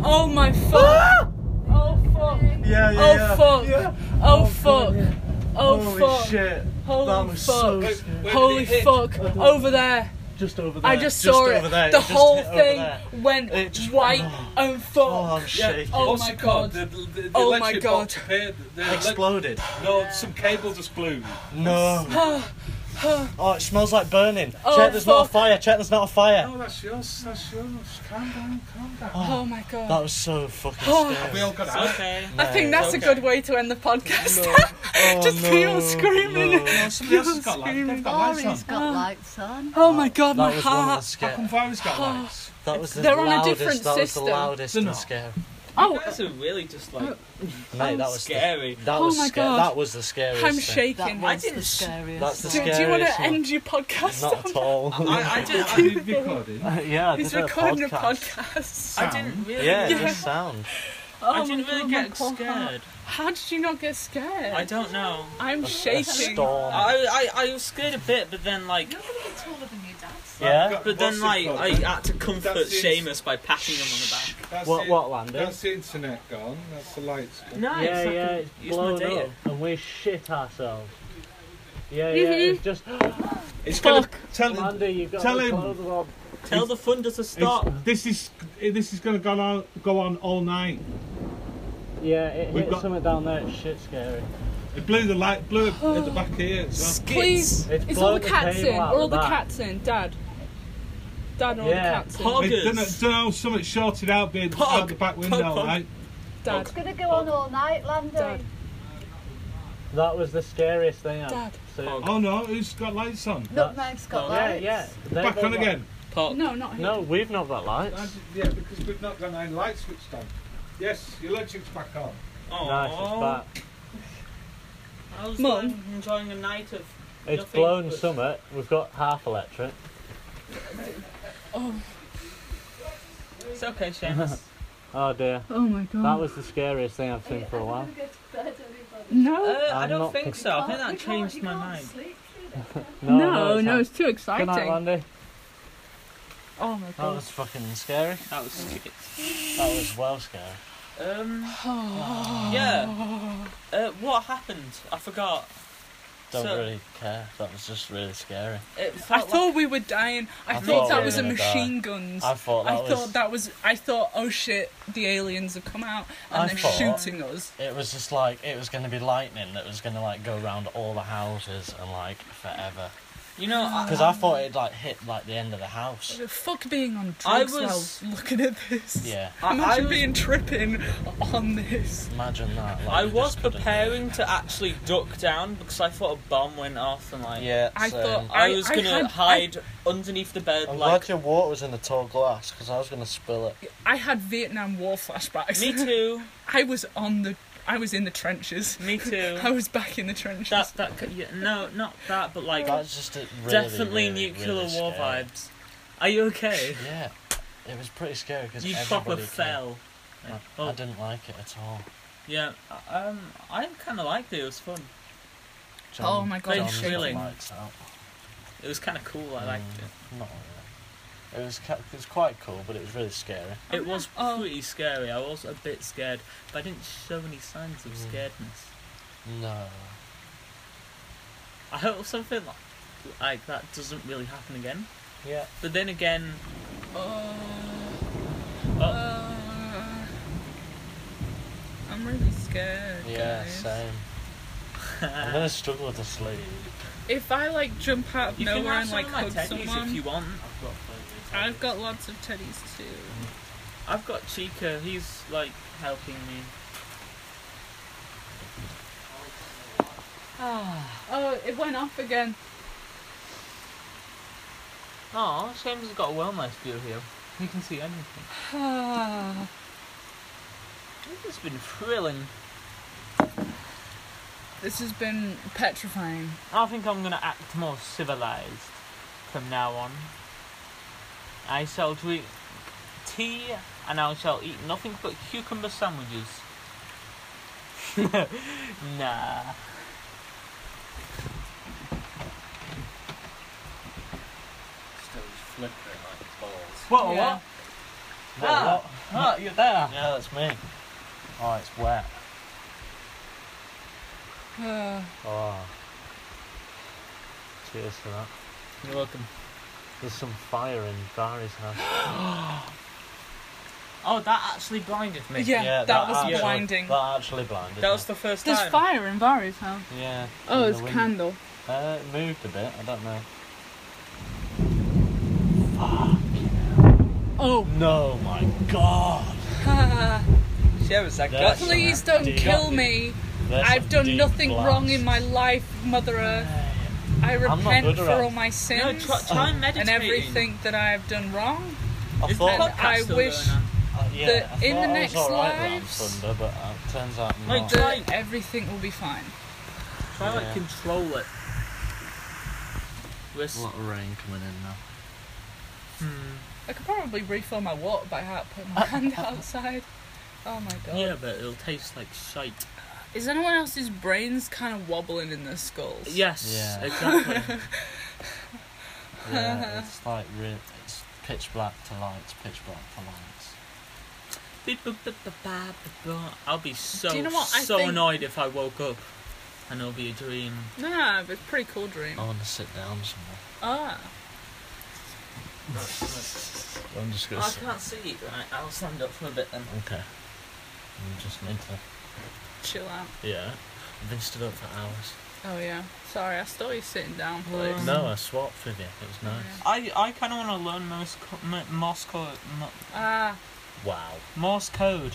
Oh my fuck! Oh fuck!
Ah! yeah, yeah.
Oh
yeah.
fuck!
Yeah.
Oh fuck! Oh
Holy
fuck!
shit. that
Holy
was
fuck!
so scary.
Holy fuck! Over there!
Just over there.
I just saw
over
it.
There.
The
it just
whole
hit over
thing
there.
went
It just-
white
oh.
and
Oh,
fuck.
I'm shaking.
Oh
What's
my
it called?
God.
The, the, the
Oh my
electric
God.
box appeared. The elec-
Exploded.
*sighs*
no, some cable just blew.
No.
oh, it smells like burning.
Oh,
check, there's not a
fuck.
fire. Check, there's not a fire.
No, that's yours. That's yours. Calm down. Calm down.
Oh my god.
That was so fucking
Oh.
scary.
We all got
It's
out.
okay.
I think that's
okay.
a good way to end the podcast.
Oh,
Just
no,
people screaming.
no.
No, somebody else has got lights. They've got lights on.
Sorry. got
got
Oh.
lights on.
*laughs* Oh my god, my
That was one of the
heart.
How come
scare.
Violet's got lights?
That was the
They're on a
loudest.
different
that was the
system.
loudest
They're
and
not.
scary.
You
Oh,
guys are really just like
Mate, that was the,
scary.
*laughs*
that
Oh
was
my
scary.
God.
That was the scariest.
I'm
thing.
shaking.
I
That's
didn't
the
sh-
scariest.
That's the
Do,
scariest.
do you want to
one.
end your podcast?
Not at all. *laughs*
I, I didn't. I,
Are you recording?
yeah, I
*laughs* He's
did
recording
a
a podcast.
I didn't really.
Yeah,
get-
just sound.
Oh
I didn't
my God,
really
my
get
poor heart.
scared.
How did you not get scared?
I don't know.
I'm
A
shaking.
Oh
storm.
I, I I was scared a bit, but then like,
Nobody gets taller than your dad.
yeah.
Got-
but
what's
then
it
like,
called?
I had to comfort
That's it.
Seamus by patting him on the back.
That's
What
it.
what landed?
That's the internet gone. That's the lights. gone.
No,
yeah,
it's
yeah,
fucking-
it's
use my
blown
data.
up, and we shit ourselves. Yeah, yeah, it's just
It's gonna tell him.
Andy, you've got
Tell
the
him.
clothes on.
Tell the funder to stop.
It's, this is this is gonna go on go on all night.
Yeah, it
We've
hit
got-
something down there. It's shit scary.
It blew the light blew it at the back here as
Please,
It's
is all
blown
the cats
table
in?
out
Are all
the
the
back.
cats in? Dad. Dad, are all
Yeah.
the cats
well.
Pog.
in?
It don't know,
Buggers.
don't know something shorted out being
Pog.
out the back window,
Pog, pog.
right?
Dad.
It's gonna go on all night, Landy.
Dad.
That was the scariest thing I've
Dad.
seen.
Oh,
Oh no, who's got lights on?
Nutmeg's got
Oh,
yeah,
lights.
yeah. They-
Back
they've
on
got-
again.
Pog.
No, not here.
No, we've not got
I
lights.
d- Yeah, because we've not got any light switched on. Yes, your electric's back on.
Nice,
Oh.
it's back.
I was
Mum.
like, enjoying a night of.
It's
Nothing
blown
but-
summer. We've got half electric.
It's okay, Seamus.
Oh dear,
Oh my
that
god.
was the scariest thing I've seen for a while.
I'm gonna go to bed, everybody.
uh,
No.
I
I'm
don't
not
think
pic-
so. I think
Can't-
that
you can't-
changed
you
my
can't
mind.
sleep through that.
No,
no,
it's
no,
fine.
it's too
Good
exciting.
night, Landy.
Oh my
That
god.
was fucking scary.
That was stupid.
That was well scary.
Um. yeah. Uh, what happened? I forgot.
Don't
So-
really care. That was just really scary.
It
I
felt like-
thought we were dying. I,
I
thought,
thought
that
we
was
were
a
gonna die.
machine guns.
I thought that
I
was.
thought that was. I thought, oh shit, the aliens have come out and
I
they're
thought-
shooting us.
It was just like it was going to be lightning that was going to like go round all the houses and like forever.
you know, I,
Because I thought it'd like hit like the end of the house.
Fuck being on
I
drugs
was-
while looking at this.
Yeah,
I, I
Imagine
was,
being tripping on this.
imagine that. Like,
I
you
was
just couldn't-
preparing to actually duck down because I thought a bomb went off and like
Yeah,
I
same.
thought-
I,
I-
was
I
gonna
had- I-
hide underneath the bed
I'm
like
glad your water was in a tall glass because I was going to spill it.
I had Vietnam War flashbacks.
me too,
*laughs* I was on the. I was in the trenches.
me *laughs* too.
I was back in the trenches.
that that could- yeah, no, not that, but like
That's just a really,
definitely
really,
nuclear
really
war
scary.
vibes. Are you okay?
Yeah, it was pretty scary because
You proper
everybody
fell.
Came. I,
Oh.
I didn't like it at all.
Oh
Yeah, um, I kind of liked it. It was fun.
John,
my God,
John's got
thrilling.
lights out.
It was kind of cool. I liked
Mm,
it.
Not really. It was ca- it was quite cool, but it was really scary.
It was pretty scary. I was a bit scared, but I didn't show any signs of
Mm.
scaredness.
No.
I hope something like, like that doesn't really happen again.
Yeah.
But then again,
Uh,
oh,
uh, I'm really scared.
Yeah.
guys.
*laughs* Same. I'm gonna struggle to sleep.
If I like jump out of
you can
nowhere
have
and
some
like
of my
hug
teddies
someone,
if you want.
I've got lots of teddies too.
I've got Chica. He's like helping me.
Oh, it went off again.
Oh, Seamus has got a well nice view here. He can see anything.
*sighs*
This has been thrilling.
this has been petrifying.
I think I'm gonna act more civilized from now on. I shall drink tea and I shall eat nothing but cucumber sandwiches. *laughs* nah.
flickering like balls.
Whoa,
Yeah.
what?
What,
Ah.
what?
Ah, you're there.
Yeah, that's me. Oh, it's
*sighs*
wet.
Uh,
Oh. Cheers for that.
You're welcome.
There's some fire in Barry's house.
Oh, that actually blinded me.
Yeah, that, was
actually-
blinding.
That actually blinded.
That
me.
was the first
There's
time.
fire in Barry's house.
Yeah.
Oh,
in
it's
the wind.
candle.
Uh, it moved a bit. I don't know.
Oh,
No, my God.
*laughs*
Sheriff's, I
got That's you.
please
something.
don't
Deep.
kill me.
There's a
I've done
deep
nothing wrong
blast.
in my life, Mother Earth. I
not
repent
good
for
around-
all my
No,
sins
try, try and meditate.
and everything that I have done wrong.
I
Is
thought,
that
I
still
wish-
going on?
uh, yeah,
that
I thought
in the
I was
next
alright around
lives-
thunder, but uh, it turns out
Like,
not.
the-
That
Right.
everything will be fine.
Try like
Yeah.
control it. We're s-
A lot of rain coming in *laughs* now.
hmm.
I could probably refill my water by heart, putting my *laughs* hand outside. Oh my god.
Yeah, but it'll taste like shite.
Is anyone else's brains kind of wobbling in their skulls?
Yes,
Yeah.
exactly.
*laughs* Yeah, it's like real. It's pitch black to lights. Pitch black to lights.
I'll be so
Do you know what? I
so
think-
annoyed if I woke up and it'll be a dream.
Nah, but it's a pretty cool dream.
I want to sit down somewhere.
Ah.
I'm just
Oh, I can't see. Right, I'll stand up for a bit then.
Okay. You just need to.
Chill out.
Yeah. I've been stood up for hours.
Oh yeah. Sorry, I saw you sitting down, please.
Um,
no, I swapped with you. It was nice.
I, I kind of want to learn Morse co- Mo- Morse code. Mo-
Ah,
Wow.
Morse code.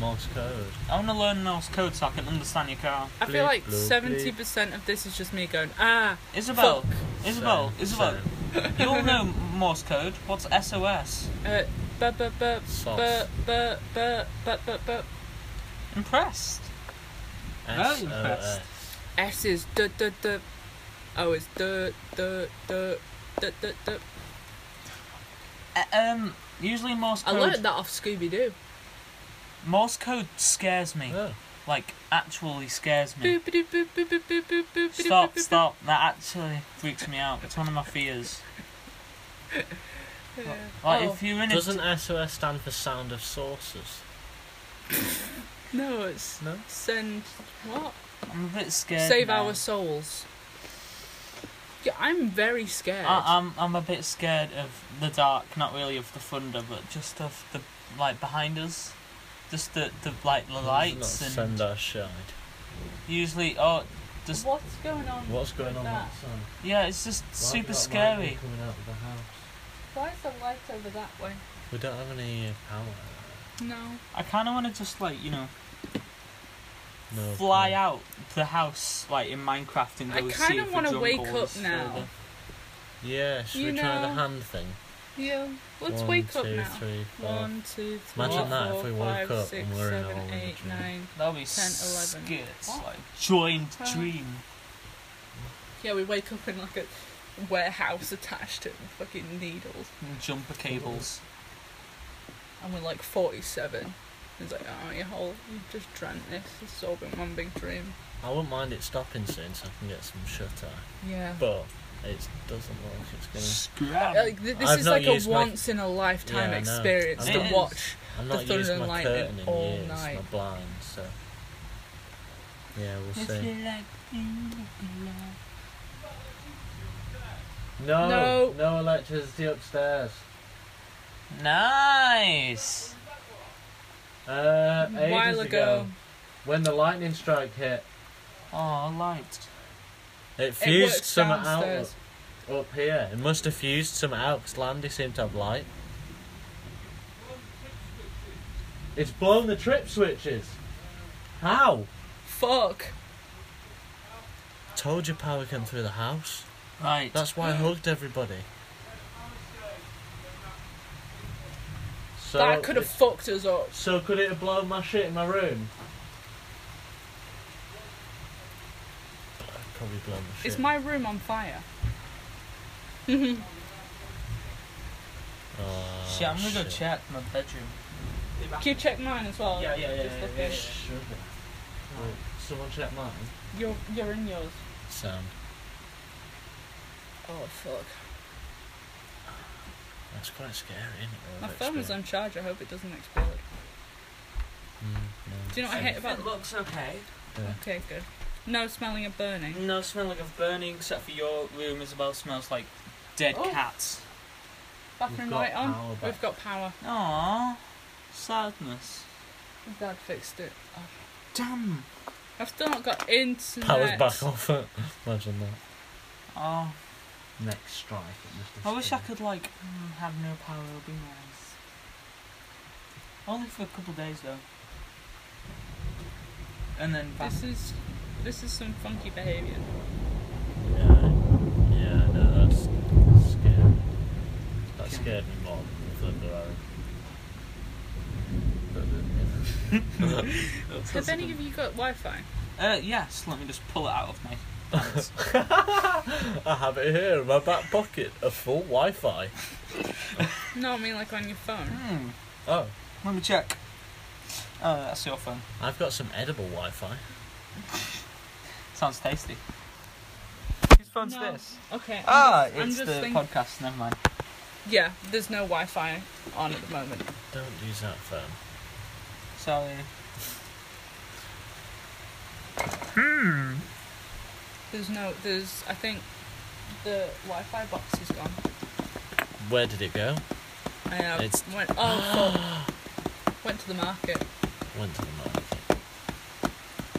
Morse code.
I want to learn Morse code so I can understand your car.
I feel
Bleep,
like
bloop, bleep.
seventy percent of this is just me going ah.
Isabel,
Fuck.
Isabel,
Same,
Isabel.
*laughs*
You all know Morse code. What's SOS?
Uh, bu bu bu
Soft.
bu bu bu bu bu bu.
Impressed.
S O S.
impressed.
S is du du du. Oh, it's du du du du du du.
Uh, um, usually Morse
I
code.
learned that off Scooby Doo.
Morse code scares me.
Oh.
Like actually scares me.
Boop boop boop boop boop boop boop boop.
Stop, stop. That actually freaks me out. It's one of
*laughs*
my fears. Like
Oh.
if you're in a
Doesn't SOS stand for Sound of Sources?
No, it's
No?
send what?
I'm a bit scared.
Save
now.
our souls. Yeah, I'm very scared.
Uh, um,
I, I'm I'm a bit scared of the dark, not really of the thunder, but just of the like behind us, just the the like the lights
Not
and
send our shade.
usually oh just
What's going on?
What's going
with
on
that?
that side?
yeah it's just
Why
super
is that lightning
scary.
Coming out of the house.
Why is the light over that way?
We don't have any uh, power.
No.
I kind of want to just like you know
No.
fly
power.
out the house like in Minecraft and
I
go see
kinda
if the
wanna
jungle
wake
is
up now.
further.
Yeah, should
You
we try the
know-
hand thing?
Yeah. Let's
One,
wake up
two,
now.
three, four.
One, two, three,
Imagine that if
four,
we woke
five,
up
six,
and we're in
seven,
all the
eight,
dream.
nine.
That'll be
10, 11.
scary. It's
What?
like joined
Huh?
dream.
Yeah, we wake up in like a warehouse attached to fucking needles,
Jumper cables.
and we're like 47. It's like, oh, your whole, you just dreamt this. It's all been one big dream.
I wouldn't mind it stopping soon so I can get some shut eye.
Yeah.
But it doesn't look like it's
Like, th- this
I've
is
not
like a
used my-
once in a lifetime
Yeah, I know.
experience
I
to
know.
watch.
gonna. I'm
The
not
thunder
using
and
my
lightning
curtain in
all
years, my
night.
blind, so. Yeah, we'll
If
see.
you like being alive.
No,
No.
no electricity upstairs.
Nice.
Uh,
A
ages
while ago,
when the lightning strike hit,
Oh, light.
it
it
fused
works
some out
downstairs.
up up here. It must have fused some out because Landy seemed to have light. It's blown the trip switches. How?
Fuck.
Told you power came through the house.
Right.
That's why I hugged everybody. So
that could have
it-
fucked us up.
So could it have blown my shit in my room? Probably blown my shit.
Is my room on fire?
Oh,
shit, I'm gonna go
shit.
check my bedroom.
Can you check mine as well?
Yeah, yeah, yeah,
Just
yeah,
look
yeah,
at
yeah.
it.
Sugar. Right, Someone check mine.
You're, you're in yours.
Sound.
Oh, fuck.
That's quite scary, isn't it?
My
All that
phone was on
experience.
charge. I hope it doesn't explode.
Mm, no.
Do you know what I hate about
looks okay.
Okay, good. No smelling of burning.
No smell like of burning, except for your room, Isabel, smells like dead
Oh.
cats.
Bathroom
got
light on.
power back.
We've got power.
Aww. Sadness.
Dad fixed it.
Damn.
I've still not got internet.
Power's back off. Imagine that.
Oh,
Next strike. it must have
I wish I
stopped.
could like mm, have no power. It would be nice. Only for a couple of days though. And then back.
This is this is some funky behaviour.
Yeah, yeah, no, that's scary. That
Okay.
scared me more than the Thunder Arrow. But, uh,
That's
Have any
good.
of you got Wi-Fi?
Uh, yes. Let me just pull it out of my. pants.
uh, *laughs* I have it here in my back pocket, a full Wi-Fi.
No, I mean like on your phone.
hmm.
Oh,
Let me check. Oh, that's your phone.
I've got some edible Wi-Fi.
Sounds tasty. Whose phone's
No.
this?
Okay. I'm
Ah,
just- I'm
it's the
just think-
podcast. Never mind.
Yeah, there's no Wi-Fi on at the moment.
Don't use that phone.
Sorry.
There's no. There's. I think the Wi-Fi box is gone.
Where did it go?
I uh,
It's-
went.
*gasps*
Oh, fuck. went to the market.
Went to the market.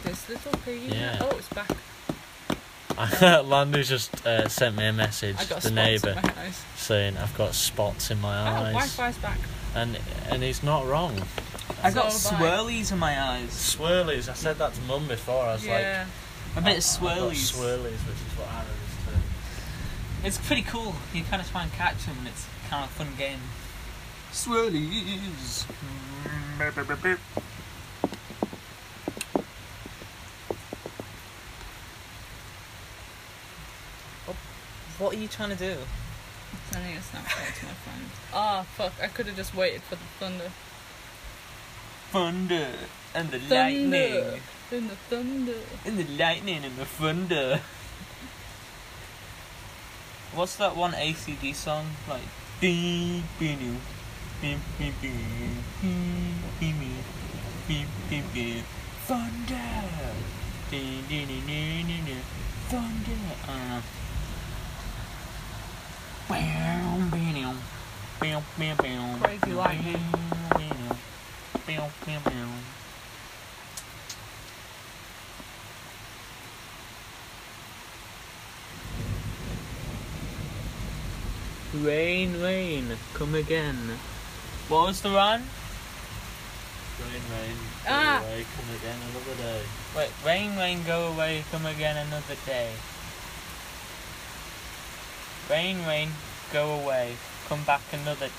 This little piggy.
Yeah.
Oh, it's back.
*laughs* Landu just uh, sent me a message,
I got
the
spots
neighbour,
in my eyes.
saying I've got spots in my
Oh,
eyes,
Wi-Fi's back.
and and he's not wrong.
I got
So have I.
swirlies in my eyes.
Swirlies. I said that to Mum before. I was
yeah.
A
like,
bit of swirlies.
swirlies, which is what Aaron is to.
It's pretty cool. You kind of try and catch them, and it's kind of a fun game. Swirlies. Oh, What are you trying to do?
Sending a Snapchat to my friend. Ah, fuck. I could have just waited for the thunder.
Thunder and the
Thunder.
lightning.
In the thunder.
And the lightning and the thunder. What's that one ACD song? Like. Dee, bee, doo, bee, bee, bee, bee, bee, bee, bee, bee, bee. Thunder! Dee, dee, dee, dee, dee, dee. Thunder! Uh-huh. I don't know. Bow, bee, doo. Bow, bow, bow.
Crazy lightning.
Bow, bee, doo. Bow, bow, bow. Rain, rain, come again. What was the rhyme?
Rain, rain, go
Ah.
away, come again another day.
Wait, rain, rain, go away, come again another day. Rain, rain, go away, come back another.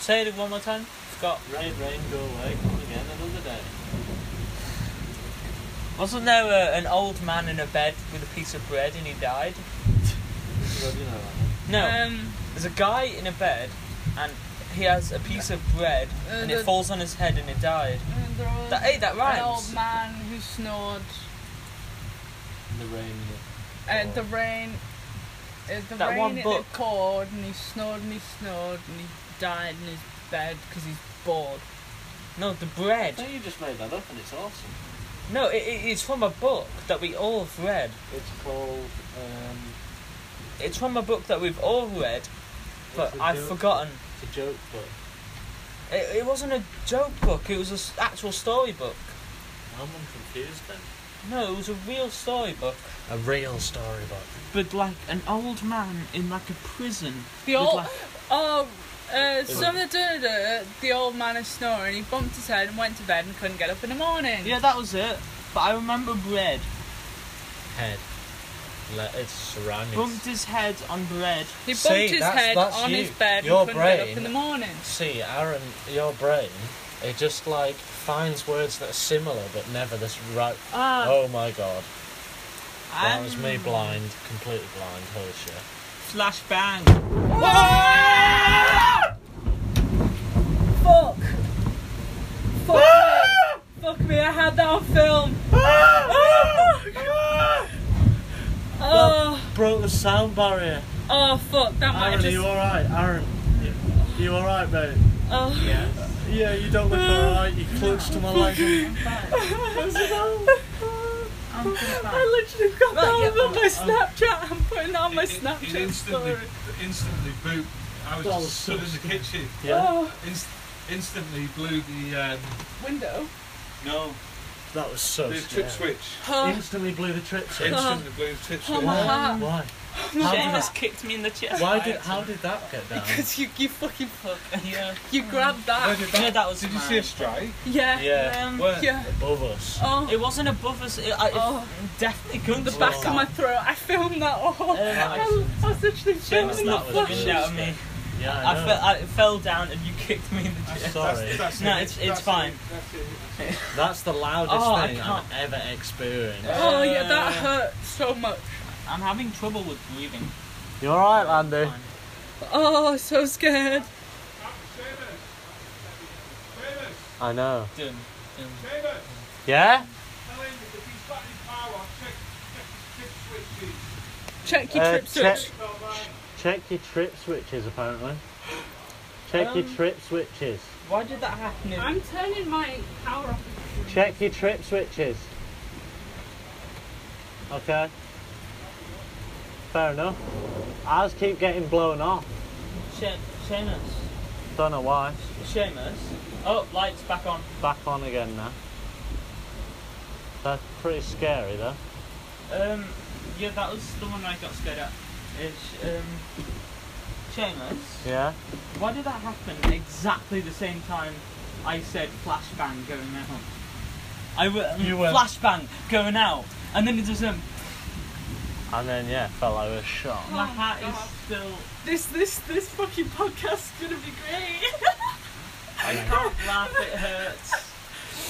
Say it one more time. Scott,
Rain, rain, go away, come again another day.
wasn't there uh, an old man in a bed with a piece of bread and he died?
Well, you know that.
No,
Um,
there's a guy in a bed and he has a piece of bread
uh,
and
the-
it falls on his head and it died.
uh, there was
That, hey, that
An old
rhymes.
man who snored.
In the rain.
And the rain. Uh, the
That
rain
one
hit
book.
the cord, and he snored, and he snored, and he died in his bed because he's bored.
No, the bread.
No, you just made that up and it's awesome.
No, it, it, it's from a book that we all have read.
It's called. Um,
It's from a book that we've all read, but
it's a
I've
joke-
forgotten.
It's a joke book.
It, it wasn't a joke book, it was an actual storybook.
I'm confused then.
No, it was a real storybook.
A real storybook.
But like an old man in like a prison.
The old. Oh, uh, some of the, da- da- the old man is snoring. He bumped his head and went to bed and couldn't get up in the morning.
Yeah, that was it. But I remember bread.
Head. Le- it's surrounding.
Bumped his head on bread.
He bumped
See,
his
that's-
head
that's
on
you.
his bed
Your
and couldn't get up
brain-
in the morning.
See, Aaron, your brain, it just like finds words that are similar but never this right.
Ah,
oh my god. That was
I'm-
me blind, completely blind, holy shit.
Slash bang. Fuck. Fuck. me. Fuck me, I had that on film.
Oh,
*laughs* Broke the sound barrier.
oh fuck, that might have
Aaron, are
just.
you alright? Aaron, you, you alright, mate?
Oh.
Yeah, you don't look alright. You clutched *laughs* to my leg.
I literally got that
yeah,
on my Snapchat. I'm putting that on my
It- it-
Snapchat
it instantly,
story.
instantly booped. I was
That
just
was
Oh,
stood in the kitchen.
Yeah.
Inst- instantly blew the um,
Window.
no
That was so
the trip switch.
Huh.
Instantly blew the trip switch.
Instantly blew the trip switch.
Oh, my heart.
Why?
*laughs*
How did
Shane has
that,
kicked me in the chest.
why did, how did that get
*laughs*
down?
Because you, you fucking
Fuck, *laughs* yeah.
you grabbed
Where
that.
did
You know,
that?
that was
Did you
mine.
see a strike?
Mm. Yeah.
Yeah.
Um,
Where?
Yeah.
Above us.
Oh,
It wasn't above us. It, I, it
Oh.
definitely couldn't.
the back of my throat. I filmed that all.
Um,
I, I was literally
Shane was
filming
not
that.
that was
fucking out of me.
Yeah, I,
I,
know.
fell, I fell down and you kicked me in the chest.
Sorry.
That's, that's
No,
it.
it's- it's
That's it.
fine.
That's it.
That's the loudest
Oh, I
thing I've ever experienced.
Oh yeah, that
Uh,
hurt so much.
I'm having trouble with breathing.
You alright, Andy?
Fine.
Oh, so scared.
I know.
Done. Done.
David,
Yeah?
tell him if he's got any power, check, check his
Check
trip switches.
your
Uh,
trip
check-
switch.
Not mine.
Check your trip switches, apparently. Check your
Um,
trip switches.
Why did that happen? in-
I'm turning my power off.
Check your trip switches. Okay. Fair enough. Ours keep getting blown off.
Sha- Seamus.
Don't know why.
Seamus. Oh, lights back on.
Back on again now. That's pretty scary though.
Um, yeah, that was the one I got scared at. It's, um, Seamus.
Yeah?
Why did that happen exactly the same time I said flashbang going out? I were, um,
You were-
flashbang going out, and then it just um,
And then yeah, felt like we were shot.
Oh
my hat is still.
This this this fucking podcast is gonna be great.
I can't laugh. It hurts.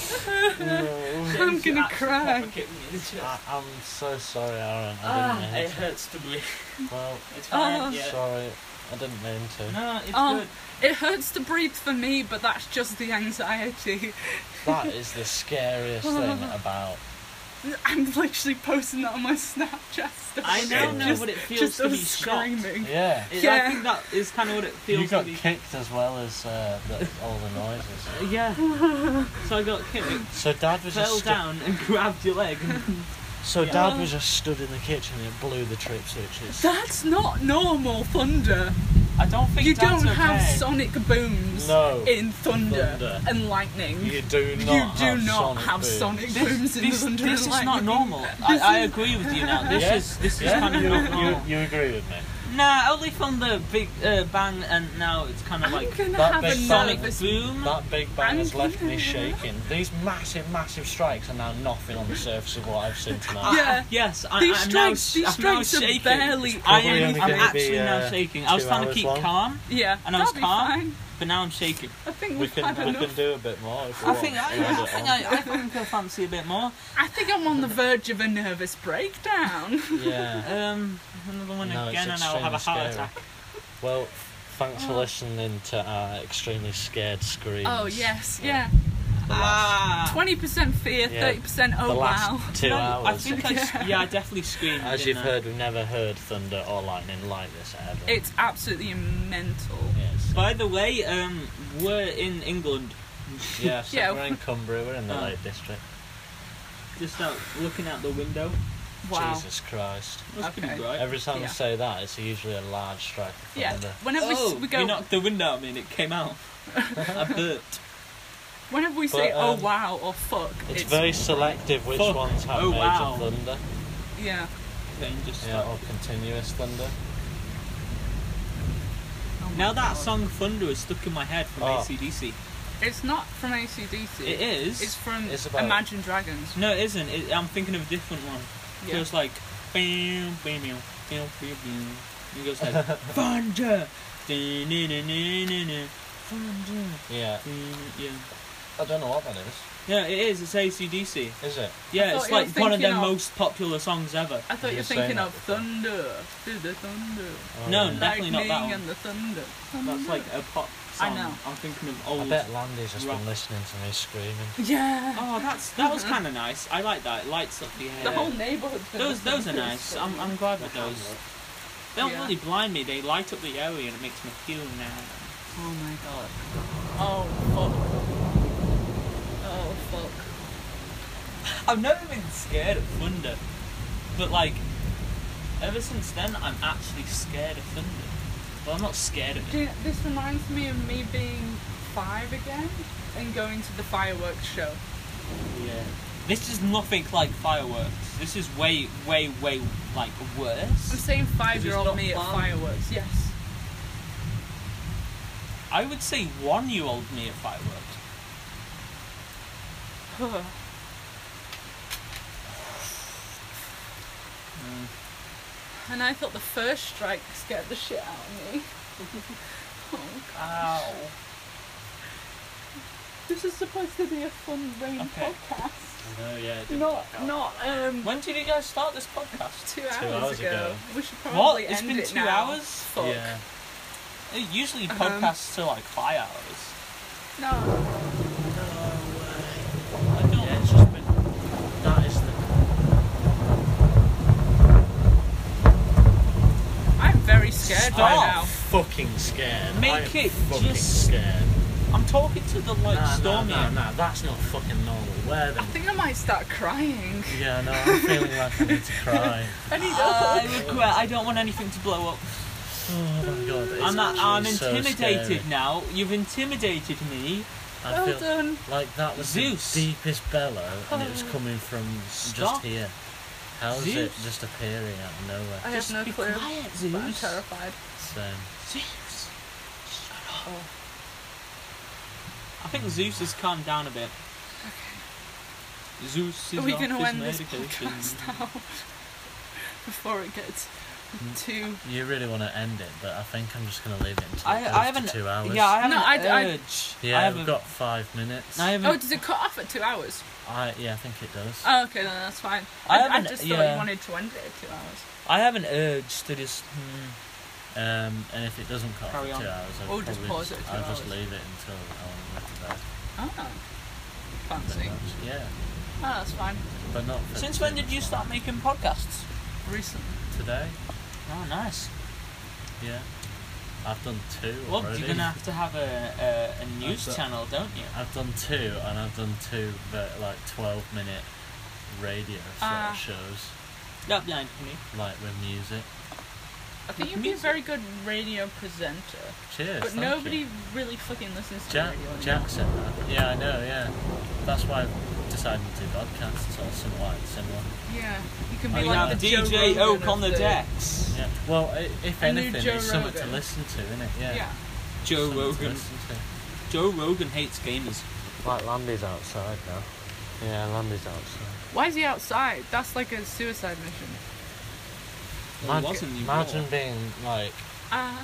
I,
*laughs* I'm
James,
gonna
you actually
cry.
proper kicked me in the chest.
I'm so sorry, Aaron. I
Ah,
didn't
it
mean
hurts to breathe.
to. Well,
It's fine.
Oh.
Ah. yeah.
sorry. I didn't mean to.
No, it's
Oh.
good.
It hurts to breathe for me, but that's just the anxiety. *laughs*
That is the scariest
*laughs*
thing about.
I'm literally posting that on my Snapchat stuff.
I now know
Just-
what it feels
Just
to be
us
shot.
screaming.
Yeah.
It- I
Yeah.
think that is kind of what it feels
you got
to be.
kicked as well as uh, the, all the noises.
*laughs* Yeah. so I got kicked,
So dad was
fell
just stu-
down, and *laughs* grabbed your leg.
so
Yeah.
dad was just stood in the kitchen and it blew the trip switches.
That's not normal thunder.
I don't think
You
that's
don't
okay.
have sonic booms
No.
in thunder,
Thunder.
and lightning.
You do
You
not.
do
have
not
sonic
have
boom.
sonic booms in
This,
thunder
this
and
is
lightning.
not normal. I, I agree with you now. This
Yeah.
is this is
Yeah,
kind of
you,
not normal.
you, you agree with me?
Nah, only from the Big uh, Bang, and now it's kind of
I'm
like
gonna
that
have a
big sonic
Sonic
nervous.
Boom.
That big bang
I'm
has left me
gonna-
shaking. These massive, massive strikes are now nothing on the surface of what I've seen tonight.
Yeah.
Yes, I,
These
I'm now,
strikes- these
I'm now
strikes are
shaking.
barely
I
Probably
am,
only
I'm
gonna
actually
be,
now
uh,
shaking. I was
two
trying to
hours
keep
long.
calm,
Yeah,
And I was
that'll be
calm.
fine.
but now I'm shaking.
I think
We
we've
can,
had
we can
enough.
do a bit more. If we
I
want.
think I,
We had
I
it
think
on.
I, I think I fancy a bit more.
I think I'm on the verge of a nervous breakdown.
*laughs*
Yeah.
Um, another one
No, it's
again, and I'll have a
extremely
heart
scary.
attack.
Well, thanks for listening to our uh, extremely scared screams.
oh yes, yeah.
The last-
Ah,
Twenty percent fear,
Yeah.
thirty percent oh
the last
wow.
two
no,
hours.
I think I, s-
Yeah.
yeah, I definitely screamed.
As
didn't
you've
I?
heard, we've never heard thunder or lightning like this ever.
It's absolutely mental.
yes.
By the way, um, we're in England,
yeah, so
Yeah.
we're in Cumbria, we're in the
Oh.
Lake District.
just out looking out the window.
Wow.
Jesus Christ.
That's
Okay.
pretty bright.
Every time
Yeah.
I say that, it's usually a large strike of
Yeah.
thunder.
Whenever we s-
oh,
we go,
you knocked the window at me and it came out.
*laughs*
I burped.
whenever we say
But,
oh
um,
wow or fuck,
It's, very selective which
Fuck.
ones have
Oh,
major
wow.
thunder.
yeah.
Then just
Yeah,
stopped.
or continuous thunder.
Oh,
Now that song Thunder is stuck in my head from
Oh.
ACDC.
It's not from ACDC.
It is.
It's from
It's about-
Imagine Dragons.
No, it isn't. It, I'm thinking of a different one. It
Yeah.
goes like, bam, bam, bam, bam, bam, bam. It
*laughs*
goes like, Thunder! Dun-dun-dun-dun-dun-dun. Thunder.
Yeah.
Dun- Yeah.
I don't know what that is.
Yeah, it is. It's ACDC.
Is
I
it?
Yeah,
thought
it's
you were
like one of
thinking
their
of-
most popular songs ever.
I thought you were
You're saying
thinking
that
of
before.
thunder, through the thunder,
Oh,
No,
yeah.
Definitely not that
lightning
one.
and the thunder.
That's like a pop
I
song.
know.
I'm thinking of
I
old.
bet Landy's just
rock.
been listening to me screaming.
Yeah.
Oh, that's that was kind of nice. I like that. It lights up the air.
The whole neighborhood.
Those those are nice. I'm I'm glad with those. They don't
Yeah.
really blind me. They light up the area and it makes me feel now.
Oh my god. Oh fuck. Oh fuck.
I've never been scared of thunder, but like ever since then, I'm actually scared of thunder. Well, I'm not scared of
Do
it.
you, this reminds me of me being five again and going to the fireworks show.
Yeah. This is nothing like fireworks. This is way, way, way like
I'm
worse.
saying five year old
not
me at
fun.
fireworks, yes.
I would say one year old me at fireworks.
And I thought the first strike scared the shit out of me.
Ow.
This is supposed to be a fun rain
Okay.
podcast.
I know, yeah. it did
Not,
work out.
not, um,
When did you guys start this podcast?
two hours,
hours
ago.
ago.
We should probably
What? It's
end
been
it
two
now.
hours?
Fuck.
Yeah.
Uh, Usually
Um,
podcasts are like five hours.
No.
I don't. it's just been.
That is the.
I'm very scared
Stop.
right now.
Fucking scared.
Make
I am
it
fucking
just-
scared.
I'm talking to the like
Nah, nah,
stormy.
nah, nah, that's not fucking normal. Where the
I think I might start crying.
Yeah, no, *laughs* I'm feeling like I need to cry.
I need
I
help.
regret. I don't want anything to blow up.
Oh my god, it's
I'm, I'm
actually so
intimidated
scary.
now. You've intimidated me.
I
Well
feel
done.
like that was
Zeus.
the deepest bellow, and it was coming from
Stop.
just here. How is it
Zeus.
just appearing out of nowhere?
I
Just
have
be
no clue.
quiet,
but I'm
Zeus.
terrified.
So,
Zeus. Shut up. I think Zeus has calmed down a bit. Zeus is
Are we
off
going to
his
end this
medication.
podcast now? *laughs* Before it gets too.
you really want to end it, but I think I'm just going to leave it until
I,
close
I
to
haven't.
two hours.
Yeah, I have
No,
an
I- I-
urge. I
yeah
have
we've
a-
got five minutes.
I have
Oh,
an
does it cut off at two hours?
I, yeah, I think it does.
Ah.
Oh, okay, then that's fine. I,
I
I,
haven't-
just thought
yeah.
you wanted to end it at two hours.
I have an urge to just. Mm,
Um, and if it doesn't cut
Carry
for
on. Oh,
two hours, I'll
We'll just
probably
pause it at two
I'll just
hours.
leave it until I want to go to bed. Ah.
Oh,
but
fancy. Oh,
not- Yeah,
Ah, that's fine.
but not for
since when did you start making podcasts?
Recent.
today?
Oh, nice.
Yeah, I've done two
Well,
already.
you're gonna have to have a a, a news
That's it.
channel, don't you?
I've done two, and I've done two but like twelve minute radio sort
Ah.
of shows,
That blinded me.
like with music.
I think
Like
you'd be a
music.
very good radio presenter,
Cheers.
but
thank
nobody
You.
really fucking listens to
Jack,
radio. anymore.
Jack said that. Yeah, I know. Yeah, that's why I've decided to do podcasts or something like similar.
Yeah, you can be
Oh,
We
yeah.
like
have
the
DJ
Joe Rogan
Oak on
of
the decks.
Yeah. Well, i- if
A new
anything,
Joe
it's something to
Rogan.
listen to, isn't it?
Yeah.
Yeah.
Joe
Something to
Rogan.
listen to.
Joe Rogan hates gamers.
Like Landy's outside now. Yeah, Landy's outside.
Why is he outside? That's like a suicide mission.
Well, it wasn't you
imagine
were.
being like Uh,
Ah,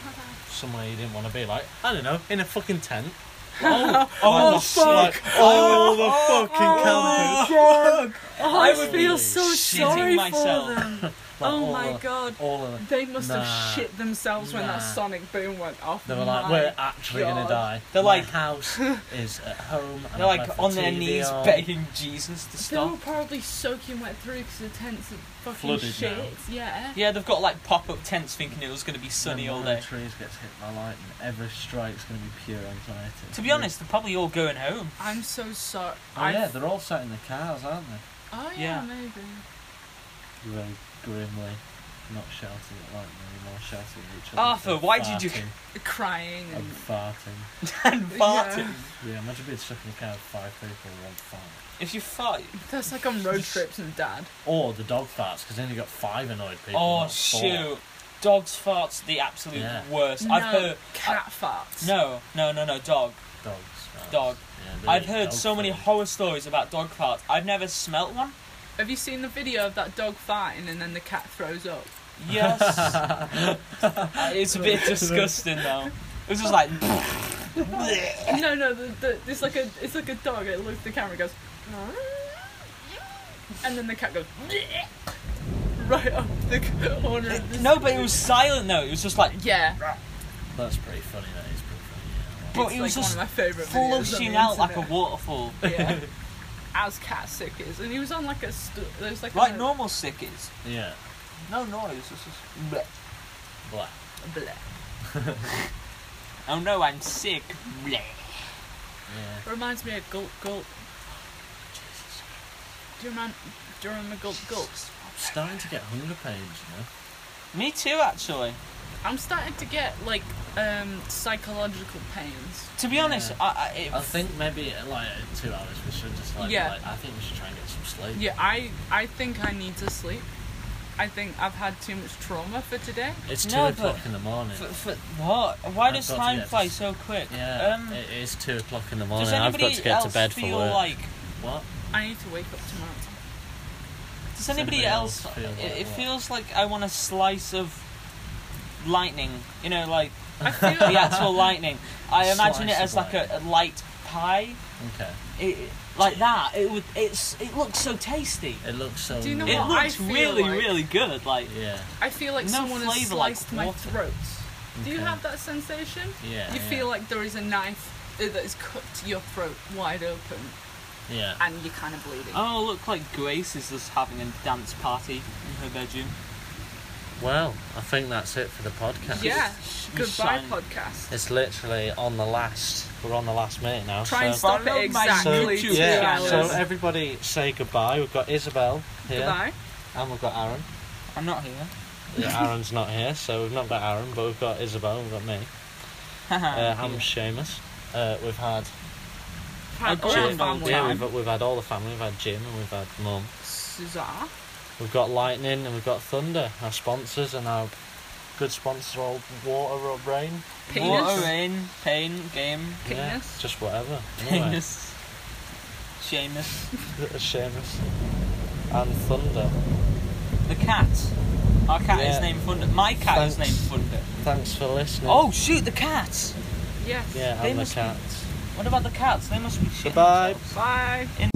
somewhere you didn't want to be, like I don't know, in a fucking tent.
*laughs* Oh,
Like,
oh,
just, like, all the fucking camping.
Oh, I
would
feel
be
so
shitting
sorry
myself.
for them.
*laughs* Like,
oh
all
my
the-
god.
All of them.
They must
Nah.
have shit themselves when that
Nah.
sonic boom went off.
They were like,
My
Oh
we're actually gonna
God.
die.
They're
My
like-
house is at home. And
They're
I've
like
left
on
the
their
TV
knees
on.
begging Jesus to
They were
stop.
probably soaking wet through because the tents are fucking
Flooded
shit.
now.
Yeah.
Yeah, they've got like pop up tents thinking it was going to be sunny
When
all
one
day.
of the Trees gets hit by lightning. Every strike's gonna be pure anxiety.
To be honest, they're probably all going home. *laughs*
I'm so sorry.
oh yeah, they're all sat in the cars, aren't they?
Oh
Yeah.
yeah, maybe.
Very grimly, not shouting at lightning anymore, shouting at each other.
Arthur, why did you-
Farting.
Crying
I'm
and
farting.
and farting.
Yeah.
Yeah, imagine being stuck in a car with five people and one fart.
If you fart,
that's like on road trips and dad.
Or the dog farts, because then you got five annoyed people.
oh
not four.
shoot, dogs farts the absolute
Yeah.
worst.
no,
I've heard
cat farts.
no, no, no, no, dog.
Dogs. farts.
Dog.
Yeah, they
I've
eat
heard
dog
so many
food.
horror stories about dog farts. I've never smelt one.
Have you seen the video of that dog farting and then the cat throws up?
Yes,
*laughs*
it's a bit disgusting though. It was just like
no, no, the, the, it's like a it's like a dog. It looks the camera goes, and then the cat goes right up the corner. Of the
no, but *laughs* it was silent though. It was just like
yeah.
That's pretty funny, that is pretty funny.
But
it's
it was
like
just
one of my favorite
flushing out like a waterfall, *laughs*
yeah. As cat sick is, and he was on like a st- there was like
like
a,
normal sick is.
Yeah. Yeah.
No noise. It's just bleh.
Black.
bleh.
oh no, I'm sick. Bleh.
Yeah.
reminds me of gulp gulp. Do you remember? Do you remember gulp gulp?
Starting to get hunger pains, you know?
Me too, actually.
I'm starting to get like um, psychological pains.
To be honest,
Yeah.
I, I, it,
I think maybe uh, like in two hours we should just like,
Yeah.
like I think we should try and get some sleep.
Yeah, I I think I need to sleep. I think I've had too much trauma for today.
It's
No,
two o'clock
but-
in the morning.
For, for, what? Why
I've
does
got to
time
get
fly
this-
so quick?
yeah,
Um,
it is two o'clock in the morning.
does
I've
anybody
got to get
else
to bed
feel
for work.
like?
what?
I need to wake up tomorrow.
Does anybody
anybody
else?
else feel
it,
like
it
what?
feels like I want a slice of lightning. You know, like
I feel
*laughs* the actual lightning. I imagine
Slice
it
of
as like a, a light pie,
Okay.
it, like that. It would. It's. It looks so tasty.
It looks so.
Do you know
neat.
It
what I
looks
feel
really,
like?
really good. Like
Yeah.
I feel like
No
someone has
flavour like
sliced my
water.
throat. Do you
Okay.
have that sensation?
Yeah.
you
yeah.
feel like there is a knife uh, that has cut your throat wide open,
Yeah.
and you're kind of bleeding.
oh, look like Grace is just having a dance party in her bedroom.
Well, I think that's it for the podcast.
yeah.
You
Goodbye,
shine-
podcast.
It's literally on the last. We're on the last minute now.
Try and
so-
stop
Follow
it
my
exactly
YouTube
two
yeah,
channel.
hours.
so everybody say goodbye. We've got Isabel here,
Goodbye.
and we've got Aaron.
I'm not *laughs* here.
Yeah, Aaron's not here, so we've not got Aaron, but we've got Isabel, we've got me. Uh, I'm Seamus. Uh, we've had
Had
Oh,
all
Jim.
the family.
Yeah,
time.
we've, we've had all the family. We've had Jim and we've had Mum.
Cesar.
We've got Lightning and we've got Thunder, our sponsors, and our good sponsor, all Water or Rain.
Penis.
Water, rain, pain, game,
Yeah,
Penis.
just
*laughs*
whatever. Anyway,
penis, Seamus,
Seamus and Thunder.
the cat. Our cat
Yeah.
is named Thunder. My cat is named
Thanks.
Thunder.
Thanks for listening.
Oh shoot, the cats!
Yes.
yeah,
they
and the
must be-
cats.
What about the cats? They must be shitting
Goodbye.
themselves.
Bye.
In